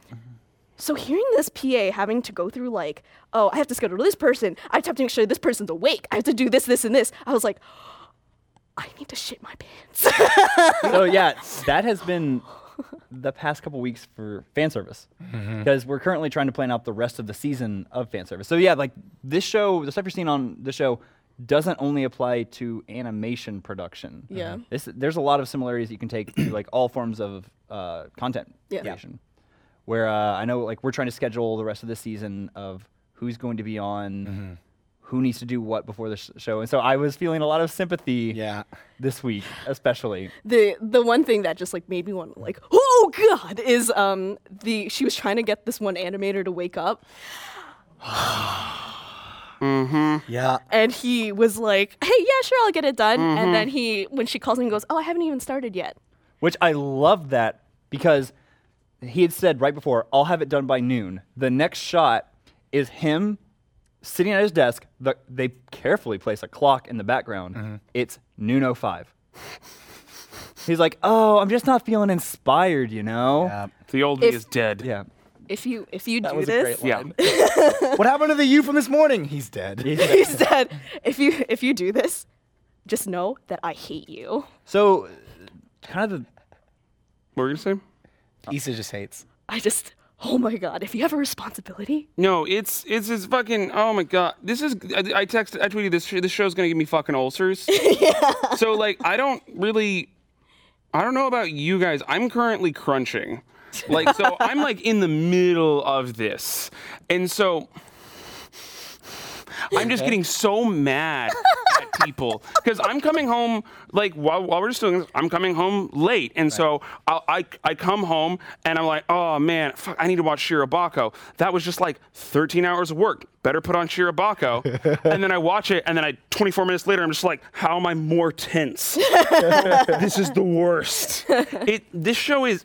So hearing this PA having to go through like, oh, I have to schedule this person. I have to make sure this person's awake. I have to do this, this, and this. I was like, I need to shit my pants. <laughs>
so yeah, that has been the past couple weeks for fan service because we're currently trying to plan out the rest of the season of fan service. So yeah, like this show, the stuff you're seeing on the show doesn't only apply to animation production.
Yeah. Mhm.
This, there's a lot of similarities you can take to like all forms of uh, content
Yeah. Yeah.
creation. Where uh, I know like we're trying to schedule the rest of the season of who's going to be on. Who needs to do what before the sh- show? And so I was feeling a lot of sympathy
Yeah.
this week, especially.
the the one thing that just like made me want to like, oh god, is um the she was trying to get this one animator to wake up,
Yeah.
and he was like, hey, yeah, sure, I'll get it done. And then he, when she calls him, he goes, oh, I haven't even started yet.
which I love that because he had said right before, I'll have it done by noon. The next shot is him sitting at his desk. The, they carefully place a clock in the background.
Mm-hmm.
It's noon 05. He's like, oh, I'm just not feeling inspired, you know? Yeah.
The old me
If-
is dead.
If you if you
That
do
was
this,
a great
Yeah.
line. what happened to the you from this morning? He's dead.
<laughs> he said, if you if you do this, just know that I hate you.
So, kind of the.
What were you gonna say?
Issa just hates.
I just, oh my god, if you have a responsibility,
No, it's it's it's fucking. Oh my god, this is. I, I texted, I tweeted this. sh- This show's gonna give me fucking <laughs> ulcers. So like, I don't really. I don't know about you guys. I'm currently crunching. Like, <laughs> so I'm like in the middle of this, and so I'm just getting so mad at people because I'm coming home like while, while we're just doing this, I'm coming home late, and so I'll, I I come home and I'm like, oh man, fuck, I need to watch Shirabako. That was just like 13 hours of work. Better put on Shirabako, and then I watch it, and then I 24 minutes later, I'm just like, how am I more tense? this is the worst. It this show is.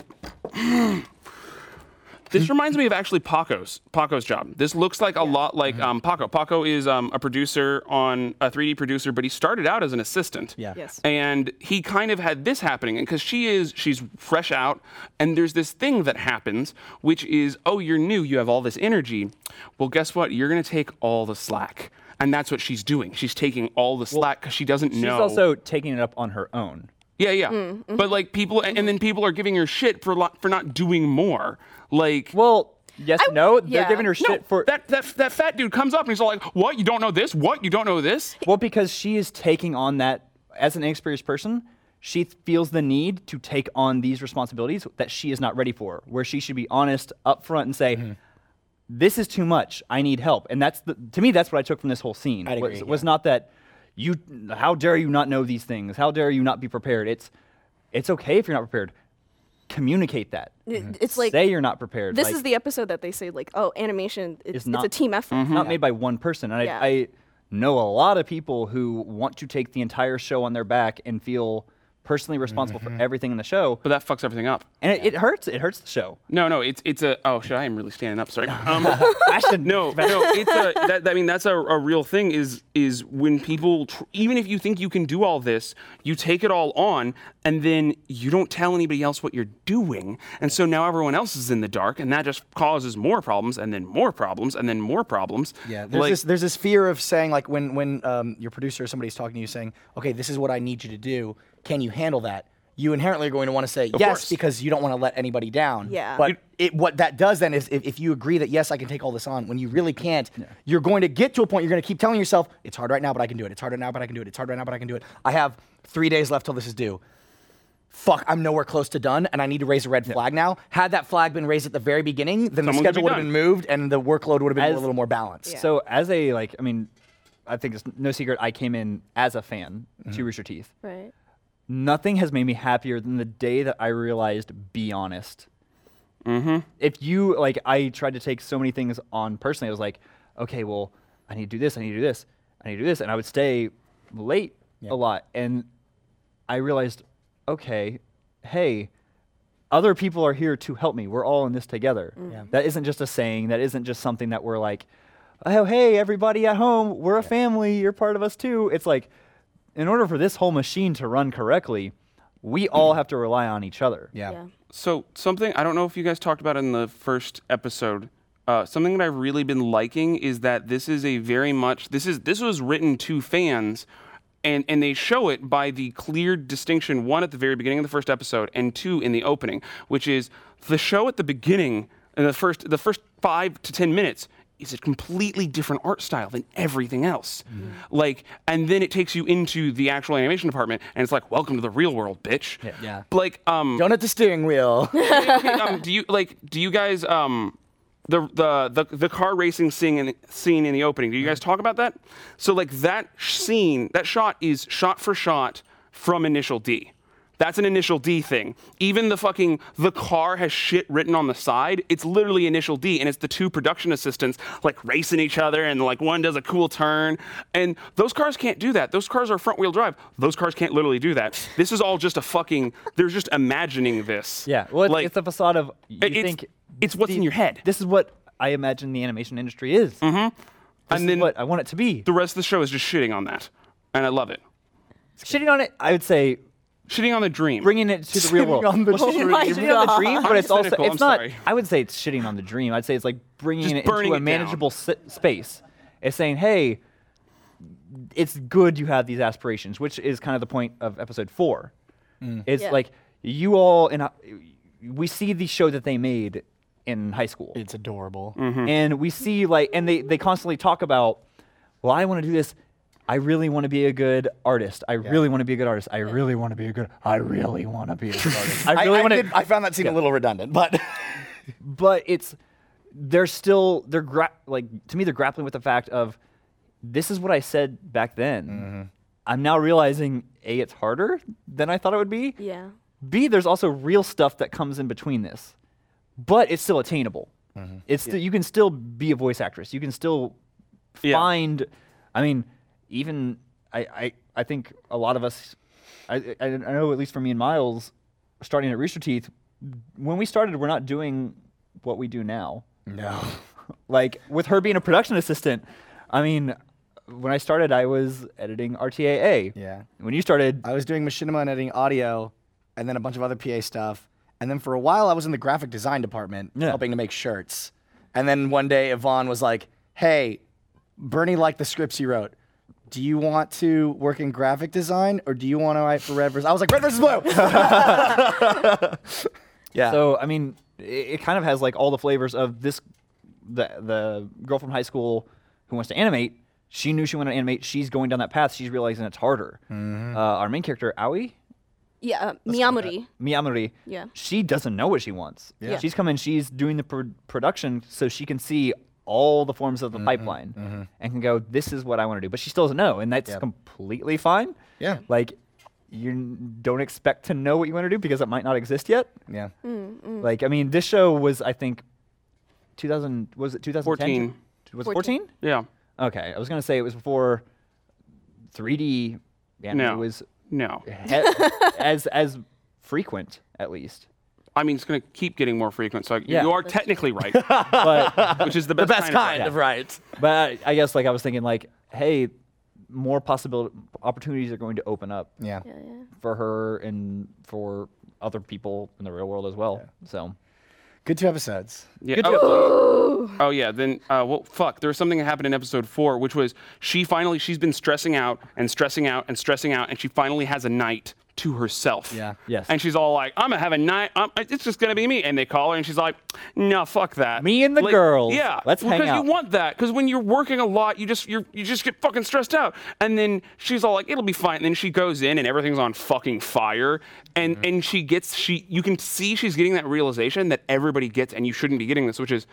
This reminds me of actually Paco's Paco's job. This looks like a lot
Mm-hmm.
like um, Paco. Paco is um, a producer on a 3D producer, but he started out as an assistant. Yeah.
Yes.
And he kind of had this happening, and because she is she's fresh out, and there's this thing that happens, which is oh you're new, you have all this energy. Well, guess what? You're gonna take all the slack, and that's what she's doing. She's taking all the slack because she doesn't
She's
know.
also Mm-hmm. taking it up on her own.
Yeah, yeah. But like people, and, and then people are giving her shit for lo- for not doing more. Like
Well, yes,
I-
no. They're
yeah.
giving her
no,
shit for.
that that that fat dude comes up and he's all like, "What? You don't know this? What? You don't know this?"
Well, because she is taking on that as an inexperienced person, she th- feels the need to take on these responsibilities that she is not ready for, where she should be honest up front and say,
Mm-hmm.
"This is too much. I need help." And that's the, to me, that's what I took from this whole scene.
I'd
was,
agree,
was not that you, how dare you not know these things? How dare you not be prepared? It's, it's okay if you're not prepared. Communicate that.
It- it's like
say you're not prepared.
this
Like,
is the episode that they say like, oh, animation, it's, it's,
not- Mm-hmm.
a team effort.
Mm-hmm.
It's not made by one person. And
Yeah.
I, I know a lot of people who want to take the entire show on their back and feel personally responsible for everything in the show.
But that fucks everything up.
And it, it hurts. It hurts the show.
No, no, it's it's a oh shit, I am really standing up. Sorry. Um,
<laughs>
Ashton,
<laughs> no, no, it's a that, that- I mean that's a, a real thing. Is is when people tr- even if you think you can do all this, you take it all on, and then you don't tell anybody else what you're doing, and so now everyone else is in the dark, and that just causes more problems, and then more problems, and then more problems.
Yeah, there's
Like-
this there's this fear of saying like when when um, your producer or somebody's talking to you saying, okay, this is what I need you to do. Can you handle that? you inherently are going to want to say yes
course.
because you don't want to let anybody down.
Yeah.
But it, what that does then is if, if you agree that yes, I can take all this on when you really can't, you're going to get to a point you're going to keep telling yourself, it's hard right now, but I can do it. It's hard right now, but I can do it. It's hard right now, but I can do it. I have three days left till this is due. Fuck, I'm nowhere close to done and I need to raise a red flag now. Had that flag been raised at the very beginning, then
Someone could
the schedule
be
would have
done.
been moved and the workload would have been
As-
a little more balanced.
Yeah.
So as a like, I mean, I think it's no secret. I came in as a fan to Rooster Teeth.
Right.
Nothing has made me happier than the day that I realized be honest. Mm-hmm. If you like, I tried to take so many things on personally. I was like, okay, well, I need to do this. I need to do this. I need to do this, and I would stay late a lot. And I realized, okay, hey, other people are here to help me. We're all in this together. That isn't just a saying. That isn't just something that we're like, oh, hey, everybody at home, we're a family. You're part of us too. It's like, in order for this whole machine to run correctly, we all have to rely on each other.
Yeah.
Yeah.
So something I don't know if you guys talked about it in the first episode. Uh, something that I've really been liking is that this is a very much this is this was written to fans, and and they show it by the clear distinction one at the very beginning of the first episode and two in the opening, which is the show at the beginning in the first the first five to ten minutes is a completely different art style than everything else. Like, and then it takes you into the actual animation department, and it's like, welcome to the real world, bitch.
Yeah.
Like, um,
Don't hit the steering wheel.
Hey, um, do you like? Do you guys um, the the the, the car racing scene in, scene in the opening? Do you guys talk about that? So like that sh- scene, that shot is shot for shot from Initial D. That's an Initial D thing. Even the fucking the car has shit written on the side. It's literally Initial D, and it's the two production assistants like racing each other, and like one does a cool turn, and those cars can't do that. Those cars are front wheel drive. Those cars can't literally do that. This is all just a fucking. They're just imagining this.
Yeah. Well, it's,
Like-
it's a facade of you
it's-
think
it's what's
the-
in your head.
This is what I imagine the animation industry is. Mm-hmm.
And
and then
then-
what I want it to be.
the rest of the show is just shitting on that, and I love it.
Shitting on it, I would say
Shitting on the dream.
bringing it to the real world.
on the
Oh my
Shitting on the
God.
dream, but it's also
cynical,
it's
I'm
not.
sorry.
I would say it's shitting on the dream. I'd say it's like bringing
Just
it into
burning it
a
down.
manageable s- space. It's saying, hey, it's good you have these aspirations, which is kind of the point of episode four.
Mm.
It's
Yeah.
like you all and I- we see the show that they made in high school
<laughs> It's adorable.
and we see like and they they constantly talk about well i want to do this i really want to be a good artist i really want to be a good artist i really want to be a good i really want to be a
<laughs>
good artist i
I,
really
I
want
did- I
to
found that scene a little redundant, but
<laughs>
<laughs>
but it's they're still they're gra- like to me they're grappling with the fact of this is what i said back then
Mm-hmm.
i'm now realizing a it's harder than i thought it would be
Yeah.
B, there's also real stuff that comes in between this, but it's still attainable.
Mm-hmm.
It's sti- you can still be a voice actress. You can still
Yeah.
find. I mean, even I, I, I think a lot of us. I, I, I know at least for me and Miles, starting at Rooster Teeth, when we started, we're not doing what we do now.
no.
<laughs> Like with her being a production assistant, I mean, when I started, I was editing RTAA.
Yeah.
When you started,
I was doing machinima and editing audio, and then a bunch of other PA stuff. And then for a while, I was in the graphic design department,
Yeah.
helping to make shirts. And then one day, Yvonne was like, "Hey, Bernie liked the scripts you wrote. Do you want to work in graphic design, or do you want to write for Red versus?" I was like, "Red versus <laughs> Blue." yeah.
So I mean, it, it kind of has like all the flavors of this. The the girl from high school who wants to animate. She knew she wanted to animate. She's going down that path. She's realizing it's harder. Uh, our main character, Aoi
Yeah. Uh, Miyamori.
Miyamuri,
Yeah.
she doesn't know what she wants.
Yeah.
She's coming. She's doing the pr- production so she can see all the forms of the pipeline and can go. This is what I want to do. But she still doesn't know, and that's completely fine.
Yeah.
Like. You n- don't expect to know what you want to do because it might not exist yet.
yeah.
Like, I mean, this show was, I think, 2000, was it 2010?
14.
Was it 14?
yeah.
Okay. I was going to say it was before 3D. Yeah,
No.
It was
No.
he- as, as frequent, at least.
I mean, it's gonna keep getting more frequent. So
Yeah.
you are technically right, <laughs>
But,
which is the best, kind, of right.
right.
but I, I guess, like, I was thinking, like, hey, more possible opportunities are going to open up
Yeah.
for her and for other people in the real world as well. So,
Good two episodes.
Yeah. Oh, oh, yeah. Then uh, well, fuck. There was something that happened in episode four, which was she finally she's been stressing out and stressing out and stressing out, and she finally has a night to herself.
Yeah.
Yes.
And she's all like, "I'm gonna have a night. I'm, it's just gonna be me." And they call her, and she's like, "No, fuck that.
Me and the
Like,
girls.
Yeah.
Let's hang
because
out.
you want that. Because when you're working a lot, you just you're, you just get fucking stressed out. And then she's all like, "It'll be fine." And then she goes in, and everything's on fucking fire. And
Mm-hmm.
and she gets she you can see she's getting that realization that everybody gets, and you shouldn't be getting this, which is,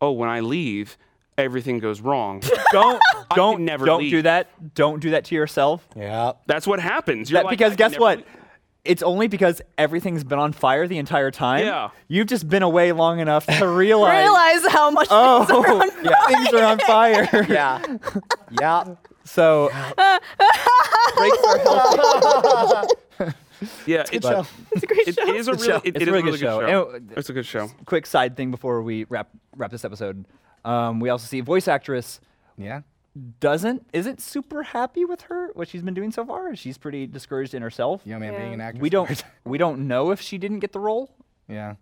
oh, when I leave, everything
<laughs>
goes wrong.
don't
I
don't
can never
don't do
leave.
that. Don't do that to yourself.
Yeah.
That's what happens. You're
That-
like, "I
because
can
guess
never
what?
leave."
It's only because everything's been on fire the entire time.
Yeah.
You've just been away long enough
<laughs>
to realize.
Realize how much
oh, <laughs>
things are on
yeah, things are on fire.
<laughs> Yeah. yeah.
<laughs>
<laughs>
So breaks are healthy.
Yeah, it's,
But-
it's a great show. It is
It's
a
a
really,
show.
it-
It's
it is
a
a
really
really
good
good show.
show. And-
It's a good show.
Quick side thing before we wrap wrap this episode. Um, we also see voice actress
Yeah.
doesn't isn't super happy with her what she's been doing so far. She's pretty discouraged in herself.
You know, man,
Yeah.
being an actor.
We don't we don't know if she didn't get the role.
Yeah.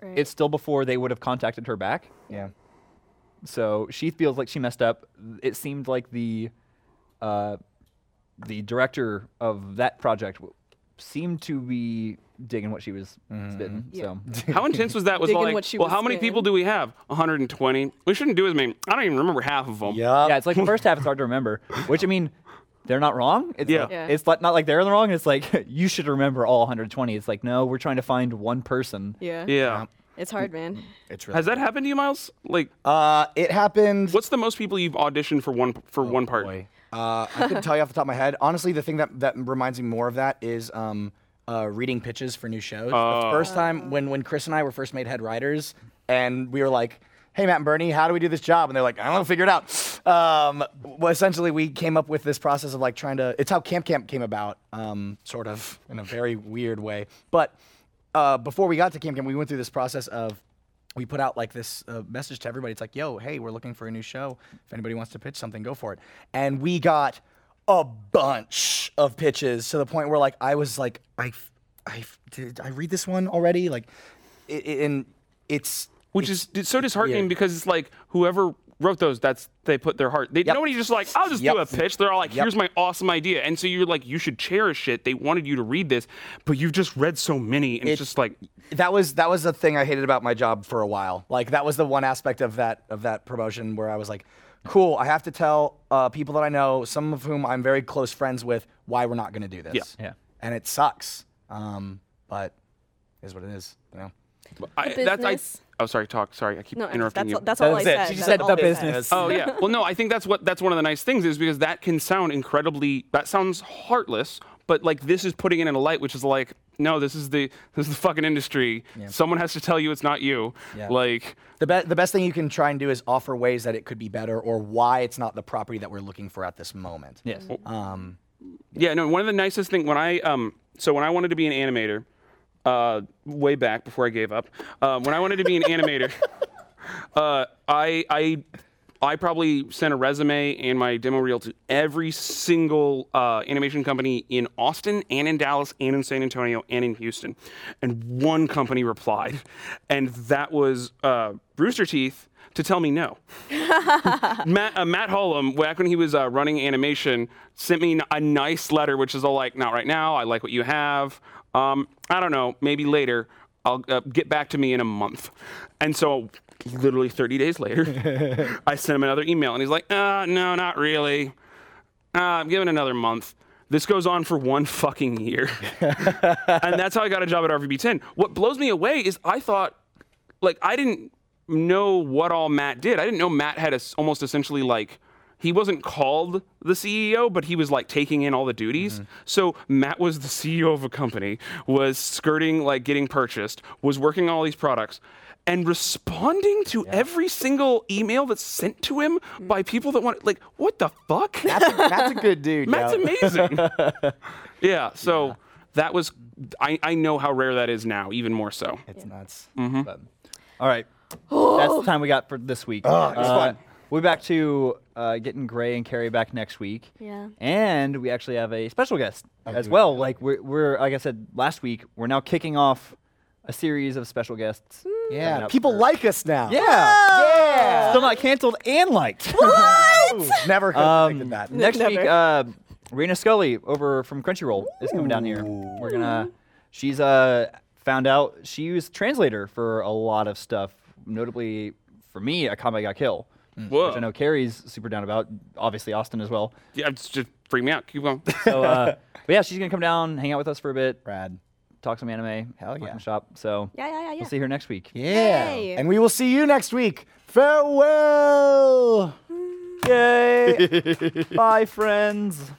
It's still before they would have contacted her back.
Yeah.
So she feels like she messed up. It seemed like the uh, the director of that project w- seemed to be digging what she was
Mm-hmm.
spitting.
<laughs>
So
How intense was that? Was
Digging
like,
what she
well,
was
how many
saying.
people do we have? 120. We shouldn't do as many. I don't even remember half of them.
Yeah.
yeah, it's like the first half is hard to remember. Which I mean, they're not wrong. It's
Yeah.
like-
Yeah.
it's like, not like they're wrong. It's like <laughs> you should remember all 120. It's like no, we're trying to find one person.
Yeah.
Yeah.
It's hard, man.
It's really.
Has that happened to you, Miles? Like,
Uh, it happened.
what's the most people you've auditioned for one for one part?
Oh, Boy. Uh, I couldn't tell you off the top of my head. Honestly, the thing that, that reminds me more of that is um, uh, reading pitches for new shows. The first time when, when Chris and I were first made head writers, and we were like, hey, Matt and Bernie, how do we do this job? And they're like, I don't know, figure it out. Um, well, essentially, we came up with this process of like trying to, it's how Camp Camp came about, um, sort of in a very weird way. But uh, before we got to Camp Camp, we went through this process of we put out like this uh, message to everybody. It's like, yo, hey, we're looking for a new show. If anybody wants to pitch something, go for it. And we got a bunch of pitches to the point where like I was like, I, f- I f- did I read this one already? Like, it, it, and it's
Which is it's so disheartening
weird.
because it's like whoever wrote those, that's they put their heart. They nobody just like, I'll just do
Yep.
a pitch. They're all like,
Yep.
here's my awesome idea, and so you're like, you should cherish it. They wanted you to read this, but you've just read so many, and it's
It's-
just like,
that was that was the thing I hated about my job for a while. Like that was the one aspect of that of that promotion where I was like, cool, I have to tell uh, people that I know, some of whom I'm very close friends with, why we're not going to do this.
Yeah.
Yeah.
And it sucks, um, but it is what it is. You know.
I,
business.
I, oh, sorry, talk. Sorry, I keep
No,
interrupting
that's,
you.
all- that's all I
That's it.
said.
She
That's
said
all
the
I
business.
Oh yeah. Well, no, I think that's what that's one of the nice things is because that can sound incredibly that sounds heartless, but like this is putting it in a light which is like no, this is the this is the fucking industry. Someone has to tell you it's not you.
Yeah.
Like
The, be- the best thing you can try and do is offer ways that it could be better or why it's not the property that we're looking for at this moment.
Yes.
yeah, no, one of the nicest thing when I um so when I wanted to be an animator uh way back before I gave up, um, when I wanted to be an animator <laughs> uh, I I I probably sent a resume and my demo reel to every single uh, animation company in Austin and in Dallas and in San Antonio and in Houston, and one company replied, and that was uh, Rooster Teeth to tell me no. Matt, uh, Matt Hollum, back when he was uh, running animation, sent me n- a nice letter, which is all like, not right now. I like what you have. Um, I don't know, maybe later. I'll uh, get back to me in a month. And so, literally 30 days later, I sent him another email, and he's like, uh, no, not really. Uh, I'm giving it another month. This goes on for one fucking year. and that's how I got a job at RVB 10. What blows me away is I thought, like, I didn't know what all Matt did. I didn't know Matt had a s almost essentially like, he wasn't called the CEO, but he was like taking in all the duties. So Matt was the CEO of a company, was skirting like getting purchased, was working on all these products, and responding to every single email that's sent to him by people that want like, what the fuck?
That's, a, that's a good dude.
<laughs> Matt's
yo.
amazing. yeah. So that was. I, I know how rare that is now, even more so.
It's nuts. But
All right. That's the time we got for this week.
Ah,
Uh, We'll be back to uh, getting Gray and Carrie back next week.
Yeah.
And we actually have a special guest as well. Like we're, we're like I said last week, we're now kicking off a series of special guests. coming
yeah,
up
people
for-
like us now.
Yeah.
Yeah.
Still not canceled and liked.
Um,
Ooh, never could have predicted that.
Next week, uh, Rena Scully over from Crunchyroll is coming down here. We're gonna. She's uh found out she was translator for a lot of stuff, notably for me, Akame Ga Kill,
Hmm.
Whoa.
which I know Carrie's super down about. Obviously, Austin as well.
Yeah, it's just freak me out. Keep going.
So, uh,
<laughs>
but yeah, she's gonna come down, hang out with us for a bit,
Rad.
talk some anime,
Hell
talk
yeah.
some shop. So
Yeah, yeah, yeah, yeah.
we'll see her next week.
Yeah.
Yay.
And we will see you next week. Farewell. <laughs>
Yay! Bye, friends.